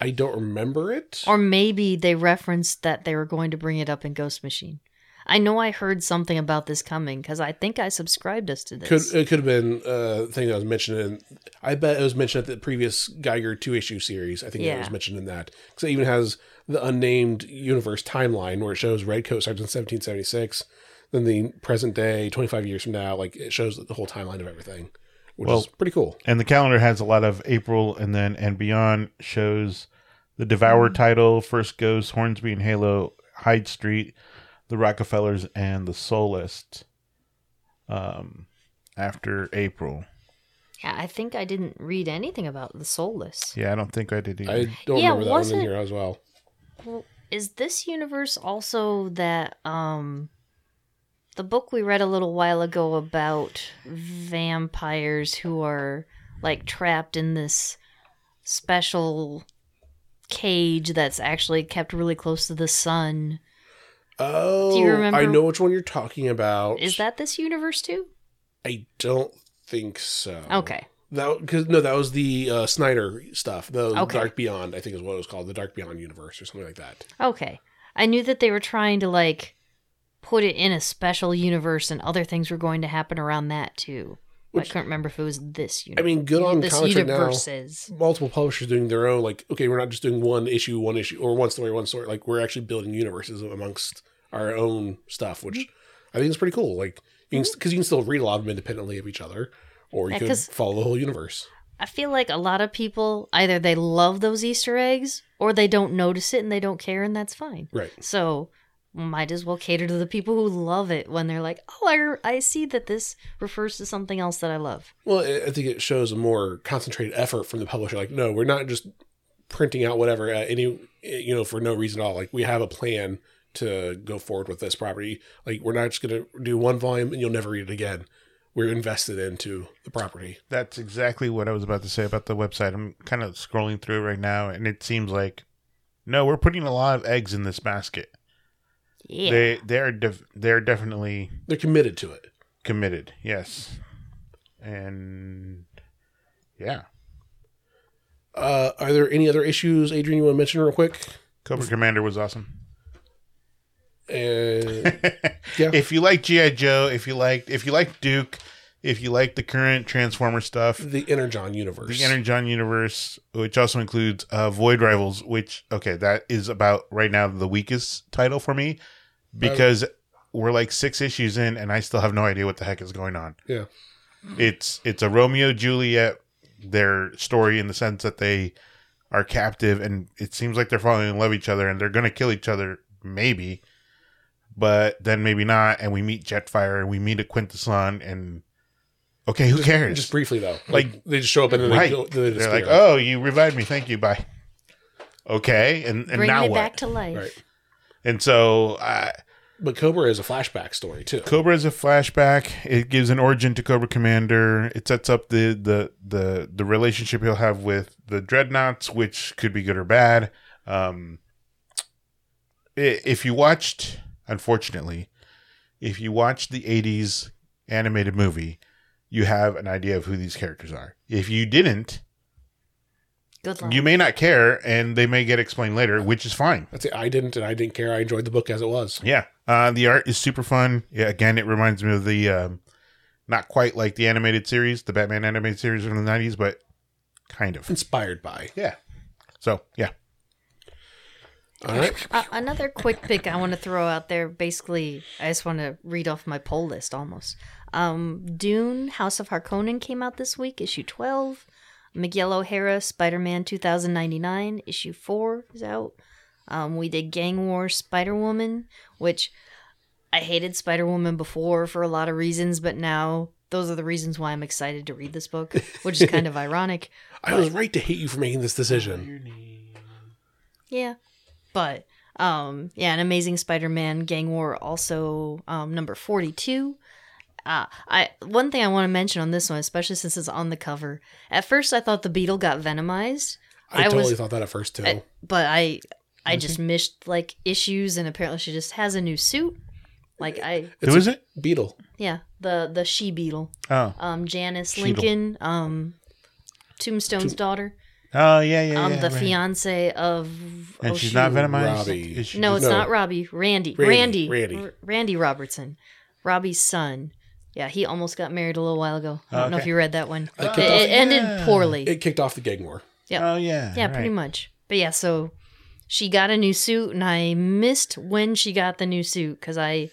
[SPEAKER 2] I don't remember it.
[SPEAKER 3] Or maybe they referenced that they were going to bring it up in Ghost Machine. I know I heard something about this coming because I think I subscribed us to this.
[SPEAKER 2] could it could have been uh, the thing that was mentioned in? I bet it was mentioned at the previous Geiger two issue series. I think it was
[SPEAKER 3] Yeah.
[SPEAKER 2] mentioned in that because it even has the unnamed universe timeline where it shows Redcoat starts in 1776, then the present day 25 years from now. Like it shows the whole timeline of everything, which
[SPEAKER 1] Well,
[SPEAKER 2] is pretty cool.
[SPEAKER 1] And the calendar has a lot of April and then and beyond shows the
[SPEAKER 3] Mm-hmm.
[SPEAKER 1] Devour title, First Ghost, Hornsby and Halo, Hyde Street, the Rockefellers, and the Solist. Um, after April.
[SPEAKER 3] yeah, I think I didn't read anything about the Soulless.
[SPEAKER 1] Yeah, I don't think I did either.
[SPEAKER 2] I don't
[SPEAKER 3] Yeah,
[SPEAKER 2] remember that one in
[SPEAKER 3] wasn't-
[SPEAKER 2] here as well.
[SPEAKER 3] Well, is this universe also that um the book we read a little while ago about vampires who are like trapped in this special cage that's actually kept really close to the sun.
[SPEAKER 2] Oh, I
[SPEAKER 3] remember-
[SPEAKER 2] know which one you're talking about.
[SPEAKER 3] Is that this universe too?
[SPEAKER 2] I don't think so.
[SPEAKER 3] Okay.
[SPEAKER 2] That because no, that was the uh, Snyder stuff. The
[SPEAKER 3] Okay.
[SPEAKER 2] Dark Beyond, I think, is what it was called, the Dark Beyond universe or something like that.
[SPEAKER 3] Okay. I knew that they were trying to like put it in a special universe and other things were going to happen around that too. But
[SPEAKER 2] Which-
[SPEAKER 3] I couldn't remember if it was this
[SPEAKER 2] I
[SPEAKER 3] universe.
[SPEAKER 2] mean, good on
[SPEAKER 3] this
[SPEAKER 2] comics right now.
[SPEAKER 3] universes.
[SPEAKER 2] Multiple publishers doing their own. Like, okay, we're not just doing one issue, one issue, or one story, one story. Like, we're actually building universes amongst our own stuff, which
[SPEAKER 3] Mm-hmm.
[SPEAKER 2] I think is pretty cool. Like, you can because you can still read a lot of them independently of each other, or you
[SPEAKER 3] Yeah,
[SPEAKER 2] could
[SPEAKER 3] 'cause-
[SPEAKER 2] follow the whole universe.
[SPEAKER 3] I feel like a lot of people either they love those Easter eggs or they don't notice it and they don't care, and that's fine.
[SPEAKER 2] Right.
[SPEAKER 3] So might as well cater to the people who love it when they're like, oh, I, I see that this refers to something else that I love.
[SPEAKER 2] Well, I I think it shows a more concentrated effort from the publisher. Like, no, we're not just printing out whatever at any, you know, for no reason at all. Like, we have a plan to go forward with this property. Like, we're not just going to do one volume and you'll never read it again. We're invested into the property.
[SPEAKER 1] That's exactly what I was about to say about the website. I'm kind of scrolling through it right now, and it seems like no, we're putting a lot of eggs in this basket.
[SPEAKER 3] Yeah.
[SPEAKER 1] They they are def- they're definitely
[SPEAKER 2] They're committed to it.
[SPEAKER 1] committed. Yes, and yeah,
[SPEAKER 2] Uh, are there any other issues, Adrian, you want to mention real quick?
[SPEAKER 1] Cobra Commander was awesome.
[SPEAKER 2] And Yeah.
[SPEAKER 1] If you like GI Joe, if you like if you like Duke, if you like the current Transformer stuff,
[SPEAKER 2] the Energon universe.
[SPEAKER 1] The Energon universe, which also includes uh, Void Rivals, which okay, that is about right now the weakest title for me because we're like six issues in and I still have no idea what the heck is going on.
[SPEAKER 2] Yeah.
[SPEAKER 1] It's it's a Romeo Juliet their story in the sense that they are captive and it seems like they're falling in love with each other and they're going to kill each other maybe but then maybe not and we meet Jetfire and we meet a Quintesson and okay, who cares?
[SPEAKER 2] Just briefly, though. Like,
[SPEAKER 1] Like-
[SPEAKER 2] they just show up and then
[SPEAKER 1] Right.
[SPEAKER 2] they, go, then they
[SPEAKER 1] They're
[SPEAKER 2] disappear.
[SPEAKER 1] like, oh, you revived me. Thank you. Bye. Okay. And, and
[SPEAKER 3] Bring
[SPEAKER 1] now
[SPEAKER 3] me
[SPEAKER 1] what?
[SPEAKER 3] back to life.
[SPEAKER 2] Right.
[SPEAKER 1] and so uh,
[SPEAKER 2] But Cobra is a flashback story, too.
[SPEAKER 1] Cobra is a flashback. It gives an origin to Cobra Commander. It sets up the, the, the, the relationship he'll have with the Dreadnoughts, which could be good or bad. Um, i- if you watched, unfortunately, if you watched the 80s animated movie, you have an idea of who these characters are. If you didn't,
[SPEAKER 3] Good luck.
[SPEAKER 1] You may not care, and they may get explained later, which is fine.
[SPEAKER 2] That's it. I didn't, and I didn't care. I enjoyed the book as it was.
[SPEAKER 1] Yeah, uh, the art is super fun. Yeah, again, it reminds me of the um, not quite like the animated series, the Batman animated series from the '90s, but kind of.
[SPEAKER 2] Inspired by.
[SPEAKER 1] Yeah. So yeah,
[SPEAKER 2] All right.
[SPEAKER 3] Uh, another quick pick I want to throw out there. Basically, I just want to read off my poll list almost. Um, Dune, House of Harkonnen came out this week, issue 12. Miguel O'Hara, Spider Man 2099, issue 4 is out. Um, we did Gang War Spider Woman, which I hated Spider Woman before for a lot of reasons, but now those are the reasons why I'm excited to read this book, which is kind of ironic.
[SPEAKER 2] I was right to hate you for making this decision.
[SPEAKER 3] Yeah. But um yeah, an amazing Spider-Man Gang War also um number 42. Uh, I one thing I want to mention on this one, especially since it's on the cover. At first, I thought the beetle got venomized,
[SPEAKER 2] I,
[SPEAKER 3] I
[SPEAKER 2] totally
[SPEAKER 3] was-
[SPEAKER 2] thought that at first too.
[SPEAKER 3] I- but I I just missed like issues, and apparently she just has a new suit. Like I
[SPEAKER 2] It's
[SPEAKER 1] who is it?
[SPEAKER 2] Beetle.
[SPEAKER 3] yeah, the the she beetle,
[SPEAKER 1] Oh,
[SPEAKER 3] um Janice
[SPEAKER 1] She-beetle.
[SPEAKER 3] Lincoln, um Tombstone's daughter,
[SPEAKER 1] oh yeah, yeah,
[SPEAKER 3] um
[SPEAKER 1] yeah,
[SPEAKER 3] the
[SPEAKER 1] right.
[SPEAKER 3] fiance of
[SPEAKER 1] and
[SPEAKER 3] oh,
[SPEAKER 1] she's not
[SPEAKER 3] shoot.
[SPEAKER 1] venomized.
[SPEAKER 2] Robbie.
[SPEAKER 1] Is she-
[SPEAKER 3] No, it's
[SPEAKER 2] No.
[SPEAKER 3] not Robbie. Randy.
[SPEAKER 2] Randy,
[SPEAKER 3] Randy.
[SPEAKER 2] Randy.
[SPEAKER 3] Randy. R- Randy Robertson. Robbie's son. Yeah, he almost got married a little while ago. I don't know if
[SPEAKER 1] Okay.
[SPEAKER 3] you read that one.
[SPEAKER 2] I
[SPEAKER 3] It,
[SPEAKER 2] could-
[SPEAKER 3] it ended
[SPEAKER 1] yeah.
[SPEAKER 3] poorly.
[SPEAKER 2] It kicked off the gang war.
[SPEAKER 3] Yep.
[SPEAKER 1] Oh yeah,
[SPEAKER 3] yeah, pretty
[SPEAKER 1] right.
[SPEAKER 3] much. But yeah, so she got a new suit, and I missed when she got the new suit because I,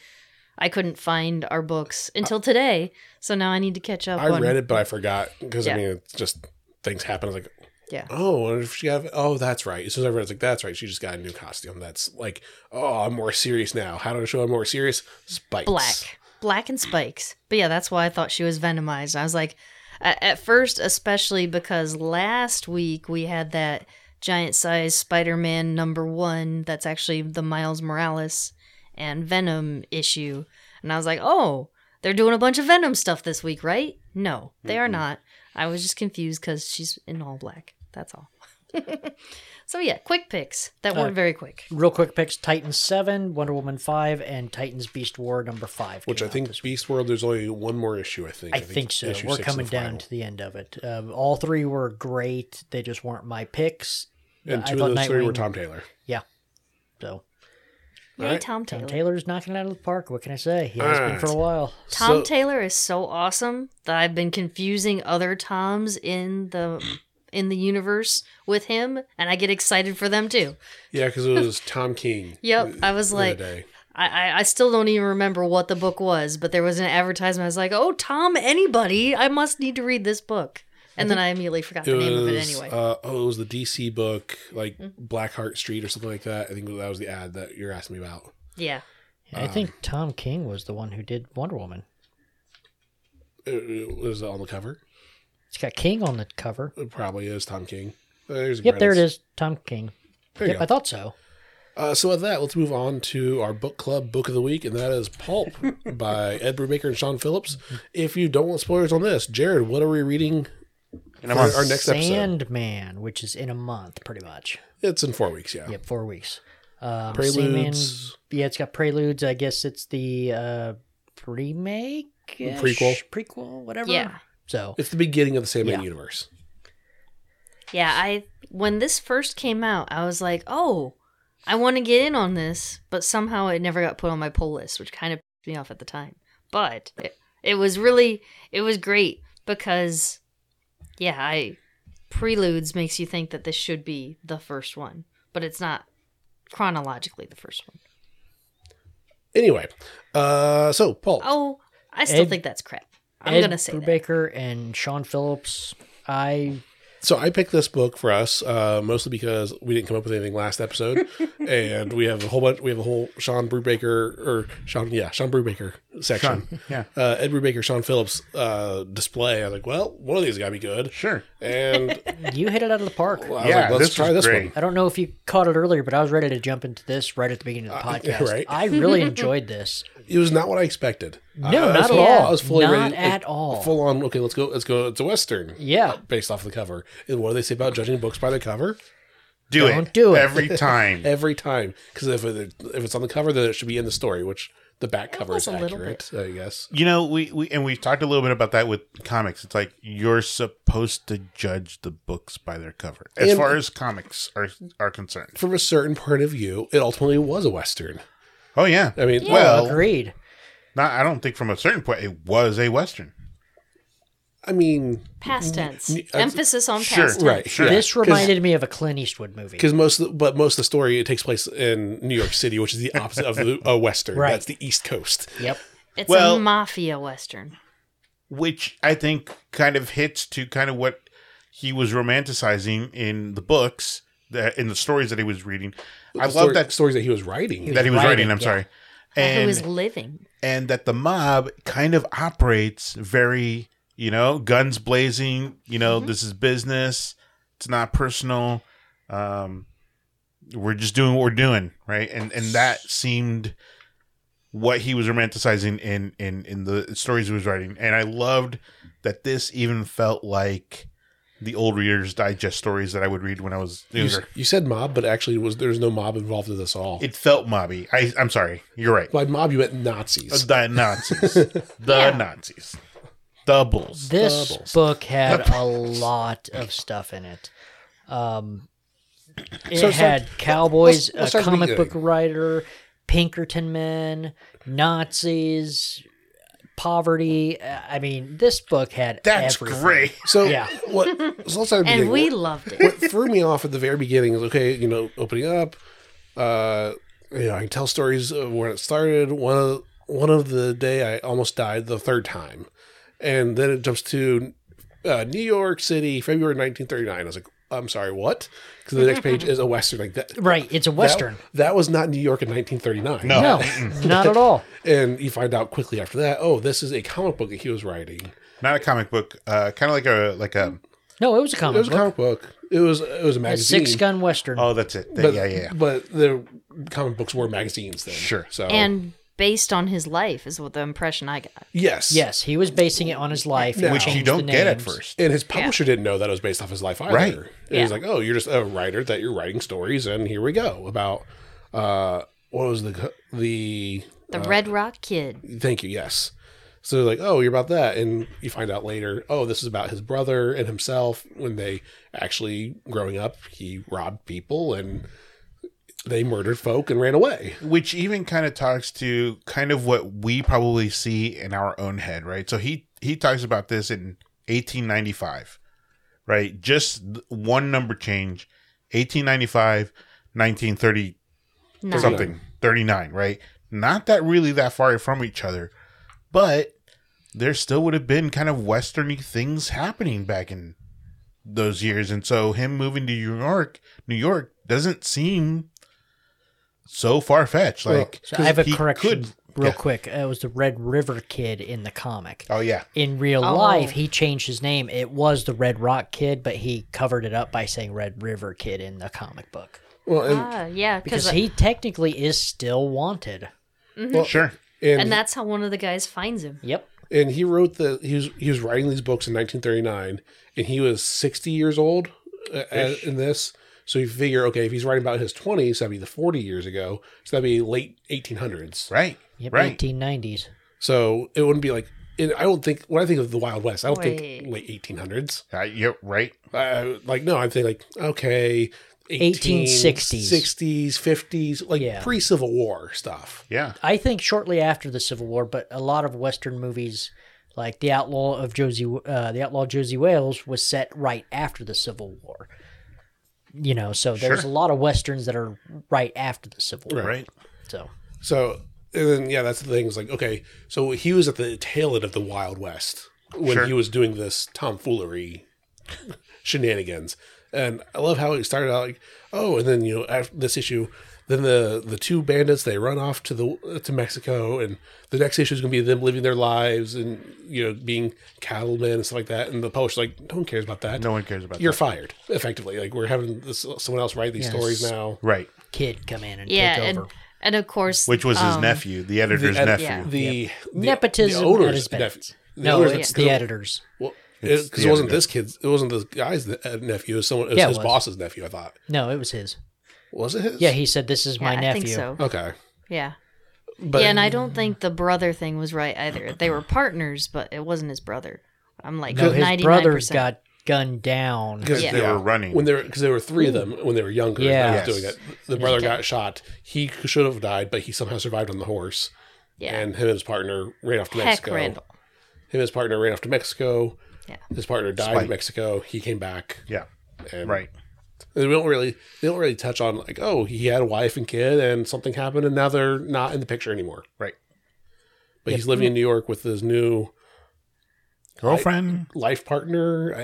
[SPEAKER 3] I couldn't find our books until today. So now I need to catch up.
[SPEAKER 2] I
[SPEAKER 3] on,
[SPEAKER 2] read it, but I forgot because I
[SPEAKER 3] Yeah.
[SPEAKER 2] mean, it's just things happen. I was like,
[SPEAKER 3] Yeah.
[SPEAKER 2] Oh, what if she have? Oh, that's right. As soon as I read, it, I was like, that's right. She just got a new costume. That's like, oh, I'm more serious now. How do I show I'm more serious? Spikes.
[SPEAKER 3] black black and spikes but yeah that's why i thought she was venomized i was like at, at first especially because last week we had that giant size spider-man number one that's actually the miles morales and venom issue and i was like oh they're doing a bunch of venom stuff this week right no they are not i was just confused because she's in all black that's all so yeah quick picks that weren't very quick
[SPEAKER 4] Real quick picks: Titans Seven, Wonder Woman Five, and Titans Beast War number five.
[SPEAKER 2] Which
[SPEAKER 4] came
[SPEAKER 2] I think
[SPEAKER 4] out this week.
[SPEAKER 2] Beast World. There's only one more issue. I think.
[SPEAKER 4] I think so.
[SPEAKER 2] issue
[SPEAKER 4] We're
[SPEAKER 2] six is
[SPEAKER 4] coming
[SPEAKER 2] the
[SPEAKER 4] down
[SPEAKER 2] final.
[SPEAKER 4] to the end of it. Um, all three were great. They just weren't my picks.
[SPEAKER 2] and
[SPEAKER 4] I
[SPEAKER 2] two
[SPEAKER 4] thought
[SPEAKER 2] of those three were
[SPEAKER 4] Nightwing-
[SPEAKER 2] Tom Taylor.
[SPEAKER 4] So
[SPEAKER 3] yay
[SPEAKER 2] right,
[SPEAKER 3] tom taylor
[SPEAKER 4] Tom Taylor's knocking it out of the park. What can I say? He has been
[SPEAKER 2] Alright.
[SPEAKER 4] for a while.
[SPEAKER 3] Tom
[SPEAKER 2] So-
[SPEAKER 3] Taylor is so awesome that I've been confusing other Toms in the in the universe with him, and I get excited for them too.
[SPEAKER 2] Yeah, because it was Tom King.
[SPEAKER 3] Yep, I was
[SPEAKER 2] the
[SPEAKER 3] like,
[SPEAKER 2] other day.
[SPEAKER 3] I, I I still don't even remember what the book was, but there was an advertisement. I was like, oh, Tom, anybody, I must need to read this book, and then I immediately forgot the
[SPEAKER 2] it
[SPEAKER 3] name of it
[SPEAKER 2] was,
[SPEAKER 3] anyway. Mm-hmm.
[SPEAKER 2] Uh, oh, it was the DC book, like Blackheart Street or something like that. I think that was the ad that you're asking me about.
[SPEAKER 3] yeah,
[SPEAKER 4] And I think Tom King was the one who did Wonder Woman.
[SPEAKER 2] It, it was on the cover.
[SPEAKER 4] It's got King on the cover.
[SPEAKER 2] It probably is Tom King. Uh, There's the
[SPEAKER 4] Yep, there it
[SPEAKER 2] credits.
[SPEAKER 4] is. Tom King.
[SPEAKER 2] There you
[SPEAKER 4] yep,
[SPEAKER 2] go.
[SPEAKER 4] I thought so.
[SPEAKER 2] Uh, so with that, let's move on to our book club book of the week, and that is Pulp by Ed Brubaker and Sean Phillips. If you don't want spoilers on this, Jared, what are we reading?
[SPEAKER 1] In a month.
[SPEAKER 2] Our next episode.
[SPEAKER 4] Sandman, which is in a month, pretty much.
[SPEAKER 2] It's in four weeks, yeah.
[SPEAKER 4] Yep, four weeks. Um,
[SPEAKER 2] Oh. Preludes.
[SPEAKER 4] Sandman- yeah, it's got preludes. I guess it's the uh, remake,
[SPEAKER 2] Prequel.
[SPEAKER 4] prequel, whatever.
[SPEAKER 3] yeah,
[SPEAKER 4] So
[SPEAKER 2] It's the beginning of the Sandman
[SPEAKER 4] Yeah.
[SPEAKER 2] universe.
[SPEAKER 3] yeah. I when this first came out, I was like, oh, I want to get in on this, but somehow it never got put on my poll list, which kind of pissed me off at the time. But it, it was really it was great because yeah, I preludes makes you think that this should be the first one, but it's not chronologically the first one.
[SPEAKER 2] Anyway, uh, so Pulp.
[SPEAKER 3] Oh, I still
[SPEAKER 4] Ed-
[SPEAKER 3] think that's crap. I'm
[SPEAKER 4] Ed
[SPEAKER 3] gonna say that.
[SPEAKER 4] Brubaker and Sean Phillips. I
[SPEAKER 2] So I picked this book for us uh, mostly because we didn't come up with anything last episode, and we have a whole bunch. We have a whole Sean Brubaker or Sean, yeah, Sean Brubaker section.
[SPEAKER 1] yeah.
[SPEAKER 2] Uh, Ed Brubaker, Sean Phillips uh, display. I was like, well, one of these got to be good,
[SPEAKER 1] Sure.
[SPEAKER 2] and
[SPEAKER 4] you hit it out of the park.
[SPEAKER 2] I was
[SPEAKER 1] Yeah,
[SPEAKER 2] like, let's
[SPEAKER 1] this
[SPEAKER 2] try
[SPEAKER 1] was
[SPEAKER 2] this
[SPEAKER 1] great.
[SPEAKER 2] one.
[SPEAKER 4] I don't know if you caught it earlier, but I was ready to jump into this right at the beginning of the podcast.
[SPEAKER 2] right.
[SPEAKER 4] I really enjoyed this.
[SPEAKER 2] It was not what I expected.
[SPEAKER 4] No,
[SPEAKER 2] I- I was
[SPEAKER 4] not at
[SPEAKER 2] full-
[SPEAKER 4] all.
[SPEAKER 2] I was fully
[SPEAKER 4] Not
[SPEAKER 2] ready, like,
[SPEAKER 4] at all.
[SPEAKER 2] Full on. Okay, let's go. Let's go. It's a western.
[SPEAKER 4] Yeah.
[SPEAKER 2] based off the cover. And what do they say about judging books by the cover?
[SPEAKER 1] Do
[SPEAKER 4] Don't
[SPEAKER 1] it.
[SPEAKER 4] do it.
[SPEAKER 1] every time.
[SPEAKER 2] every time because if it, if it's on the cover, then it should be in the story, which the back
[SPEAKER 3] It
[SPEAKER 2] cover
[SPEAKER 3] was
[SPEAKER 2] is
[SPEAKER 3] a little
[SPEAKER 2] accurate, I guess.
[SPEAKER 1] You know, we, we and we've talked a little bit about that with comics. It's like you're supposed to judge the books by their cover, as
[SPEAKER 2] And-
[SPEAKER 1] far as comics are are concerned.
[SPEAKER 2] From a certain point of view, it ultimately was a western.
[SPEAKER 1] Oh yeah,
[SPEAKER 2] I mean,
[SPEAKER 3] Yeah.
[SPEAKER 1] well,
[SPEAKER 4] Agreed.
[SPEAKER 1] not, I don't think from a certain point it was a western.
[SPEAKER 2] I mean,
[SPEAKER 3] Past
[SPEAKER 4] Mm-hmm.
[SPEAKER 3] tense.
[SPEAKER 2] n- uh,
[SPEAKER 3] Emphasis on
[SPEAKER 1] Mm-hmm. sure.
[SPEAKER 3] past tense.
[SPEAKER 2] right?
[SPEAKER 1] Sure.
[SPEAKER 2] yeah.
[SPEAKER 4] This reminded me of a Clint Eastwood movie.
[SPEAKER 2] Because most, of the, but most of the story it takes place in New York City, which is the opposite of the, a western.
[SPEAKER 4] Right.
[SPEAKER 2] That's the East Coast.
[SPEAKER 4] Yep.
[SPEAKER 3] It's
[SPEAKER 1] Well-
[SPEAKER 3] a mafia western.
[SPEAKER 1] which I think kind of hits to kind of what he was romanticizing in the books that in the stories that he was reading. I love
[SPEAKER 2] The story-
[SPEAKER 1] that
[SPEAKER 2] stories that he was writing.
[SPEAKER 1] that he was writing.
[SPEAKER 4] writing,
[SPEAKER 1] I'm
[SPEAKER 4] yeah.
[SPEAKER 1] sorry,
[SPEAKER 3] Who
[SPEAKER 1] and
[SPEAKER 3] is living.
[SPEAKER 1] and that the mob kind of operates very you know guns blazing. You know this is business. It's not personal. Um, we're just doing what we're doing, right? And and that seemed what he was romanticizing in in in the stories he was writing and i loved that this even felt like the old readers digest stories that i would read when i was
[SPEAKER 2] You,
[SPEAKER 1] younger
[SPEAKER 2] you said mob, but actually, it was there's no mob involved in this at all?
[SPEAKER 1] it felt mobby i i'm sorry you're right
[SPEAKER 2] By mob, you meant Nazis.
[SPEAKER 1] the nazis the
[SPEAKER 3] Yeah.
[SPEAKER 1] nazis doubles
[SPEAKER 4] This
[SPEAKER 1] doubles.
[SPEAKER 4] book had a lot of stuff in it. Um, it
[SPEAKER 2] So, so-
[SPEAKER 4] had cowboys,
[SPEAKER 2] let's- let's
[SPEAKER 4] a
[SPEAKER 2] start at the
[SPEAKER 4] comic book
[SPEAKER 2] beginning.
[SPEAKER 4] writer, Pinkerton men, Nazis, poverty. Uh, I mean, this book had
[SPEAKER 1] that's
[SPEAKER 4] everything.
[SPEAKER 1] great
[SPEAKER 2] So
[SPEAKER 4] Yeah.
[SPEAKER 2] what? So let's start at the
[SPEAKER 3] And
[SPEAKER 2] beginning.
[SPEAKER 3] we loved it.
[SPEAKER 2] what threw me off at the very beginning is okay, you know, opening up. Uh, you know, I can tell stories of when it started. One of one of the day I almost died the third time, and then it jumps to uh, New York City, February 1939. I was like, I'm sorry, what? Because the next page is a western like that.
[SPEAKER 4] Right, it's a western.
[SPEAKER 2] That, that was not New York in 1939.
[SPEAKER 1] No.
[SPEAKER 4] No,
[SPEAKER 2] Uh,
[SPEAKER 4] not at all.
[SPEAKER 2] and you find out quickly after that. Oh, this is a comic book that he was writing.
[SPEAKER 1] not a comic book uh kind of like a like a
[SPEAKER 4] No, it was a
[SPEAKER 2] It
[SPEAKER 4] comic
[SPEAKER 2] was a
[SPEAKER 4] book.
[SPEAKER 2] comic book. It was it was a
[SPEAKER 4] A
[SPEAKER 2] magazine.
[SPEAKER 4] six gun western.
[SPEAKER 1] oh that's it yeah yeah yeah
[SPEAKER 2] But the comic books were magazines then.
[SPEAKER 1] Sure.
[SPEAKER 2] So
[SPEAKER 3] And based on his life is what the impression I got.
[SPEAKER 2] yes,
[SPEAKER 4] yes, he was basing it on his life. and
[SPEAKER 2] Which
[SPEAKER 1] which you
[SPEAKER 4] changed
[SPEAKER 1] don't
[SPEAKER 4] the
[SPEAKER 1] get at
[SPEAKER 4] names.
[SPEAKER 1] first
[SPEAKER 2] And his publisher didn't know that it was based off his life either.
[SPEAKER 1] Right.
[SPEAKER 2] It was
[SPEAKER 3] Yeah.
[SPEAKER 2] like, oh, you're just a writer that you're writing stories, and here we go about uh, what was the co- the
[SPEAKER 3] The
[SPEAKER 1] Uh,
[SPEAKER 3] Red Rock Kid.
[SPEAKER 2] thank you yes. So they're like, oh, you're about that, and you find out later, oh, this is about his brother and himself when they actually growing up, he robbed people and they murdered folk and ran away.
[SPEAKER 1] which even kind of talks to kind of what we probably see in our own head right so he he talks about this in 1895 right just th- one number change 1895 1930
[SPEAKER 3] Nine.
[SPEAKER 1] something 39 right not that really that far from each other but there still would have been kind of westerny things happening back in those years and so him moving to new york new york doesn't seem so far-fetched
[SPEAKER 2] Well,
[SPEAKER 1] like
[SPEAKER 4] So I have a
[SPEAKER 1] he
[SPEAKER 4] correction
[SPEAKER 1] could-
[SPEAKER 4] real
[SPEAKER 1] yeah.
[SPEAKER 4] quick. It was the Red River Kid in the comic.
[SPEAKER 1] oh yeah
[SPEAKER 4] In real
[SPEAKER 3] Oh.
[SPEAKER 4] life, he changed his name. It was the Red Rock Kid, but he covered it up by saying Red River Kid in the comic book
[SPEAKER 2] Well, and,
[SPEAKER 3] Ah, yeah,
[SPEAKER 4] because
[SPEAKER 3] because
[SPEAKER 4] he technically is still wanted.
[SPEAKER 1] sure
[SPEAKER 2] and,
[SPEAKER 3] and that's how one of the guys finds him.
[SPEAKER 4] Yep.
[SPEAKER 2] and he wrote the he was he was writing these books in 1939 and he was 60 years old uh, uh, in this so you figure okay if he's writing about his 20s that'd be the 40 years ago so that'd be late 1800s
[SPEAKER 1] right
[SPEAKER 4] Yep.
[SPEAKER 1] right
[SPEAKER 4] 1890s.
[SPEAKER 2] so it wouldn't be like and i don't think when i think of the wild west i don't
[SPEAKER 3] Wait.
[SPEAKER 2] think late 1800s
[SPEAKER 1] Uh, yeah, right
[SPEAKER 2] uh, like no i think like okay
[SPEAKER 4] 1860s.
[SPEAKER 2] 60s 50s like
[SPEAKER 4] Yeah.
[SPEAKER 2] pre-civil war stuff
[SPEAKER 1] yeah
[SPEAKER 4] I think shortly after the Civil War, but a lot of Western movies, like The Outlaw of Josie, uh, The Outlaw Josie Wales, was set right after the Civil War. You know, so there's
[SPEAKER 1] Sure.
[SPEAKER 4] a lot of westerns that are right after the Civil War.
[SPEAKER 1] right
[SPEAKER 4] So
[SPEAKER 2] So and then yeah, that's the thing. Is like okay, so he was at the tail end of the Wild West when
[SPEAKER 1] Sure.
[SPEAKER 2] he was doing this tomfoolery shenanigans, and I love how he started out like oh, and then you know after this issue, then the the two bandits they run off to the to Mexico, and the next issue is going to be them living their lives and you know being cattlemen and stuff like that, and the publisher's like no one cares about that.
[SPEAKER 1] no one cares about
[SPEAKER 2] You're
[SPEAKER 1] that.
[SPEAKER 2] fired, effectively. Like we're having this, someone else write these
[SPEAKER 4] Yes.
[SPEAKER 2] stories now.
[SPEAKER 1] right
[SPEAKER 4] kid come in and
[SPEAKER 3] Yeah,
[SPEAKER 4] take
[SPEAKER 3] and,
[SPEAKER 4] over.
[SPEAKER 3] and of course,
[SPEAKER 1] which was his
[SPEAKER 3] um,
[SPEAKER 1] nephew the editor's
[SPEAKER 2] ed-
[SPEAKER 1] nephew
[SPEAKER 3] yeah.
[SPEAKER 2] The, the-
[SPEAKER 4] Nepotism
[SPEAKER 2] the
[SPEAKER 4] at his
[SPEAKER 2] owner's
[SPEAKER 4] best.
[SPEAKER 2] nephew. The
[SPEAKER 4] No,
[SPEAKER 2] owner's
[SPEAKER 4] it's
[SPEAKER 2] nephew.
[SPEAKER 4] the editors.
[SPEAKER 2] Well,
[SPEAKER 1] It's
[SPEAKER 2] because it,
[SPEAKER 1] the
[SPEAKER 2] wasn't
[SPEAKER 1] editor.
[SPEAKER 2] this kid's, it wasn't this guy's ne- uh, nephew. It was someone, it was
[SPEAKER 4] Yeah, it
[SPEAKER 2] his
[SPEAKER 4] was.
[SPEAKER 2] boss's nephew. I thought
[SPEAKER 4] No, it was his.
[SPEAKER 2] was it his?
[SPEAKER 4] Yeah, he said this is
[SPEAKER 3] yeah,
[SPEAKER 4] my
[SPEAKER 3] I
[SPEAKER 4] nephew.
[SPEAKER 3] think so.
[SPEAKER 2] Okay.
[SPEAKER 3] Yeah.
[SPEAKER 2] But
[SPEAKER 3] yeah, and I don't think the brother thing was right either. They were partners, but it wasn't his brother. I'm like
[SPEAKER 4] No, his
[SPEAKER 3] 99%.
[SPEAKER 4] brothers got gunned down.
[SPEAKER 2] 'cause
[SPEAKER 3] Yeah.
[SPEAKER 1] they were running.
[SPEAKER 2] when there because there were three of them when they were younger.
[SPEAKER 4] Hmm. Yeah.
[SPEAKER 2] that was
[SPEAKER 1] Yes.
[SPEAKER 2] doing it. The brother got shot. He should have died, but he somehow survived on the horse.
[SPEAKER 3] yeah.
[SPEAKER 2] And him and his partner ran off to
[SPEAKER 3] Heck,
[SPEAKER 2] Mexico.
[SPEAKER 3] Randall.
[SPEAKER 2] Him and his partner ran off to Mexico.
[SPEAKER 3] Yeah.
[SPEAKER 2] His partner died
[SPEAKER 1] Spike.
[SPEAKER 2] in Mexico. He came back.
[SPEAKER 1] yeah,
[SPEAKER 2] And
[SPEAKER 1] right.
[SPEAKER 2] They don't really they don't really touch on like oh he had a wife and kid and something happened and now they're not in the picture anymore.
[SPEAKER 1] Right.
[SPEAKER 2] But he's living in New York with his new
[SPEAKER 1] Girlfriend. Oh.
[SPEAKER 2] life partner.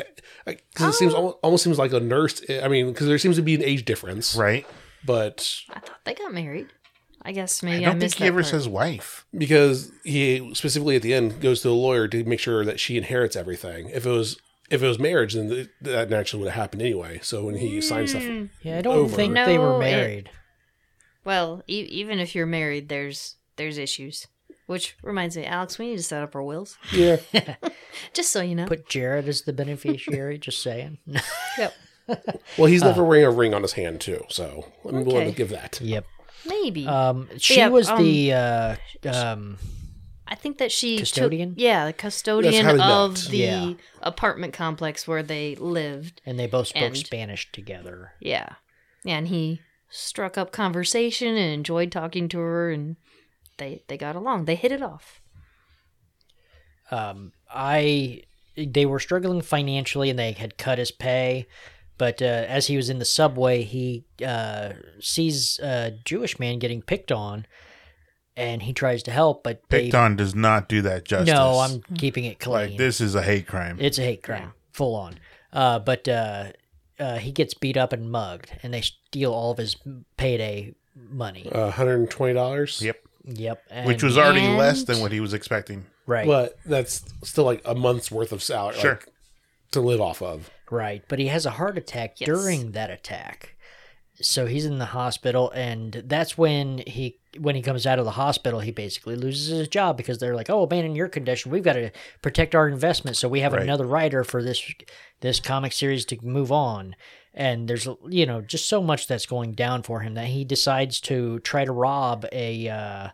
[SPEAKER 2] I, I, 'cause it seems almost, almost seems like a nurse. I mean, because there seems to be an age difference,
[SPEAKER 1] right.
[SPEAKER 2] but
[SPEAKER 3] I thought they got married. I guess
[SPEAKER 1] I
[SPEAKER 3] maybe
[SPEAKER 1] don't
[SPEAKER 3] I,
[SPEAKER 1] think
[SPEAKER 3] missed
[SPEAKER 1] he
[SPEAKER 3] that
[SPEAKER 1] ever
[SPEAKER 3] part.
[SPEAKER 1] says wife.
[SPEAKER 2] because he specifically at the end goes to the lawyer to make sure that she inherits everything. If it was if it was marriage, then th- that naturally would have happened anyway. So when he signs stuff,
[SPEAKER 1] Hmm.
[SPEAKER 3] Mm.
[SPEAKER 4] Yeah, I don't
[SPEAKER 2] Over.
[SPEAKER 4] think they were
[SPEAKER 3] No, it-
[SPEAKER 4] married.
[SPEAKER 3] Well, e- even if you're married, there's there's issues. Which reminds me, Alex, we need to set up our wills.
[SPEAKER 2] yeah,
[SPEAKER 3] Just so you know.
[SPEAKER 4] Put Jared as the beneficiary. just saying.
[SPEAKER 3] Yep.
[SPEAKER 2] well, he's never wearing a ring on his hand too, so I'm willing to
[SPEAKER 3] Okay.
[SPEAKER 2] give that.
[SPEAKER 4] yep.
[SPEAKER 3] Maybe.
[SPEAKER 4] Um, she
[SPEAKER 3] Yeah,
[SPEAKER 4] was
[SPEAKER 3] um,
[SPEAKER 4] the uh, um,
[SPEAKER 3] I think that she took-
[SPEAKER 4] Custodian?
[SPEAKER 3] yeah, the custodian
[SPEAKER 2] how they
[SPEAKER 3] of
[SPEAKER 2] met.
[SPEAKER 3] the
[SPEAKER 4] Yeah.
[SPEAKER 3] apartment complex where they lived.
[SPEAKER 4] and they both spoke
[SPEAKER 3] and-
[SPEAKER 4] Spanish together.
[SPEAKER 3] Yeah, and he struck up conversation and enjoyed talking to her, and they they got along. They hit it off.
[SPEAKER 4] um, I they were struggling financially and they had cut his pay. But uh, as he was in the subway, he uh, sees a Jewish man getting picked on, and he tries to help. But they-
[SPEAKER 1] Picked on does not do that justice.
[SPEAKER 4] No, I'm keeping it clean.
[SPEAKER 1] like this is a hate crime.
[SPEAKER 4] It's a hate crime, full on. Uh, but uh, uh, he gets beat up and mugged, and they steal all of his payday money.
[SPEAKER 2] Uh, Hundred and twenty dollars.
[SPEAKER 1] yep,
[SPEAKER 4] yep, and,
[SPEAKER 1] which was already
[SPEAKER 3] And-
[SPEAKER 1] less than what he was expecting.
[SPEAKER 4] right.
[SPEAKER 2] but that's still like a month's worth of salary
[SPEAKER 1] Sure.
[SPEAKER 2] like, to live off of.
[SPEAKER 4] Right, but he has a heart attack
[SPEAKER 3] Yes.
[SPEAKER 4] during that attack. So he's in the hospital and that's when he when he comes out of the hospital he basically loses his job because they're like, "Oh, man, in your condition, we've got to protect our investment, so we have
[SPEAKER 1] Right.
[SPEAKER 4] another writer for this this comic series to move on." And there's you know, just so much that's going down for him that he decides to try to rob a uh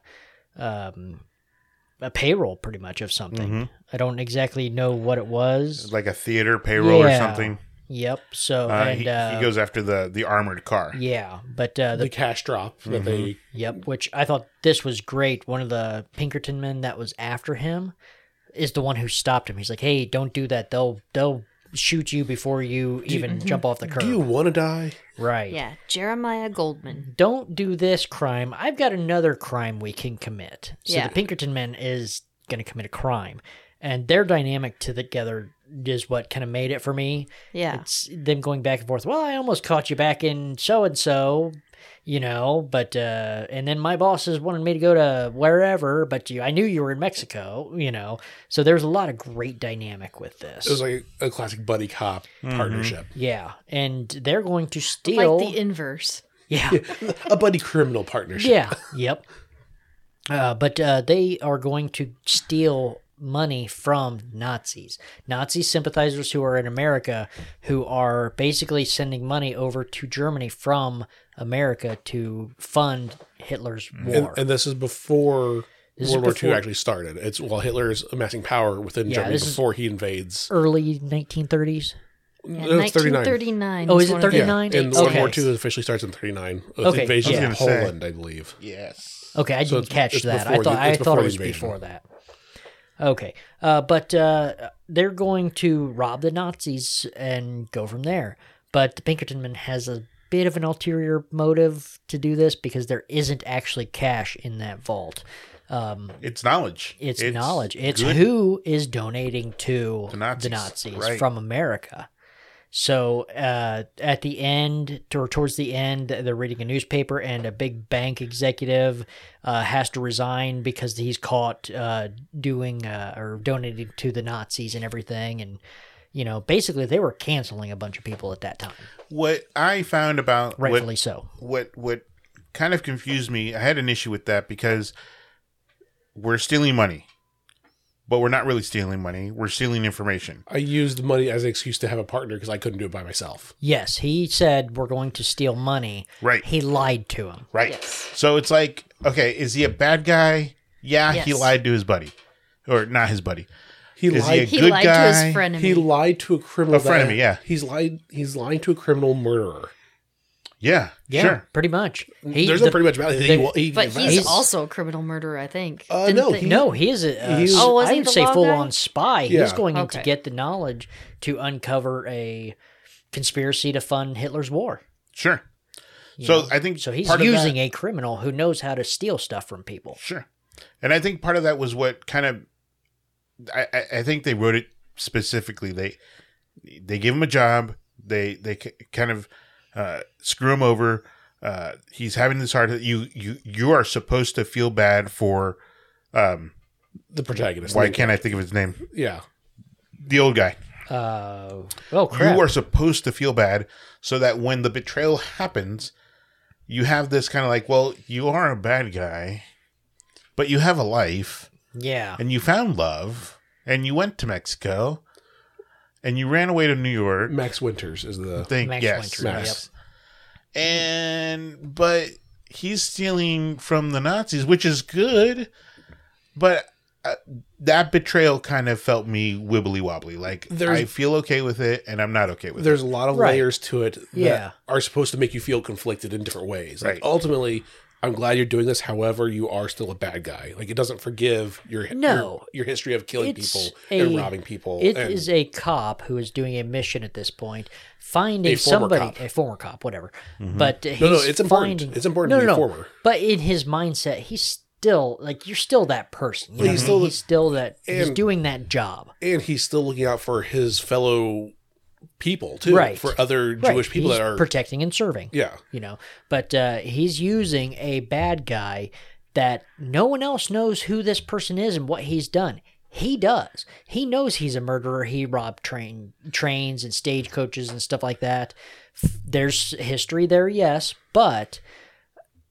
[SPEAKER 4] um a payroll pretty much of something.
[SPEAKER 1] Mhm.
[SPEAKER 4] I don't exactly know what it was.
[SPEAKER 1] Like a theater payroll or
[SPEAKER 4] Yeah.
[SPEAKER 1] something.
[SPEAKER 4] Yep. So
[SPEAKER 1] Uh,
[SPEAKER 4] and
[SPEAKER 1] he,
[SPEAKER 4] uh,
[SPEAKER 1] he goes after the the armored car.
[SPEAKER 4] yeah, but uh,
[SPEAKER 2] The,
[SPEAKER 4] the,
[SPEAKER 2] cash drop
[SPEAKER 1] Mm-hmm.
[SPEAKER 2] that they
[SPEAKER 4] yep, which I thought this was great. One of the Pinkerton men that was after him is the one who stopped him. He's like, "Hey, don't do that. They'll they'll shoot you before you even jump off the curb."
[SPEAKER 2] do you want to die?
[SPEAKER 4] right.
[SPEAKER 3] Yeah, Jeremiah Goldman.
[SPEAKER 4] Don't do this crime. I've got another crime we can commit. So
[SPEAKER 3] Yeah.
[SPEAKER 4] the Pinkerton men is going to commit a crime, and their dynamic to together is what kind of made it for me.
[SPEAKER 3] Yeah,
[SPEAKER 4] it's them going back and forth. Well, I almost caught you back in so and so, you know, but uh, and then my bosses wanted me to go to wherever, but you, I knew you were in Mexico, you know. So there's a lot of great dynamic with this.
[SPEAKER 2] It was like a classic buddy cop
[SPEAKER 1] Mm-hmm.
[SPEAKER 2] partnership.
[SPEAKER 4] yeah, and they're going to steal.
[SPEAKER 3] like the inverse.
[SPEAKER 4] yeah,
[SPEAKER 2] a buddy criminal partnership.
[SPEAKER 4] yeah, yep. Uh, but uh, they are going to steal money from Nazis, Nazi sympathizers who are in America, who are basically sending money over to Germany from America to fund Hitler's war.
[SPEAKER 2] Mm. And, and this is before
[SPEAKER 4] This is
[SPEAKER 2] World War
[SPEAKER 4] before-
[SPEAKER 2] II actually started. It's while Hitler's amassing power within
[SPEAKER 4] Yeah,
[SPEAKER 2] Germany
[SPEAKER 4] this is-
[SPEAKER 2] before he invades.
[SPEAKER 4] Early 1930s.
[SPEAKER 3] Yeah,
[SPEAKER 2] No, it's 39.
[SPEAKER 3] 1939.
[SPEAKER 4] Oh, is it
[SPEAKER 3] one of the-
[SPEAKER 4] 39?
[SPEAKER 2] Yeah. And
[SPEAKER 4] Okay.
[SPEAKER 2] World War II officially starts in 39 with
[SPEAKER 4] Okay,
[SPEAKER 2] invasion
[SPEAKER 4] yeah. I
[SPEAKER 2] of
[SPEAKER 1] was gonna say.
[SPEAKER 2] Poland, I believe.
[SPEAKER 1] Yes.
[SPEAKER 4] Okay, I
[SPEAKER 2] So
[SPEAKER 4] didn't
[SPEAKER 2] it's-
[SPEAKER 4] catch
[SPEAKER 2] it's
[SPEAKER 4] that. I
[SPEAKER 2] before
[SPEAKER 4] thought
[SPEAKER 2] the-
[SPEAKER 4] I
[SPEAKER 2] it's
[SPEAKER 4] thought
[SPEAKER 2] before
[SPEAKER 4] it
[SPEAKER 2] the
[SPEAKER 4] was
[SPEAKER 2] invasion.
[SPEAKER 4] before that. Okay, uh, but uh, they're going to rob the Nazis and go from there. But the Pinkerton man has a bit of an ulterior motive to do this because there isn't actually cash in that vault. Um,
[SPEAKER 1] It's knowledge.
[SPEAKER 4] it's, knowledge. It's
[SPEAKER 1] good.
[SPEAKER 4] who is donating to
[SPEAKER 1] The Nazis,
[SPEAKER 4] the Nazis
[SPEAKER 1] right.
[SPEAKER 4] from America. So uh, at the end, or towards the end, they're reading a newspaper, and a big bank executive uh, has to resign because he's caught uh, doing uh, or donating to the Nazis and everything. And you know, basically, they were canceling a bunch of people at that time,
[SPEAKER 1] What I found about
[SPEAKER 4] rightfully
[SPEAKER 1] what
[SPEAKER 4] so.
[SPEAKER 1] what what kind of confused me, I had an issue with that because we're stealing money. But we're not really stealing money. We're stealing information.
[SPEAKER 2] I used money as an excuse to have a partner because I couldn't do it by myself.
[SPEAKER 4] Yes, he said we're going to steal money.
[SPEAKER 1] Right.
[SPEAKER 4] He lied to him.
[SPEAKER 1] Right.
[SPEAKER 3] Yes.
[SPEAKER 1] So it's like okay, is he a bad guy? Yeah, he
[SPEAKER 3] Yes.
[SPEAKER 1] lied to his buddy, or not his buddy.
[SPEAKER 2] He
[SPEAKER 1] Is he
[SPEAKER 2] lied.
[SPEAKER 1] a
[SPEAKER 3] He
[SPEAKER 1] good
[SPEAKER 3] lied
[SPEAKER 1] guy.
[SPEAKER 3] to his friend.
[SPEAKER 2] He lied to a criminal.
[SPEAKER 1] A frenemy, yeah.
[SPEAKER 2] He's lied. He's lying to a criminal murderer.
[SPEAKER 1] Yeah,
[SPEAKER 4] Yeah,
[SPEAKER 1] sure.
[SPEAKER 4] pretty much. He,
[SPEAKER 2] There's
[SPEAKER 4] the-
[SPEAKER 2] no pretty much about it. He,
[SPEAKER 4] they-
[SPEAKER 2] he,
[SPEAKER 3] But he's,
[SPEAKER 4] He's-
[SPEAKER 3] also a criminal murderer, I think.
[SPEAKER 2] Uh,
[SPEAKER 3] Didn't
[SPEAKER 2] no,
[SPEAKER 3] they-
[SPEAKER 2] he-
[SPEAKER 4] no, he is a, a
[SPEAKER 2] He was-
[SPEAKER 4] s-
[SPEAKER 3] Oh, was
[SPEAKER 4] I
[SPEAKER 3] he
[SPEAKER 4] would
[SPEAKER 3] the
[SPEAKER 4] say
[SPEAKER 3] law
[SPEAKER 4] full
[SPEAKER 3] guy?
[SPEAKER 4] on spy. He's
[SPEAKER 2] Yeah.
[SPEAKER 4] going in
[SPEAKER 3] Okay.
[SPEAKER 4] to get the knowledge to uncover a conspiracy to fund Hitler's war.
[SPEAKER 1] Sure.
[SPEAKER 4] you
[SPEAKER 1] So
[SPEAKER 4] know?
[SPEAKER 1] I think
[SPEAKER 4] so he's
[SPEAKER 1] part of that-
[SPEAKER 4] using a criminal who knows how to steal stuff from people.
[SPEAKER 1] Sure. And I think part of that was what kind of I, I- I think they wrote it specifically. They they give him a job. They they k- kind of uh, screw him over. Uh, he's having this hard. You you you are supposed to feel bad for. Um,
[SPEAKER 2] the protagonist.
[SPEAKER 1] why can't I think of his name?
[SPEAKER 2] Yeah.
[SPEAKER 1] The old guy.
[SPEAKER 4] Uh, oh crap!
[SPEAKER 1] You are supposed to feel bad so that when the betrayal happens, you have this kind of like, well, you are a bad guy, but you have a life.
[SPEAKER 4] yeah,
[SPEAKER 1] and you found love and you went to Mexico and you ran away to New York.
[SPEAKER 2] Max Winters is the.
[SPEAKER 1] Think
[SPEAKER 4] Max
[SPEAKER 1] yes,
[SPEAKER 4] Winters,
[SPEAKER 1] yes. And but he's stealing from the Nazis, which is good, but uh, that betrayal kind of felt me wibbly wobbly. Like
[SPEAKER 2] There's-
[SPEAKER 1] I feel okay with it, and I'm not okay with
[SPEAKER 2] There's a lot of
[SPEAKER 4] Right.
[SPEAKER 2] layers to it that
[SPEAKER 4] Yeah.
[SPEAKER 2] are supposed to make you feel conflicted in different ways. Like
[SPEAKER 1] Right.
[SPEAKER 2] ultimately, I'm glad you're doing this. However, you are still a bad guy. Like it doesn't forgive your
[SPEAKER 4] No.
[SPEAKER 2] your, your history of killing
[SPEAKER 4] It's
[SPEAKER 2] people
[SPEAKER 4] a-
[SPEAKER 2] and robbing people.
[SPEAKER 4] It is
[SPEAKER 2] and
[SPEAKER 4] a cop who is doing a mission at this point, finding
[SPEAKER 2] A former
[SPEAKER 4] somebody,
[SPEAKER 2] cop.
[SPEAKER 4] a former cop, whatever.
[SPEAKER 3] Mm-hmm.
[SPEAKER 4] But he's
[SPEAKER 2] no, it's important.
[SPEAKER 4] Finding,
[SPEAKER 2] It's important
[SPEAKER 4] No,
[SPEAKER 2] to
[SPEAKER 4] no,
[SPEAKER 2] be a
[SPEAKER 4] no.
[SPEAKER 2] former.
[SPEAKER 4] But in his mindset, he's still like you're still that person. You know,
[SPEAKER 2] he's
[SPEAKER 4] he's
[SPEAKER 2] still-
[SPEAKER 4] still he's still that he's
[SPEAKER 2] and-
[SPEAKER 4] doing that job.
[SPEAKER 2] and he's still looking out for his fellow people too,
[SPEAKER 4] Right.
[SPEAKER 2] for other
[SPEAKER 4] Right.
[SPEAKER 2] Jewish people
[SPEAKER 4] He's
[SPEAKER 2] that are
[SPEAKER 4] protecting and serving.
[SPEAKER 2] yeah.
[SPEAKER 4] You know, but uh, he's using a bad guy that no one else knows who this person is and what he's done. He does. He knows he's a murderer. He robbed train trains and stagecoaches and stuff like that. F- There's history there, yes, but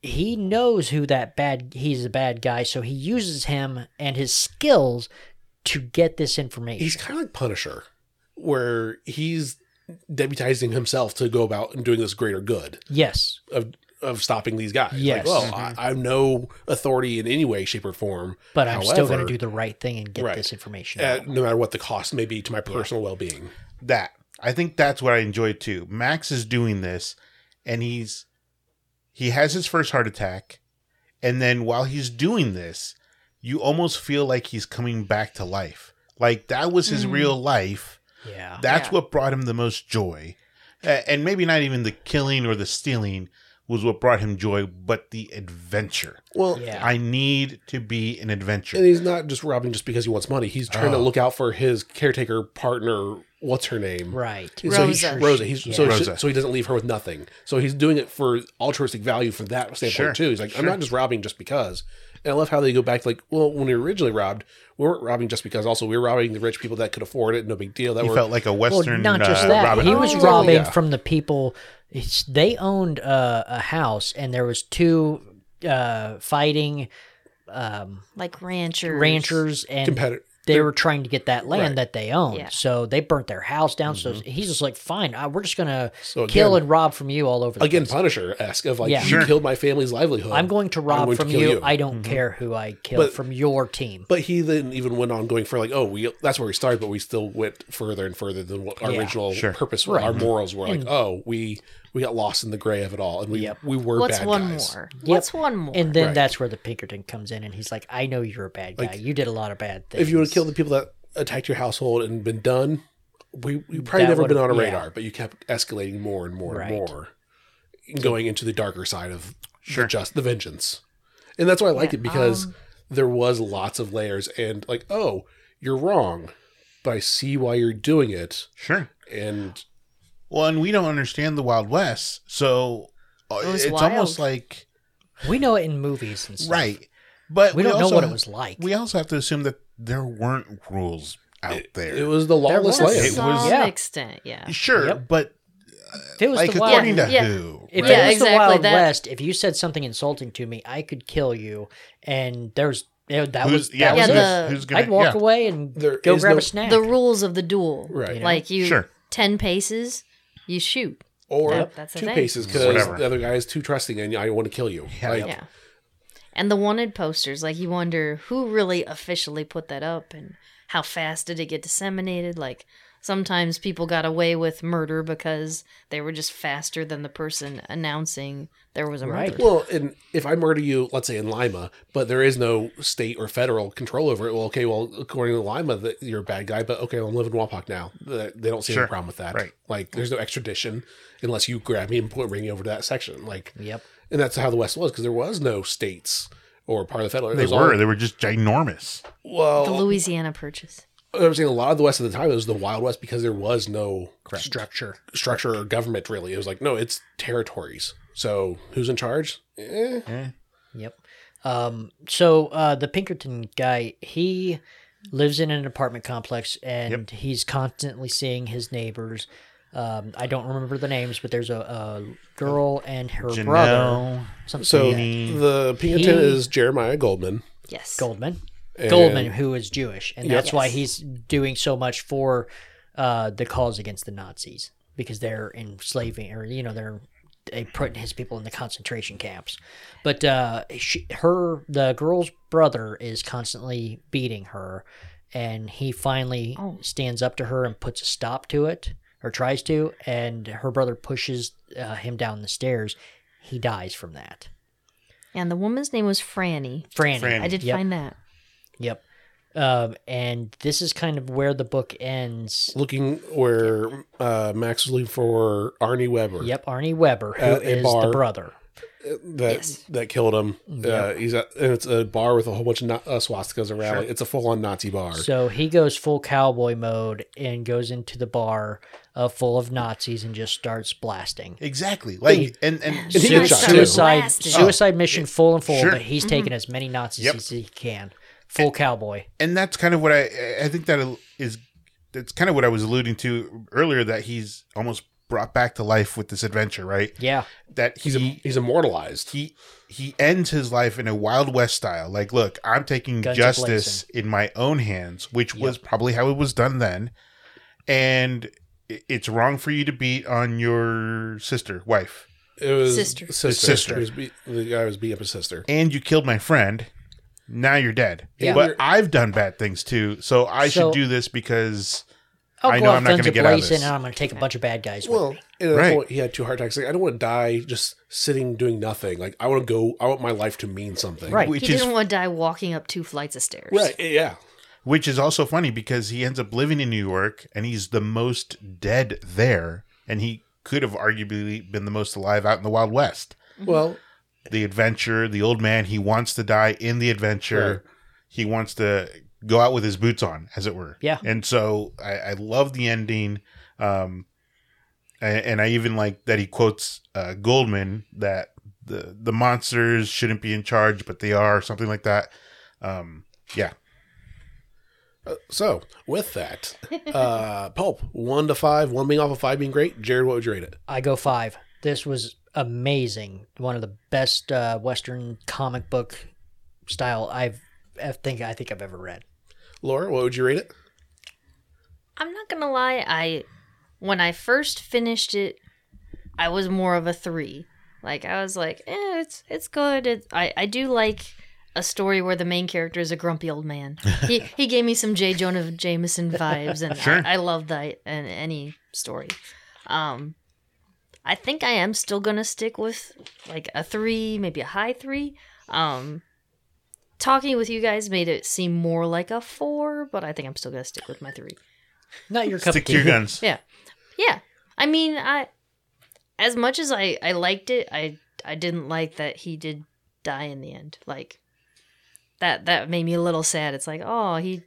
[SPEAKER 4] he knows who that bad he's a bad guy, so he uses him and his skills to get this information.
[SPEAKER 2] He's kind of like Punisher, where he's deputizing himself to go about and doing this greater good
[SPEAKER 4] yes.
[SPEAKER 2] of of stopping these guys.
[SPEAKER 4] Yes. Mm-hmm.
[SPEAKER 2] Like, well, I, I'm no authority in any way, shape, or form.
[SPEAKER 4] But I'm still going
[SPEAKER 2] However-
[SPEAKER 4] to do the right thing and get
[SPEAKER 2] Right.
[SPEAKER 4] this information.
[SPEAKER 2] Uh,
[SPEAKER 4] out.
[SPEAKER 2] no matter what the cost may be to my personal well being.
[SPEAKER 1] that. I think that's what I enjoy too. Max is doing this and he's he has his first heart attack and then while he's doing this, you almost feel like he's coming back to life. Like that was his
[SPEAKER 3] Mm. Oh,
[SPEAKER 1] real life.
[SPEAKER 4] yeah.
[SPEAKER 1] That's
[SPEAKER 3] Yeah.
[SPEAKER 1] what brought him the most joy. A- And maybe not even the killing or the stealing was what brought him joy, but the adventure.
[SPEAKER 2] Well,
[SPEAKER 4] Yeah.
[SPEAKER 1] I need to be an
[SPEAKER 2] and
[SPEAKER 1] adventure.
[SPEAKER 2] he's not just robbing just because he wants money. He's trying to
[SPEAKER 1] Oh.
[SPEAKER 2] look out for his caretaker partner. What's her name?
[SPEAKER 4] Right.
[SPEAKER 2] So he's-
[SPEAKER 3] Rosa.
[SPEAKER 2] Rosa. He's, so, she-
[SPEAKER 4] Yeah.
[SPEAKER 1] Rosa.
[SPEAKER 2] so he doesn't leave her with nothing. So he's doing it for altruistic value from that standpoint
[SPEAKER 1] Sure,
[SPEAKER 2] too. He's like, I'm
[SPEAKER 1] sure.
[SPEAKER 2] not just robbing just because. And I love how they go back to like, well, when we were originally robbed, we weren't robbing just because. Also, we were robbing the rich people that could afford it. No big deal. That
[SPEAKER 1] He
[SPEAKER 2] were
[SPEAKER 1] felt like a Western
[SPEAKER 4] well, not just
[SPEAKER 1] uh,
[SPEAKER 4] that.
[SPEAKER 1] Robin
[SPEAKER 4] He
[SPEAKER 1] Hood.
[SPEAKER 4] was
[SPEAKER 3] Oh.
[SPEAKER 4] robbing
[SPEAKER 2] Yeah.
[SPEAKER 4] from the people. It's- They owned uh, a house, and there was two uh, fighting um,
[SPEAKER 3] Like ranchers.
[SPEAKER 4] ranchers, and
[SPEAKER 2] competitive.
[SPEAKER 4] they were trying to get that land
[SPEAKER 2] Right. Mm-hmm.
[SPEAKER 4] that they owned.
[SPEAKER 3] Yeah.
[SPEAKER 4] So they burnt their house down. So he's just like, "Fine, I, we're just gonna
[SPEAKER 2] So again-
[SPEAKER 4] kill and rob from you all over the
[SPEAKER 2] Again,
[SPEAKER 4] place.
[SPEAKER 2] Punisher esque of like,
[SPEAKER 4] Yeah.
[SPEAKER 2] you
[SPEAKER 1] Sure.
[SPEAKER 2] killed my family's livelihood.
[SPEAKER 4] I'm going to rob
[SPEAKER 2] going to
[SPEAKER 4] from
[SPEAKER 2] kill
[SPEAKER 4] you.
[SPEAKER 2] you."
[SPEAKER 4] I don't care who I kill
[SPEAKER 2] But-
[SPEAKER 4] from your team."
[SPEAKER 2] But he then even went on going for like, oh, we that's where we started, but we still went further and further than what our
[SPEAKER 4] Yeah.
[SPEAKER 2] original
[SPEAKER 1] Sure.
[SPEAKER 2] purpose were.
[SPEAKER 4] Right.
[SPEAKER 2] Our morals were like,
[SPEAKER 4] And-
[SPEAKER 2] oh, we we got lost in the gray of it all, and we
[SPEAKER 4] Yep.
[SPEAKER 2] we were
[SPEAKER 3] What's
[SPEAKER 2] bad
[SPEAKER 3] one
[SPEAKER 2] guys.
[SPEAKER 3] more?
[SPEAKER 4] Yep.
[SPEAKER 3] What's one more?
[SPEAKER 4] and then
[SPEAKER 2] Right.
[SPEAKER 4] that's where the Pinkerton comes in, and he's like, "I know you're a bad guy.
[SPEAKER 2] Like,
[SPEAKER 4] you did a lot of bad things.
[SPEAKER 2] If you would have killed the people that attacked your household and been done, we we probably
[SPEAKER 4] That
[SPEAKER 2] never been on
[SPEAKER 4] would've-
[SPEAKER 2] a
[SPEAKER 4] yeah.
[SPEAKER 2] radar. But you kept escalating more and more
[SPEAKER 4] Right.
[SPEAKER 2] and more, going into the darker side of
[SPEAKER 1] Sure.
[SPEAKER 2] the just the vengeance, and that's why I liked
[SPEAKER 3] Yeah,
[SPEAKER 2] it because
[SPEAKER 3] um,
[SPEAKER 2] there was lots of layers and like, oh, you're wrong, but I see why you're doing it,
[SPEAKER 1] Sure.
[SPEAKER 2] and
[SPEAKER 1] Well, and we don't understand the Wild West, so uh,
[SPEAKER 3] It was
[SPEAKER 1] it's
[SPEAKER 3] wild.
[SPEAKER 1] almost like
[SPEAKER 4] we know it in movies and stuff.
[SPEAKER 1] right, but
[SPEAKER 4] we, don't know
[SPEAKER 1] also-
[SPEAKER 4] what it was like.
[SPEAKER 1] We also have to assume that there weren't rules out there.
[SPEAKER 2] it was the lawless
[SPEAKER 4] was-
[SPEAKER 1] Slayer.
[SPEAKER 3] to
[SPEAKER 2] land.
[SPEAKER 1] It
[SPEAKER 3] some
[SPEAKER 1] was-
[SPEAKER 4] Yeah.
[SPEAKER 3] extent, yeah.
[SPEAKER 1] sure,
[SPEAKER 4] Yep.
[SPEAKER 1] but
[SPEAKER 4] If it was
[SPEAKER 1] like
[SPEAKER 4] the Wild,
[SPEAKER 1] according
[SPEAKER 4] if
[SPEAKER 1] to
[SPEAKER 3] Yeah.
[SPEAKER 1] who?
[SPEAKER 4] it was
[SPEAKER 3] Yeah,
[SPEAKER 4] the
[SPEAKER 3] exactly,
[SPEAKER 4] Wild
[SPEAKER 3] that-
[SPEAKER 4] West, if you said something insulting to me, I could kill you. And there's that was
[SPEAKER 1] Who's,
[SPEAKER 4] that
[SPEAKER 1] yeah,
[SPEAKER 4] was
[SPEAKER 1] who's,
[SPEAKER 3] the-
[SPEAKER 4] it.
[SPEAKER 1] gonna- who's gonna?
[SPEAKER 4] I'd walk
[SPEAKER 1] yeah,
[SPEAKER 4] away and
[SPEAKER 2] There
[SPEAKER 4] go
[SPEAKER 2] is
[SPEAKER 4] grab
[SPEAKER 2] no-
[SPEAKER 4] a snack.
[SPEAKER 3] The rules of the duel.
[SPEAKER 2] Right.
[SPEAKER 3] Like you,
[SPEAKER 1] Sure.
[SPEAKER 3] 10 paces, you shoot.
[SPEAKER 2] or
[SPEAKER 3] Yep, that's the
[SPEAKER 2] two
[SPEAKER 3] thing.
[SPEAKER 2] paces because
[SPEAKER 1] Whatever.
[SPEAKER 2] the other guy is too trusting and I want to kill you.
[SPEAKER 1] Yeah.
[SPEAKER 2] Like,
[SPEAKER 3] Yeah. And the wanted posters, like you wonder who really officially put that up and how fast did it get disseminated? Like sometimes people got away with murder because they were just faster than the person announcing there was a
[SPEAKER 4] Right.
[SPEAKER 3] murder.
[SPEAKER 2] Well, and if I murder you, let's say in Lima, but there is no state or federal control over it, well, okay, well, according to Lima, that you're a bad guy, but okay, well, I'm living in Wapak now. Th- They don't see
[SPEAKER 1] Sure.
[SPEAKER 2] any problem with that.
[SPEAKER 1] Right.
[SPEAKER 2] Like, there's no extradition unless you grab me and put, bring me over to that section. Like,
[SPEAKER 4] Yep.
[SPEAKER 2] and that's how the West was because there was no states or part of the federal. It
[SPEAKER 1] They
[SPEAKER 2] was
[SPEAKER 1] were.
[SPEAKER 2] all-
[SPEAKER 1] They were just ginormous.
[SPEAKER 3] The
[SPEAKER 2] well,
[SPEAKER 3] Louisiana Purchase.
[SPEAKER 2] I'm saying a lot of the West at the time it was the Wild West because there was no structure, structure or government really. It was like no, it's territories. So who's in charge? Eh.
[SPEAKER 4] Yep. Um, so uh, the Pinkerton guy, he lives in an apartment complex and he's constantly seeing his neighbors. Um, I don't remember the names, but there's a, a girl and her brother.
[SPEAKER 1] Janelle.
[SPEAKER 4] Something
[SPEAKER 2] So
[SPEAKER 4] like that.
[SPEAKER 2] the Pinkerton
[SPEAKER 4] He-
[SPEAKER 2] is Jeremiah Goldman.
[SPEAKER 3] Yes.
[SPEAKER 4] Goldman,
[SPEAKER 2] and-
[SPEAKER 4] Goldman, who is Jewish, and that's
[SPEAKER 3] Yes.
[SPEAKER 4] why he's doing so much for uh, the cause against the Nazis because they're enslaving, or you know, they're they putting his people in the concentration camps. But uh, she, her, the girl's brother is constantly beating her, and he finally
[SPEAKER 3] Oh.
[SPEAKER 4] stands up to her and puts a stop to it, or tries to, and her brother pushes uh, him down the stairs. He dies from that.
[SPEAKER 3] And the woman's name was Franny.
[SPEAKER 4] Franny.
[SPEAKER 1] Franny.
[SPEAKER 3] I did
[SPEAKER 4] Yep.
[SPEAKER 3] find that.
[SPEAKER 4] Yep. Um, and this is kind of where the book ends.
[SPEAKER 2] looking where uh, Max was looking for Arnie Weber.
[SPEAKER 4] Yep, Arnie Weber, who
[SPEAKER 2] At
[SPEAKER 4] is
[SPEAKER 2] a bar.
[SPEAKER 4] the brother.
[SPEAKER 2] That
[SPEAKER 3] Yes.
[SPEAKER 2] that killed him. Uh, he's at, and it's a bar with a whole bunch of na- uh, swastikas around.
[SPEAKER 1] Sure.
[SPEAKER 2] it. It's a full on Nazi bar.
[SPEAKER 4] So he goes full cowboy mode and goes into the bar uh, full of Nazis and just starts blasting.
[SPEAKER 1] Exactly. Like and and,
[SPEAKER 2] And he gets
[SPEAKER 4] Suicide,
[SPEAKER 2] shot,
[SPEAKER 3] Suicide
[SPEAKER 2] too.
[SPEAKER 4] suicide,
[SPEAKER 3] blasted.
[SPEAKER 4] suicide mission full and full,
[SPEAKER 1] Oh. Sure.
[SPEAKER 4] but he's taking as many Nazis
[SPEAKER 1] Yep.
[SPEAKER 4] as he can. Full cowboy.
[SPEAKER 1] and that's kind of what I I think that is that's kind of what I was alluding to earlier that he's almost brought back to life with this adventure, right?
[SPEAKER 4] Yeah.
[SPEAKER 1] That
[SPEAKER 2] he's
[SPEAKER 1] he
[SPEAKER 2] he's immortalized.
[SPEAKER 1] he he ends his life in a Wild West style. Like, look, I'm taking
[SPEAKER 4] Guns
[SPEAKER 1] justice in my own hands, which was probably how it was done then. And i- it's wrong for you to beat on your sister, wife,
[SPEAKER 2] It was
[SPEAKER 3] Sister.
[SPEAKER 2] sister.
[SPEAKER 1] His sister.
[SPEAKER 2] He was be- the guy was beating up his sister.
[SPEAKER 1] and you killed my friend. Now you're dead.
[SPEAKER 4] Yeah.
[SPEAKER 1] But I've done bad things too, so I
[SPEAKER 4] So-
[SPEAKER 1] should do this because
[SPEAKER 4] I'll
[SPEAKER 1] I
[SPEAKER 4] Oh, go
[SPEAKER 1] know
[SPEAKER 4] off
[SPEAKER 1] I'm not
[SPEAKER 4] guns
[SPEAKER 1] gonna get out of
[SPEAKER 4] ablazing
[SPEAKER 1] this.
[SPEAKER 4] and I'm going to take a bunch of bad guys. with
[SPEAKER 2] Well,
[SPEAKER 4] me.
[SPEAKER 2] and at that
[SPEAKER 1] Right.
[SPEAKER 2] point, he had two heart attacks. Like I don't want to die just sitting doing nothing. Like I want to go. I want my life to mean something.
[SPEAKER 4] Right.
[SPEAKER 1] which
[SPEAKER 3] he
[SPEAKER 1] is
[SPEAKER 3] didn't want to die walking up two flights of stairs.
[SPEAKER 2] Right. Yeah.
[SPEAKER 1] Which is also funny because he ends up living in New York and he's the most dead there. And he could have arguably been the most alive out in the Wild West.
[SPEAKER 3] Mm-hmm.
[SPEAKER 2] Well,
[SPEAKER 1] The adventure, the old man, he wants to die in the adventure. He wants to go out with his boots on, as it were.
[SPEAKER 4] Yeah.
[SPEAKER 1] And so I, I love the ending. Um, and, and I even like that he quotes uh, Goldman that the, the monsters shouldn't be in charge, but they are, something like that. Um, yeah.
[SPEAKER 2] uh, so with that, uh, pulp one to five, one being off of five being great. Jared, what would you rate it?
[SPEAKER 4] I go five. This was amazing. One of the best uh, Western comic book style I've I think I think I've ever read.
[SPEAKER 2] Laura, what would you rate it?
[SPEAKER 3] I'm not gonna lie, I when I first finished it, I was more of a three. Like I was like, eh, it's it's good. It, I I do like a story where the main character is a grumpy old man. he he gave me some J. Jonah Jameson vibes, and
[SPEAKER 1] Sure.
[SPEAKER 3] I, I love that in any story. Um, I think I am still gonna stick with like a three, maybe a high three. Um, talking with you guys made it seem more like a four, but I think I'm still gonna stick with my three.
[SPEAKER 4] Not your cup
[SPEAKER 1] Stick
[SPEAKER 4] of tea.
[SPEAKER 1] to your guns.
[SPEAKER 3] Yeah. Yeah. I mean, I as much as I I liked it, I I didn't like that he did die in the end. Like that that made me a little sad. It's like, "Oh, he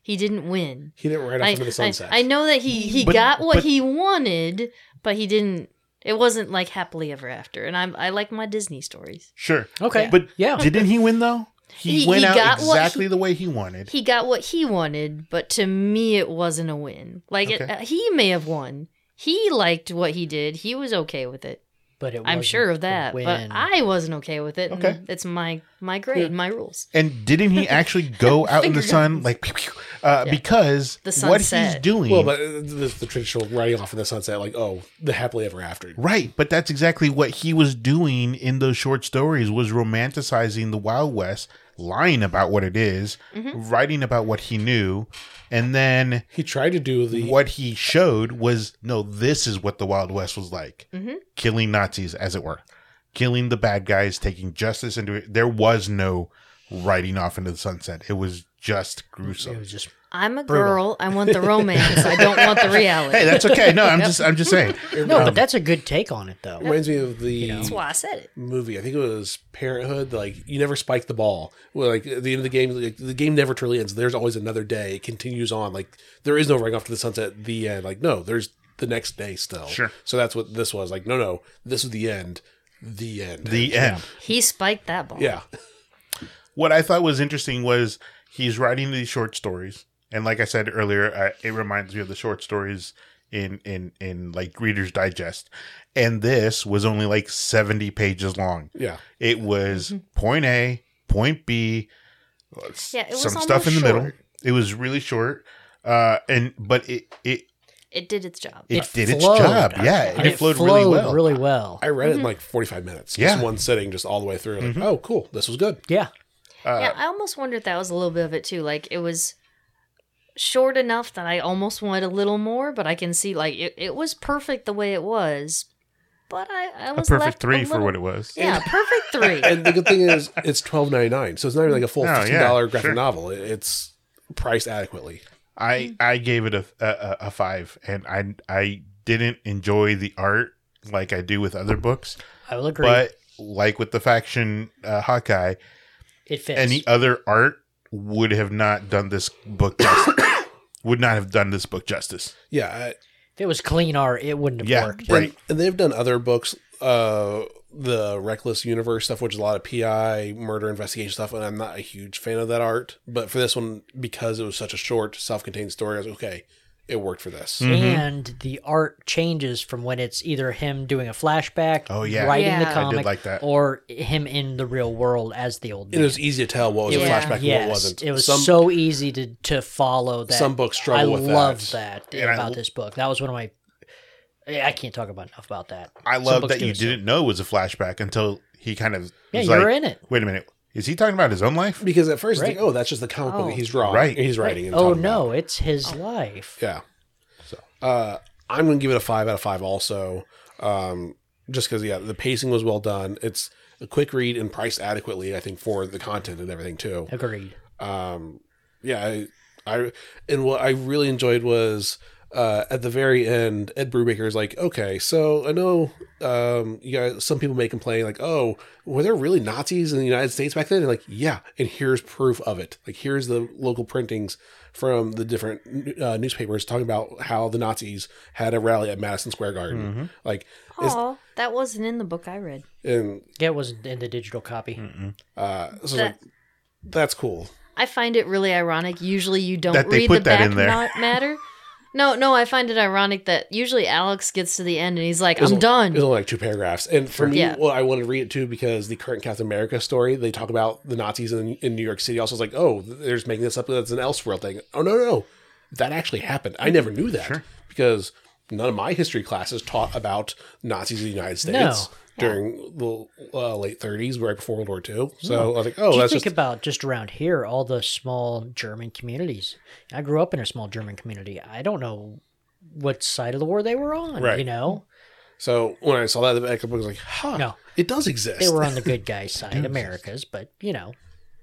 [SPEAKER 3] he didn't win."
[SPEAKER 2] He didn't ride off
[SPEAKER 3] I,
[SPEAKER 2] into the
[SPEAKER 3] I,
[SPEAKER 2] sunset.
[SPEAKER 3] I know that he he
[SPEAKER 1] But-
[SPEAKER 3] got what
[SPEAKER 1] but-
[SPEAKER 3] he wanted, but he didn't it wasn't like happily ever after. And I I like my Disney stories.
[SPEAKER 1] Sure.
[SPEAKER 4] Okay.
[SPEAKER 1] But
[SPEAKER 4] Yeah.
[SPEAKER 1] didn't he win though? He,
[SPEAKER 3] He-
[SPEAKER 1] went
[SPEAKER 3] he
[SPEAKER 1] out
[SPEAKER 3] got what
[SPEAKER 1] exactly
[SPEAKER 3] he-
[SPEAKER 1] the way he wanted.
[SPEAKER 3] He got what he wanted, but to me it wasn't a win. Like it,
[SPEAKER 1] Okay.
[SPEAKER 3] uh, he may have won. He liked what he did. He was okay with it.
[SPEAKER 4] but it
[SPEAKER 3] I'm
[SPEAKER 4] wasn't
[SPEAKER 3] sure
[SPEAKER 4] the
[SPEAKER 3] of that, but
[SPEAKER 4] win.
[SPEAKER 3] I wasn't okay with it. and
[SPEAKER 1] Okay.
[SPEAKER 3] it's my my grade, my rules.
[SPEAKER 1] And didn't he actually go out in the sun like pew, pew, uh, because
[SPEAKER 3] The
[SPEAKER 1] what he's
[SPEAKER 3] sunset.
[SPEAKER 1] doing?
[SPEAKER 2] Well, but uh, the, the traditional riding off in the sunset, like oh, the happily ever after.
[SPEAKER 1] right, but that's exactly what he was doing in those short stories was romanticizing the Wild West, lying about what it is, writing about what he knew, and then
[SPEAKER 2] He tried to do the
[SPEAKER 1] what he showed was no, this is what the Wild West was like. Killing Nazis, as it were. Killing the bad guys, taking justice into it. There was no riding off into the sunset. It was just gruesome.
[SPEAKER 4] it was just
[SPEAKER 3] I'm a girl. I want the romance. I don't want the reality.
[SPEAKER 1] Hey, that's okay. No, I'm just I'm just saying.
[SPEAKER 4] no, but that's a good take on it though.
[SPEAKER 2] reminds me of the
[SPEAKER 3] that's why I said it.
[SPEAKER 2] movie. I think it was Parenthood. Like you never spike the ball. Well, like at the end of the game, like, the game never truly ends. There's always another day. It continues on. Like there is no ring off to the sunset. at The end. Like no, there's the next day still.
[SPEAKER 1] Sure.
[SPEAKER 2] So that's what this was. Like no, no, this is the end. The end.
[SPEAKER 1] The end.
[SPEAKER 3] He spiked that ball.
[SPEAKER 2] yeah.
[SPEAKER 1] What I thought was interesting was he's writing these short stories, and like I said earlier, uh, it reminds me of the short stories in in in like Reader's Digest, and this was only like seventy pages long.
[SPEAKER 2] Yeah.
[SPEAKER 1] It
[SPEAKER 3] Mm-hmm.
[SPEAKER 1] was point A, point B,
[SPEAKER 3] Yeah, it was
[SPEAKER 1] some stuff in the
[SPEAKER 3] almost
[SPEAKER 1] middle.
[SPEAKER 3] short.
[SPEAKER 1] It was really short, uh, and but it it
[SPEAKER 3] It did its job.
[SPEAKER 1] it, did its
[SPEAKER 4] flowed.
[SPEAKER 1] job. Yeah, and
[SPEAKER 4] And
[SPEAKER 1] it, flowed, really well.
[SPEAKER 4] Really well.
[SPEAKER 2] I read it in like 45 minutes.
[SPEAKER 1] Yeah. Mm-hmm.
[SPEAKER 2] Just one sitting, just all the way through. Like, oh, cool. This was good.
[SPEAKER 4] yeah,
[SPEAKER 1] Uh,
[SPEAKER 3] yeah, I almost wondered if that was a little bit of it too. Like it was short enough that I almost wanted a little more, but I can see like it, it was perfect the way it was. But I, I
[SPEAKER 1] a
[SPEAKER 3] was
[SPEAKER 1] perfect
[SPEAKER 3] left
[SPEAKER 1] three
[SPEAKER 3] a
[SPEAKER 1] for
[SPEAKER 3] little-
[SPEAKER 1] what it was.
[SPEAKER 3] Yeah, perfect three.
[SPEAKER 2] And the good thing is, it's twelve ninety nine, so it's not even like a full
[SPEAKER 1] No, Oh, yeah,
[SPEAKER 2] fifteen dollar graphic
[SPEAKER 1] sure.
[SPEAKER 2] novel. It- It's priced adequately.
[SPEAKER 4] Mm.
[SPEAKER 1] I I gave it a, a a- a five, and I I didn't enjoy the art like I do with other books,
[SPEAKER 4] I will agree.
[SPEAKER 1] but like with the faction uh, Hawkeye,
[SPEAKER 4] it fits.
[SPEAKER 1] any other art would have not done this book justice. would not have done this book justice.
[SPEAKER 2] Yeah, I-
[SPEAKER 4] if it was clean art, it wouldn't have
[SPEAKER 1] Yeah.
[SPEAKER 4] worked.
[SPEAKER 1] Right.
[SPEAKER 2] And, and they've done other books, uh, the Reckless Universe stuff, which is a lot of PI, murder investigation stuff, and I'm not a huge fan of that art. But for this one, because it was such a short, self contained story, I was okay, it worked for this.
[SPEAKER 1] Mm. Mm-hmm.
[SPEAKER 4] And the art changes from when it's either him doing a flashback,
[SPEAKER 1] Oh, yeah.
[SPEAKER 4] writing
[SPEAKER 3] Yeah. I
[SPEAKER 4] the
[SPEAKER 3] did
[SPEAKER 4] comic,
[SPEAKER 1] like that.
[SPEAKER 4] or him in the real world as the old.
[SPEAKER 2] And it
[SPEAKER 4] man.
[SPEAKER 2] was easy to tell what was a
[SPEAKER 3] Yeah.
[SPEAKER 2] flashback and
[SPEAKER 4] Yes,
[SPEAKER 2] what wasn't.
[SPEAKER 4] It was
[SPEAKER 2] Some-
[SPEAKER 4] so easy to to follow that.
[SPEAKER 2] Some books struggle
[SPEAKER 4] I
[SPEAKER 2] with that.
[SPEAKER 4] love that,
[SPEAKER 1] And I
[SPEAKER 4] about
[SPEAKER 1] l-
[SPEAKER 4] this book. That was one of my. I can't talk about enough about that.
[SPEAKER 1] I
[SPEAKER 4] Some
[SPEAKER 1] love
[SPEAKER 4] books
[SPEAKER 1] that
[SPEAKER 4] do
[SPEAKER 1] you
[SPEAKER 4] it so-
[SPEAKER 1] didn't know it was a flashback until he kind of
[SPEAKER 4] Yeah,
[SPEAKER 1] was
[SPEAKER 4] you're
[SPEAKER 1] like,
[SPEAKER 4] in it.
[SPEAKER 1] Wait a minute, is he talking about his own life?
[SPEAKER 2] because at first,
[SPEAKER 4] Right.
[SPEAKER 2] it's like, oh, that's just the comic
[SPEAKER 3] Oh.
[SPEAKER 2] book that he's drawing.
[SPEAKER 1] Right.
[SPEAKER 2] He's writing. and
[SPEAKER 4] Oh
[SPEAKER 2] talking about.
[SPEAKER 4] no, it's his life.
[SPEAKER 2] Yeah. So uh, I'm going to give it a five out of five also. Um, just because, yeah, the pacing was well done. It's a quick read and priced adequately, I think, for the content and everything, too.
[SPEAKER 4] Agreed.
[SPEAKER 2] Um, yeah, I, I, and what I really enjoyed was uh, at the very end, Ed Brubaker is like, okay, so I know um, you guys, some people may complain, like, oh, were there really Nazis in the United States back then? And like, yeah, and here's proof of it. Like, here's the local printings from the different uh, newspapers talking about how the Nazis had a rally at Madison Square Garden. Like, it's,
[SPEAKER 3] Oh, that wasn't in the book I read.
[SPEAKER 2] and
[SPEAKER 4] Yeah, it wasn't in the digital copy.
[SPEAKER 1] Mm-hmm.
[SPEAKER 2] uh, so
[SPEAKER 3] That-
[SPEAKER 2] like, that's cool.
[SPEAKER 3] I find it really ironic. Usually, you don't
[SPEAKER 1] That they
[SPEAKER 3] read
[SPEAKER 1] put
[SPEAKER 3] the
[SPEAKER 1] that
[SPEAKER 3] back
[SPEAKER 1] in there.
[SPEAKER 3] ma- matter. No, no, I find it ironic that usually Alex gets to the end and he's like,
[SPEAKER 2] It was
[SPEAKER 3] "I'm
[SPEAKER 2] only- It was
[SPEAKER 3] done."
[SPEAKER 2] only like two paragraphs, and for me,
[SPEAKER 3] Yeah.
[SPEAKER 2] well, I wanted to read it too because the current Captain America story they talk about the Nazis in, in New York City. Also, it's like, oh, they're just making this up. That's an Elseworld thing. Oh no, no, no, that actually happened. I never knew that because none of my history classes taught about Nazis in the United States
[SPEAKER 4] No.
[SPEAKER 2] during the uh, late 30s, right before World War II. So I was like, oh,
[SPEAKER 4] Do you
[SPEAKER 2] that's
[SPEAKER 4] think
[SPEAKER 2] just
[SPEAKER 4] about just around here, all the small German communities? I grew up in a small German community. I don't know what side of the war they were on.
[SPEAKER 2] Right.
[SPEAKER 4] You know,
[SPEAKER 2] so when I saw that in the back of the book, I was like, huh,
[SPEAKER 4] No.
[SPEAKER 2] it does exist.
[SPEAKER 4] they were on the good guys' side, America's. But you know,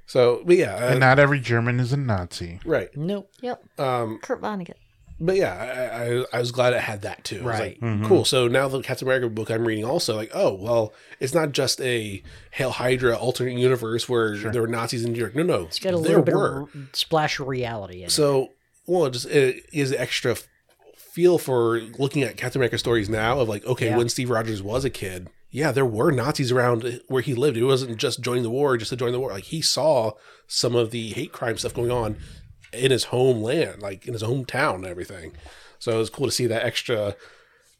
[SPEAKER 2] so, but yeah, uh,
[SPEAKER 1] And not every German is a Nazi.
[SPEAKER 2] right.
[SPEAKER 4] nope.
[SPEAKER 3] Yep,
[SPEAKER 2] Um,
[SPEAKER 3] Kurt Vonnegut.
[SPEAKER 2] But yeah, I, I, I was glad it had that too. It was
[SPEAKER 4] Right.
[SPEAKER 2] like, Cool. So now the Captain America book I'm reading also, like, oh, well, it's not just a Hail Hydra alternate universe where there were Nazis in New York. No, no.
[SPEAKER 4] It's got a
[SPEAKER 2] there
[SPEAKER 4] little bit of r- splash of reality in it.
[SPEAKER 2] So, well, it just it gives an extra f- feel for looking at Captain America stories now of like, okay,
[SPEAKER 4] Yeah.
[SPEAKER 2] when Steve Rogers was a kid, yeah, there were Nazis around where he lived. It wasn't just joining the war just to join the war. Like, he saw some of the hate crime stuff going on in his homeland, like in his hometown and everything. So it was cool to see that extra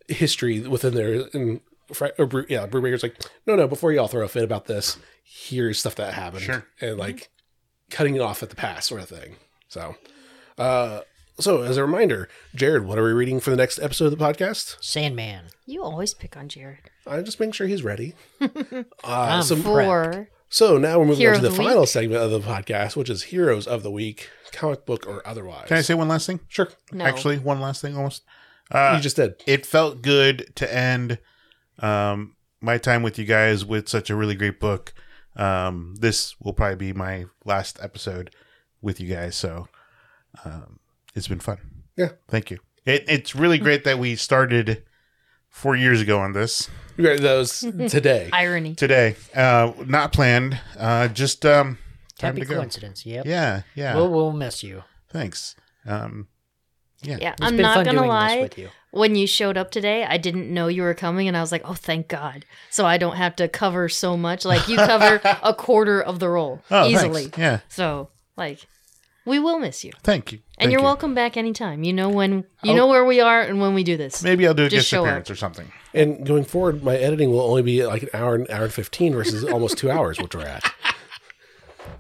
[SPEAKER 2] history within there. And Fre- or brew, yeah, Brewmaker's like, no, no, before y'all throw a fit about this, here's stuff that happened.
[SPEAKER 1] Sure.
[SPEAKER 2] And like cutting it off at the pass sort of thing. So, uh, so as a reminder, Jared, what are we reading for the next episode of the podcast?
[SPEAKER 4] Sandman.
[SPEAKER 3] You always pick on Jared.
[SPEAKER 2] I just make sure he's ready. Uh,
[SPEAKER 4] Um,
[SPEAKER 2] so,
[SPEAKER 3] For
[SPEAKER 2] so now we're moving
[SPEAKER 3] Hero
[SPEAKER 2] on to
[SPEAKER 3] of
[SPEAKER 2] the
[SPEAKER 3] the
[SPEAKER 2] final segment of the podcast, which is heroes of the week, comic book or otherwise.
[SPEAKER 1] Can I say one last thing?
[SPEAKER 2] Sure.
[SPEAKER 3] no.
[SPEAKER 1] Actually, one last thing almost. Uh,
[SPEAKER 2] you just did.
[SPEAKER 1] it felt good to end um, my time with you guys with such a really great book. Um, this will probably be my last episode with you guys, so um, it's been fun.
[SPEAKER 2] Yeah.
[SPEAKER 1] thank you. It, it's really great that we started four years ago on this
[SPEAKER 2] You read those today.
[SPEAKER 3] irony.
[SPEAKER 1] today. Uh, not planned. Uh, just um, time
[SPEAKER 4] Happy
[SPEAKER 1] to go.
[SPEAKER 4] coincidence. Yep.
[SPEAKER 1] Yeah, yeah.
[SPEAKER 4] We'll, we'll miss you.
[SPEAKER 1] Thanks. Um, yeah.
[SPEAKER 3] Yeah,
[SPEAKER 4] It's
[SPEAKER 3] I'm
[SPEAKER 4] been
[SPEAKER 3] not
[SPEAKER 4] fun
[SPEAKER 3] gonna
[SPEAKER 4] doing
[SPEAKER 3] lie.
[SPEAKER 4] this with you.
[SPEAKER 3] when you showed up today, I didn't know you were coming, and I was like, "Oh, thank God!" So I don't have to cover so much. Like you cover a quarter of the role
[SPEAKER 1] Oh,
[SPEAKER 3] easily.
[SPEAKER 1] Thanks. Yeah.
[SPEAKER 3] So like, we will miss you,
[SPEAKER 1] Thank you.
[SPEAKER 3] and
[SPEAKER 1] Thank
[SPEAKER 3] you're
[SPEAKER 1] you. Oh.
[SPEAKER 3] welcome back anytime. You know when you know where we are, and when we do this.
[SPEAKER 1] Maybe I'll do a
[SPEAKER 3] Just
[SPEAKER 1] guest
[SPEAKER 3] show up.
[SPEAKER 1] appearance or something.
[SPEAKER 2] And going forward, my editing will only be like an hour, an hour and 15 versus almost two hours, which we're at.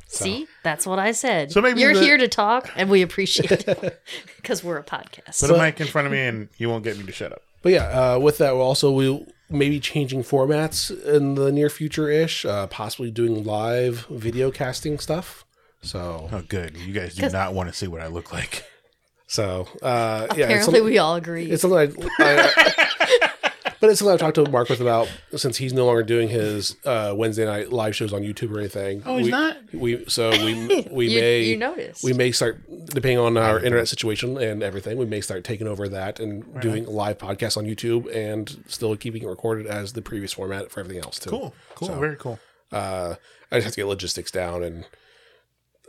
[SPEAKER 3] See, that's what I said.
[SPEAKER 1] So maybe
[SPEAKER 3] you're
[SPEAKER 1] the-
[SPEAKER 3] here to talk, and we appreciate it because we're a podcast.
[SPEAKER 1] Put a mic in front of me, and you won't get me to shut up.
[SPEAKER 2] But yeah, uh, with that, we'll also we may be changing formats in the near future ish, uh, possibly doing live video casting stuff. So,
[SPEAKER 1] Oh, good. You guys do not want to see what I look like.
[SPEAKER 2] so uh, yeah, it's,
[SPEAKER 3] Apparently,
[SPEAKER 2] some-
[SPEAKER 3] we all agree.
[SPEAKER 2] it's something. I, I- but it's something I've talked to Mark with about since he's no longer doing his uh, Wednesday night live shows on YouTube or anything. Oh,
[SPEAKER 1] he's
[SPEAKER 2] we,
[SPEAKER 1] not?
[SPEAKER 2] We so we we
[SPEAKER 3] you,
[SPEAKER 2] may
[SPEAKER 3] you noticed.
[SPEAKER 2] we may start depending on our internet situation and everything we may start taking over that and doing live podcasts on youtube and still keeping it recorded as the previous format for everything else too
[SPEAKER 1] Cool. Cool.
[SPEAKER 2] So,
[SPEAKER 1] Very cool.
[SPEAKER 2] uh, i just have to get logistics down and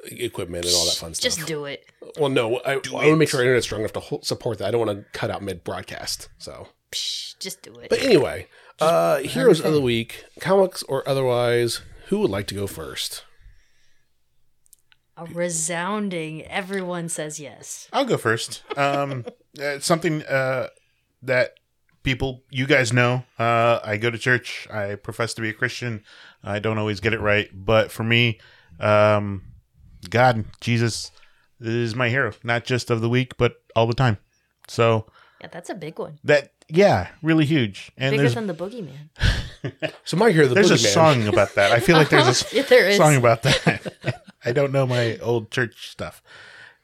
[SPEAKER 2] equipment and all that fun stuff
[SPEAKER 3] Just do it.
[SPEAKER 2] well no i, I want to make sure our internet's strong enough to ho- support that i don't want to cut out mid broadcast so
[SPEAKER 3] Psh, just do it.
[SPEAKER 2] but anyway uh heroes of the week comics or otherwise who would like to go first
[SPEAKER 3] a resounding everyone says yes.
[SPEAKER 1] I'll go first. Um, uh, something uh, that people, you guys know. Uh, I go to church. I profess to be a Christian. I don't always get it right, but for me, um, God, Jesus is my hero, not just of the week, but all the time. So
[SPEAKER 3] Yeah, that's a big one.
[SPEAKER 1] that, yeah, really huge. And
[SPEAKER 3] Bigger
[SPEAKER 1] there's
[SPEAKER 3] than the boogeyman.
[SPEAKER 2] so my hero the
[SPEAKER 1] there's a
[SPEAKER 2] Boogeyman.
[SPEAKER 1] song about that. I feel like there's a s-
[SPEAKER 3] Yeah, there is.
[SPEAKER 1] song about that. I don't know my old church stuff.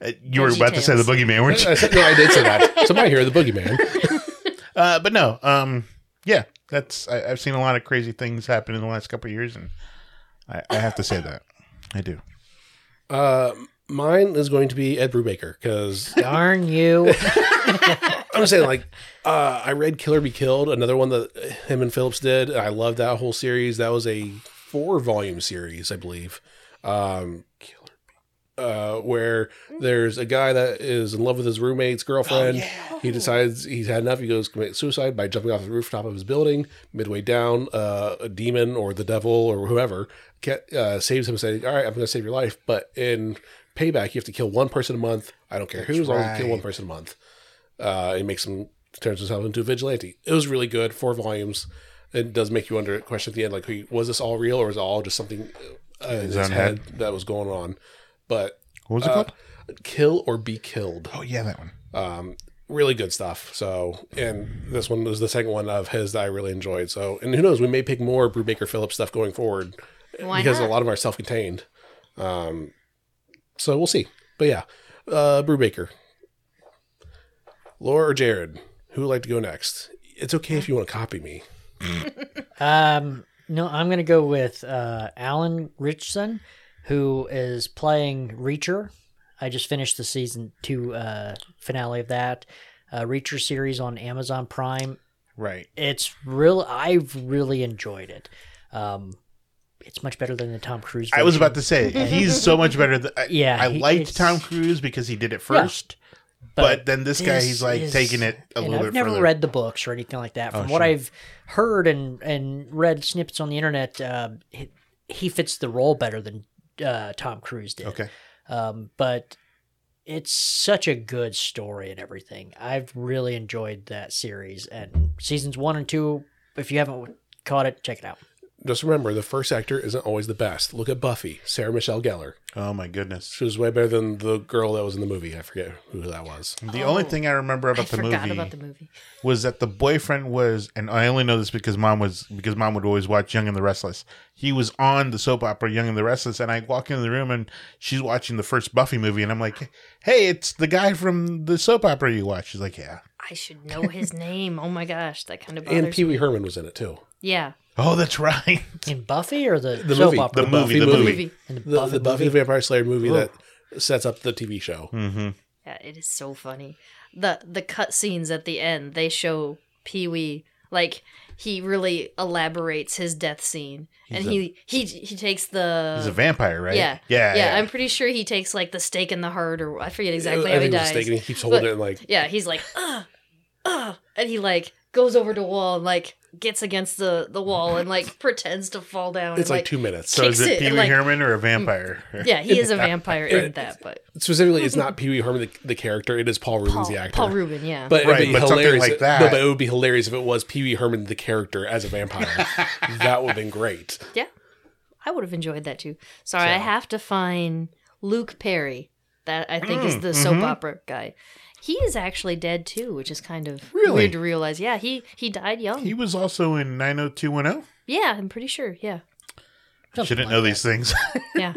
[SPEAKER 1] Uh, You were
[SPEAKER 3] Veggie
[SPEAKER 1] about to say the
[SPEAKER 3] Tales.
[SPEAKER 1] boogeyman, weren't you?
[SPEAKER 2] I said- no, I did say that. So my hero, the boogeyman.
[SPEAKER 1] Uh, but no, um, yeah, that's I, I've seen a lot of crazy things happen in the last couple of years, and I, I have to say that I do.
[SPEAKER 2] Uh, mine is going to be Ed Brubaker because
[SPEAKER 4] Darn you.
[SPEAKER 2] I'm saying like uh, I read Killer Be Killed, another one that him and Phillips did. and I loved that whole series. That was a four volume series, I believe. Um, Killer, uh, where there's a guy that is in love with his roommate's girlfriend. He decides he's had enough. He goes commit suicide by jumping off the rooftop of his building. Midway down, uh, a demon or the devil or whoever ca uh, saves him, saying, "All right, I'm going to save your life." But in payback, you have to kill one person a month. I don't care who, as long as you kill
[SPEAKER 1] right.
[SPEAKER 2] one person a month. Uh, it makes him turns himself into a vigilante. It was really good, four volumes. It does make you under question at the end, like, who- was this all real or is it all just something uh, in his
[SPEAKER 1] own
[SPEAKER 2] head that was going on? But
[SPEAKER 1] What was it
[SPEAKER 2] uh,
[SPEAKER 1] called?
[SPEAKER 2] kill or be killed
[SPEAKER 1] Oh yeah, that one.
[SPEAKER 2] um, really good stuff. So, and this one was the second one of his that I really enjoyed. So, and who knows, we may pick more Brubaker Phillips stuff going forward
[SPEAKER 3] Why
[SPEAKER 2] because
[SPEAKER 3] not?
[SPEAKER 2] a lot of them are self-contained. Um, so we'll see. But yeah, uh, Brubaker, Laura or Jared, who would like to go next? It's okay if you want to copy me.
[SPEAKER 4] Um, no, I'm going to go with uh, Alan Richson, who is playing Reacher. I just finished the season two uh, finale of that uh, Reacher series on Amazon Prime.
[SPEAKER 1] Right.
[SPEAKER 4] It's real. I've really enjoyed it. Um, it's much better than the Tom Cruise.
[SPEAKER 1] I was
[SPEAKER 4] version.
[SPEAKER 1] about to say he's so much better. Than, I,
[SPEAKER 4] Yeah,
[SPEAKER 1] I
[SPEAKER 4] he-
[SPEAKER 1] liked
[SPEAKER 4] it's-
[SPEAKER 1] Tom Cruise because he did it first, but, then this guy,
[SPEAKER 4] this
[SPEAKER 1] he's like
[SPEAKER 4] is-
[SPEAKER 1] taking it a
[SPEAKER 4] and
[SPEAKER 1] little
[SPEAKER 4] I've
[SPEAKER 1] bit
[SPEAKER 4] never
[SPEAKER 1] further. Oh,
[SPEAKER 4] read the books or anything like that. From what I've heard and and read snippets on the internet, uh, he, he fits the role better than uh, Tom Cruise did.
[SPEAKER 1] okay.
[SPEAKER 4] um, but it's such a good story and everything. I've really enjoyed that series, and seasons one and two If you haven't caught it, check it out.
[SPEAKER 2] Just remember, the first actor isn't always the best. Look at Buffy, Sarah Michelle Gellar.
[SPEAKER 1] Oh my goodness.
[SPEAKER 2] She was way better than the girl that was in the movie. I forget who that was.
[SPEAKER 3] Oh,
[SPEAKER 1] The only thing I remember
[SPEAKER 3] I
[SPEAKER 1] about the
[SPEAKER 3] forgot
[SPEAKER 1] movie
[SPEAKER 3] about the movie.
[SPEAKER 1] was that the boyfriend was, and I only know this because mom was because mom would always watch Young and the Restless. He was on the soap opera Young and the Restless, and I walk into the room and she's watching the first Buffy movie, and I'm like, "Hey, it's the guy from the soap opera you watch." She's like, "Yeah."
[SPEAKER 3] I should know his name. Oh my gosh, that kind of bothers
[SPEAKER 2] And Pee Wee Herman was in it too.
[SPEAKER 3] Yeah,
[SPEAKER 1] Oh, that's right.
[SPEAKER 4] In Buffy or the,
[SPEAKER 2] The
[SPEAKER 4] soap
[SPEAKER 2] movie.
[SPEAKER 1] The
[SPEAKER 4] opera?
[SPEAKER 1] movie, the
[SPEAKER 2] Buffy
[SPEAKER 1] movie.
[SPEAKER 3] movie.
[SPEAKER 4] In the
[SPEAKER 2] The,
[SPEAKER 4] Buffy
[SPEAKER 2] the Buffy the
[SPEAKER 4] movie?
[SPEAKER 2] Vampire Slayer movie that sets up the TV show.
[SPEAKER 1] Mm-hmm.
[SPEAKER 3] Yeah, it is so funny. The the cutscenes at the end, they show Pee Wee like he really elaborates his death scene, and
[SPEAKER 1] He's a-
[SPEAKER 3] he he he takes the
[SPEAKER 1] He's a vampire, right?
[SPEAKER 3] Yeah,
[SPEAKER 1] yeah,
[SPEAKER 3] yeah. I'm pretty sure he takes like the stake in the heart, or I forget exactly
[SPEAKER 2] I
[SPEAKER 3] how he
[SPEAKER 2] think it was
[SPEAKER 3] dies.
[SPEAKER 2] mistaken. He keeps holding
[SPEAKER 3] But-
[SPEAKER 2] it and like
[SPEAKER 3] Yeah, he's like, uh, uh, and he like goes over to wall and like gets against the the wall and like pretends to fall down.
[SPEAKER 2] it's
[SPEAKER 3] and,
[SPEAKER 2] like, two minutes.
[SPEAKER 1] so is
[SPEAKER 3] kicks
[SPEAKER 1] it
[SPEAKER 3] it,
[SPEAKER 1] Pee Wee
[SPEAKER 3] like- mm,
[SPEAKER 1] Herman or a vampire?
[SPEAKER 3] Yeah, he is a vampire in that, but
[SPEAKER 2] Specifically, it's not Pee Wee Herman the, the character. It is Paul Rubens
[SPEAKER 3] Paul,
[SPEAKER 2] the actor.
[SPEAKER 3] Paul Rubin, yeah.
[SPEAKER 2] But
[SPEAKER 1] Right,
[SPEAKER 2] it'd be
[SPEAKER 1] but something
[SPEAKER 2] hilarious.
[SPEAKER 1] like
[SPEAKER 2] if-
[SPEAKER 1] that.
[SPEAKER 2] No, but it would be hilarious if it was Pee Wee Herman the character as a vampire. that would have been great.
[SPEAKER 3] yeah, I would have enjoyed that too. Sorry, I have to find Luke Perry. That I think
[SPEAKER 1] Mm,
[SPEAKER 3] is the
[SPEAKER 1] mm-hmm.
[SPEAKER 3] soap opera guy. He is actually dead too, which is kind of
[SPEAKER 1] Really?
[SPEAKER 3] weird to realize. Yeah, he he died young.
[SPEAKER 1] He was also in 90210.
[SPEAKER 3] yeah, I'm pretty sure. Yeah.
[SPEAKER 1] I
[SPEAKER 4] Something
[SPEAKER 1] shouldn't
[SPEAKER 4] like
[SPEAKER 1] know
[SPEAKER 4] that.
[SPEAKER 1] these things.
[SPEAKER 3] Yeah.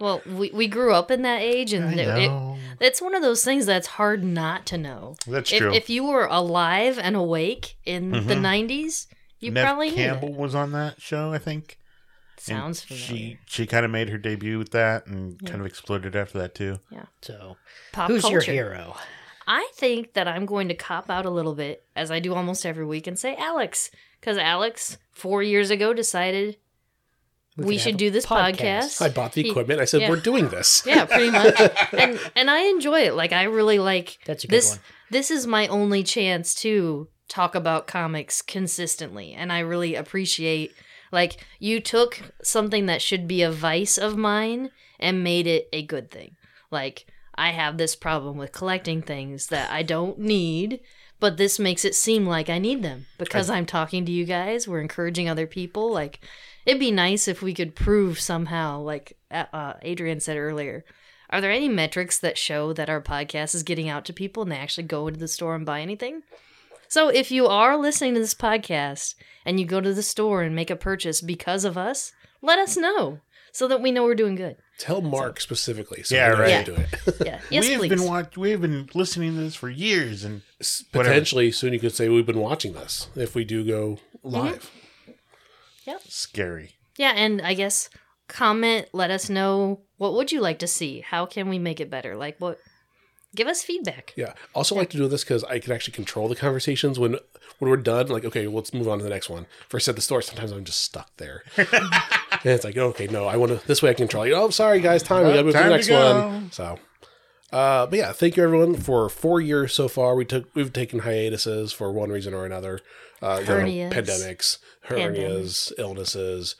[SPEAKER 3] well, we, we grew up in that age, and it, it, it's one of those things that's hard not to know.
[SPEAKER 1] That's
[SPEAKER 3] if,
[SPEAKER 1] true.
[SPEAKER 3] If you were alive and awake in the
[SPEAKER 1] Mhm.
[SPEAKER 3] 90s, you
[SPEAKER 1] Nev
[SPEAKER 3] probably knew. that.
[SPEAKER 1] Campbell was on that show, I think. And
[SPEAKER 3] Sounds familiar.
[SPEAKER 1] She she kind of made her debut with that and kind of exploded after that too.
[SPEAKER 4] So,
[SPEAKER 3] Pop
[SPEAKER 4] who's your
[SPEAKER 3] culture.
[SPEAKER 4] hero?
[SPEAKER 3] I think that I'm going to cop out a little bit, as I do almost every week, and say Alex. Because Alex, four years ago, decided we,
[SPEAKER 4] could have
[SPEAKER 3] should
[SPEAKER 4] a
[SPEAKER 3] do this podcast.
[SPEAKER 2] I bought the
[SPEAKER 3] He-
[SPEAKER 2] equipment. I said,
[SPEAKER 3] yeah.
[SPEAKER 2] "We're doing this."
[SPEAKER 3] yeah, pretty much. and and I enjoy it. Like I really like
[SPEAKER 4] That's a good
[SPEAKER 3] this
[SPEAKER 4] one.
[SPEAKER 3] this is my only chance to talk about comics consistently and I really appreciate like you took something that should be a vice of mine and made it a good thing. Like I have this problem with collecting things that I don't need, but this makes it seem like I need them because I'm talking to you guys, we're encouraging other people like it'd be nice if we could prove somehow like uh, uh, Adrian said earlier are there any metrics that show that our podcast is getting out to people and they actually go into the store and buy anything? So if you are listening to this podcast and you go to the store and make a purchase because of us, let us know so that we know we're doing good.
[SPEAKER 2] Tell Mark specifically. So
[SPEAKER 1] Yeah,
[SPEAKER 2] yeah,
[SPEAKER 1] right.
[SPEAKER 2] right. Do it.
[SPEAKER 3] Yeah. Yes,
[SPEAKER 1] we have
[SPEAKER 3] please.
[SPEAKER 1] been watch- we have been listening to this for years and
[SPEAKER 2] S-
[SPEAKER 1] Whatever.
[SPEAKER 2] Potentially soon, you could say we've been watching this if we do go
[SPEAKER 3] Mm-hmm.
[SPEAKER 2] live.
[SPEAKER 1] scary.
[SPEAKER 3] yeah, and I guess comment, let us know what would you like to see? How can we make it better? Like what give us feedback.
[SPEAKER 2] Yeah. Also, like to do this because I can actually control the conversations when when we're done. Like, okay, let's move on to the next one. First at the store, sometimes I'm just stuck there, and it's like, okay, no, I want to. This way, I can control. You. Oh, I'm sorry, guys, time. We
[SPEAKER 1] Well,
[SPEAKER 2] got to move to the
[SPEAKER 1] time to
[SPEAKER 2] next
[SPEAKER 1] go.
[SPEAKER 2] one. So. Uh, but yeah, thank you everyone for four years so far. We took we've taken hiatuses for one reason or another. Uh, you know,
[SPEAKER 3] Hernias.
[SPEAKER 2] pandemics, hernias, illnesses,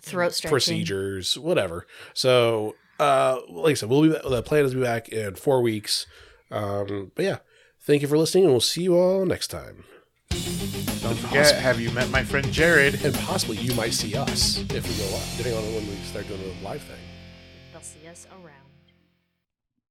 [SPEAKER 3] Throat stretching.
[SPEAKER 2] procedures, whatever. So, uh, like I said, we'll be back, the plan is to be back in four weeks. Um, but yeah, thank you for listening, and we'll see you all next time.
[SPEAKER 1] Don't forget, have you met my friend Jared?
[SPEAKER 2] And possibly you might see us if we go live, depending on when we start doing the live thing.
[SPEAKER 3] They'll see us around.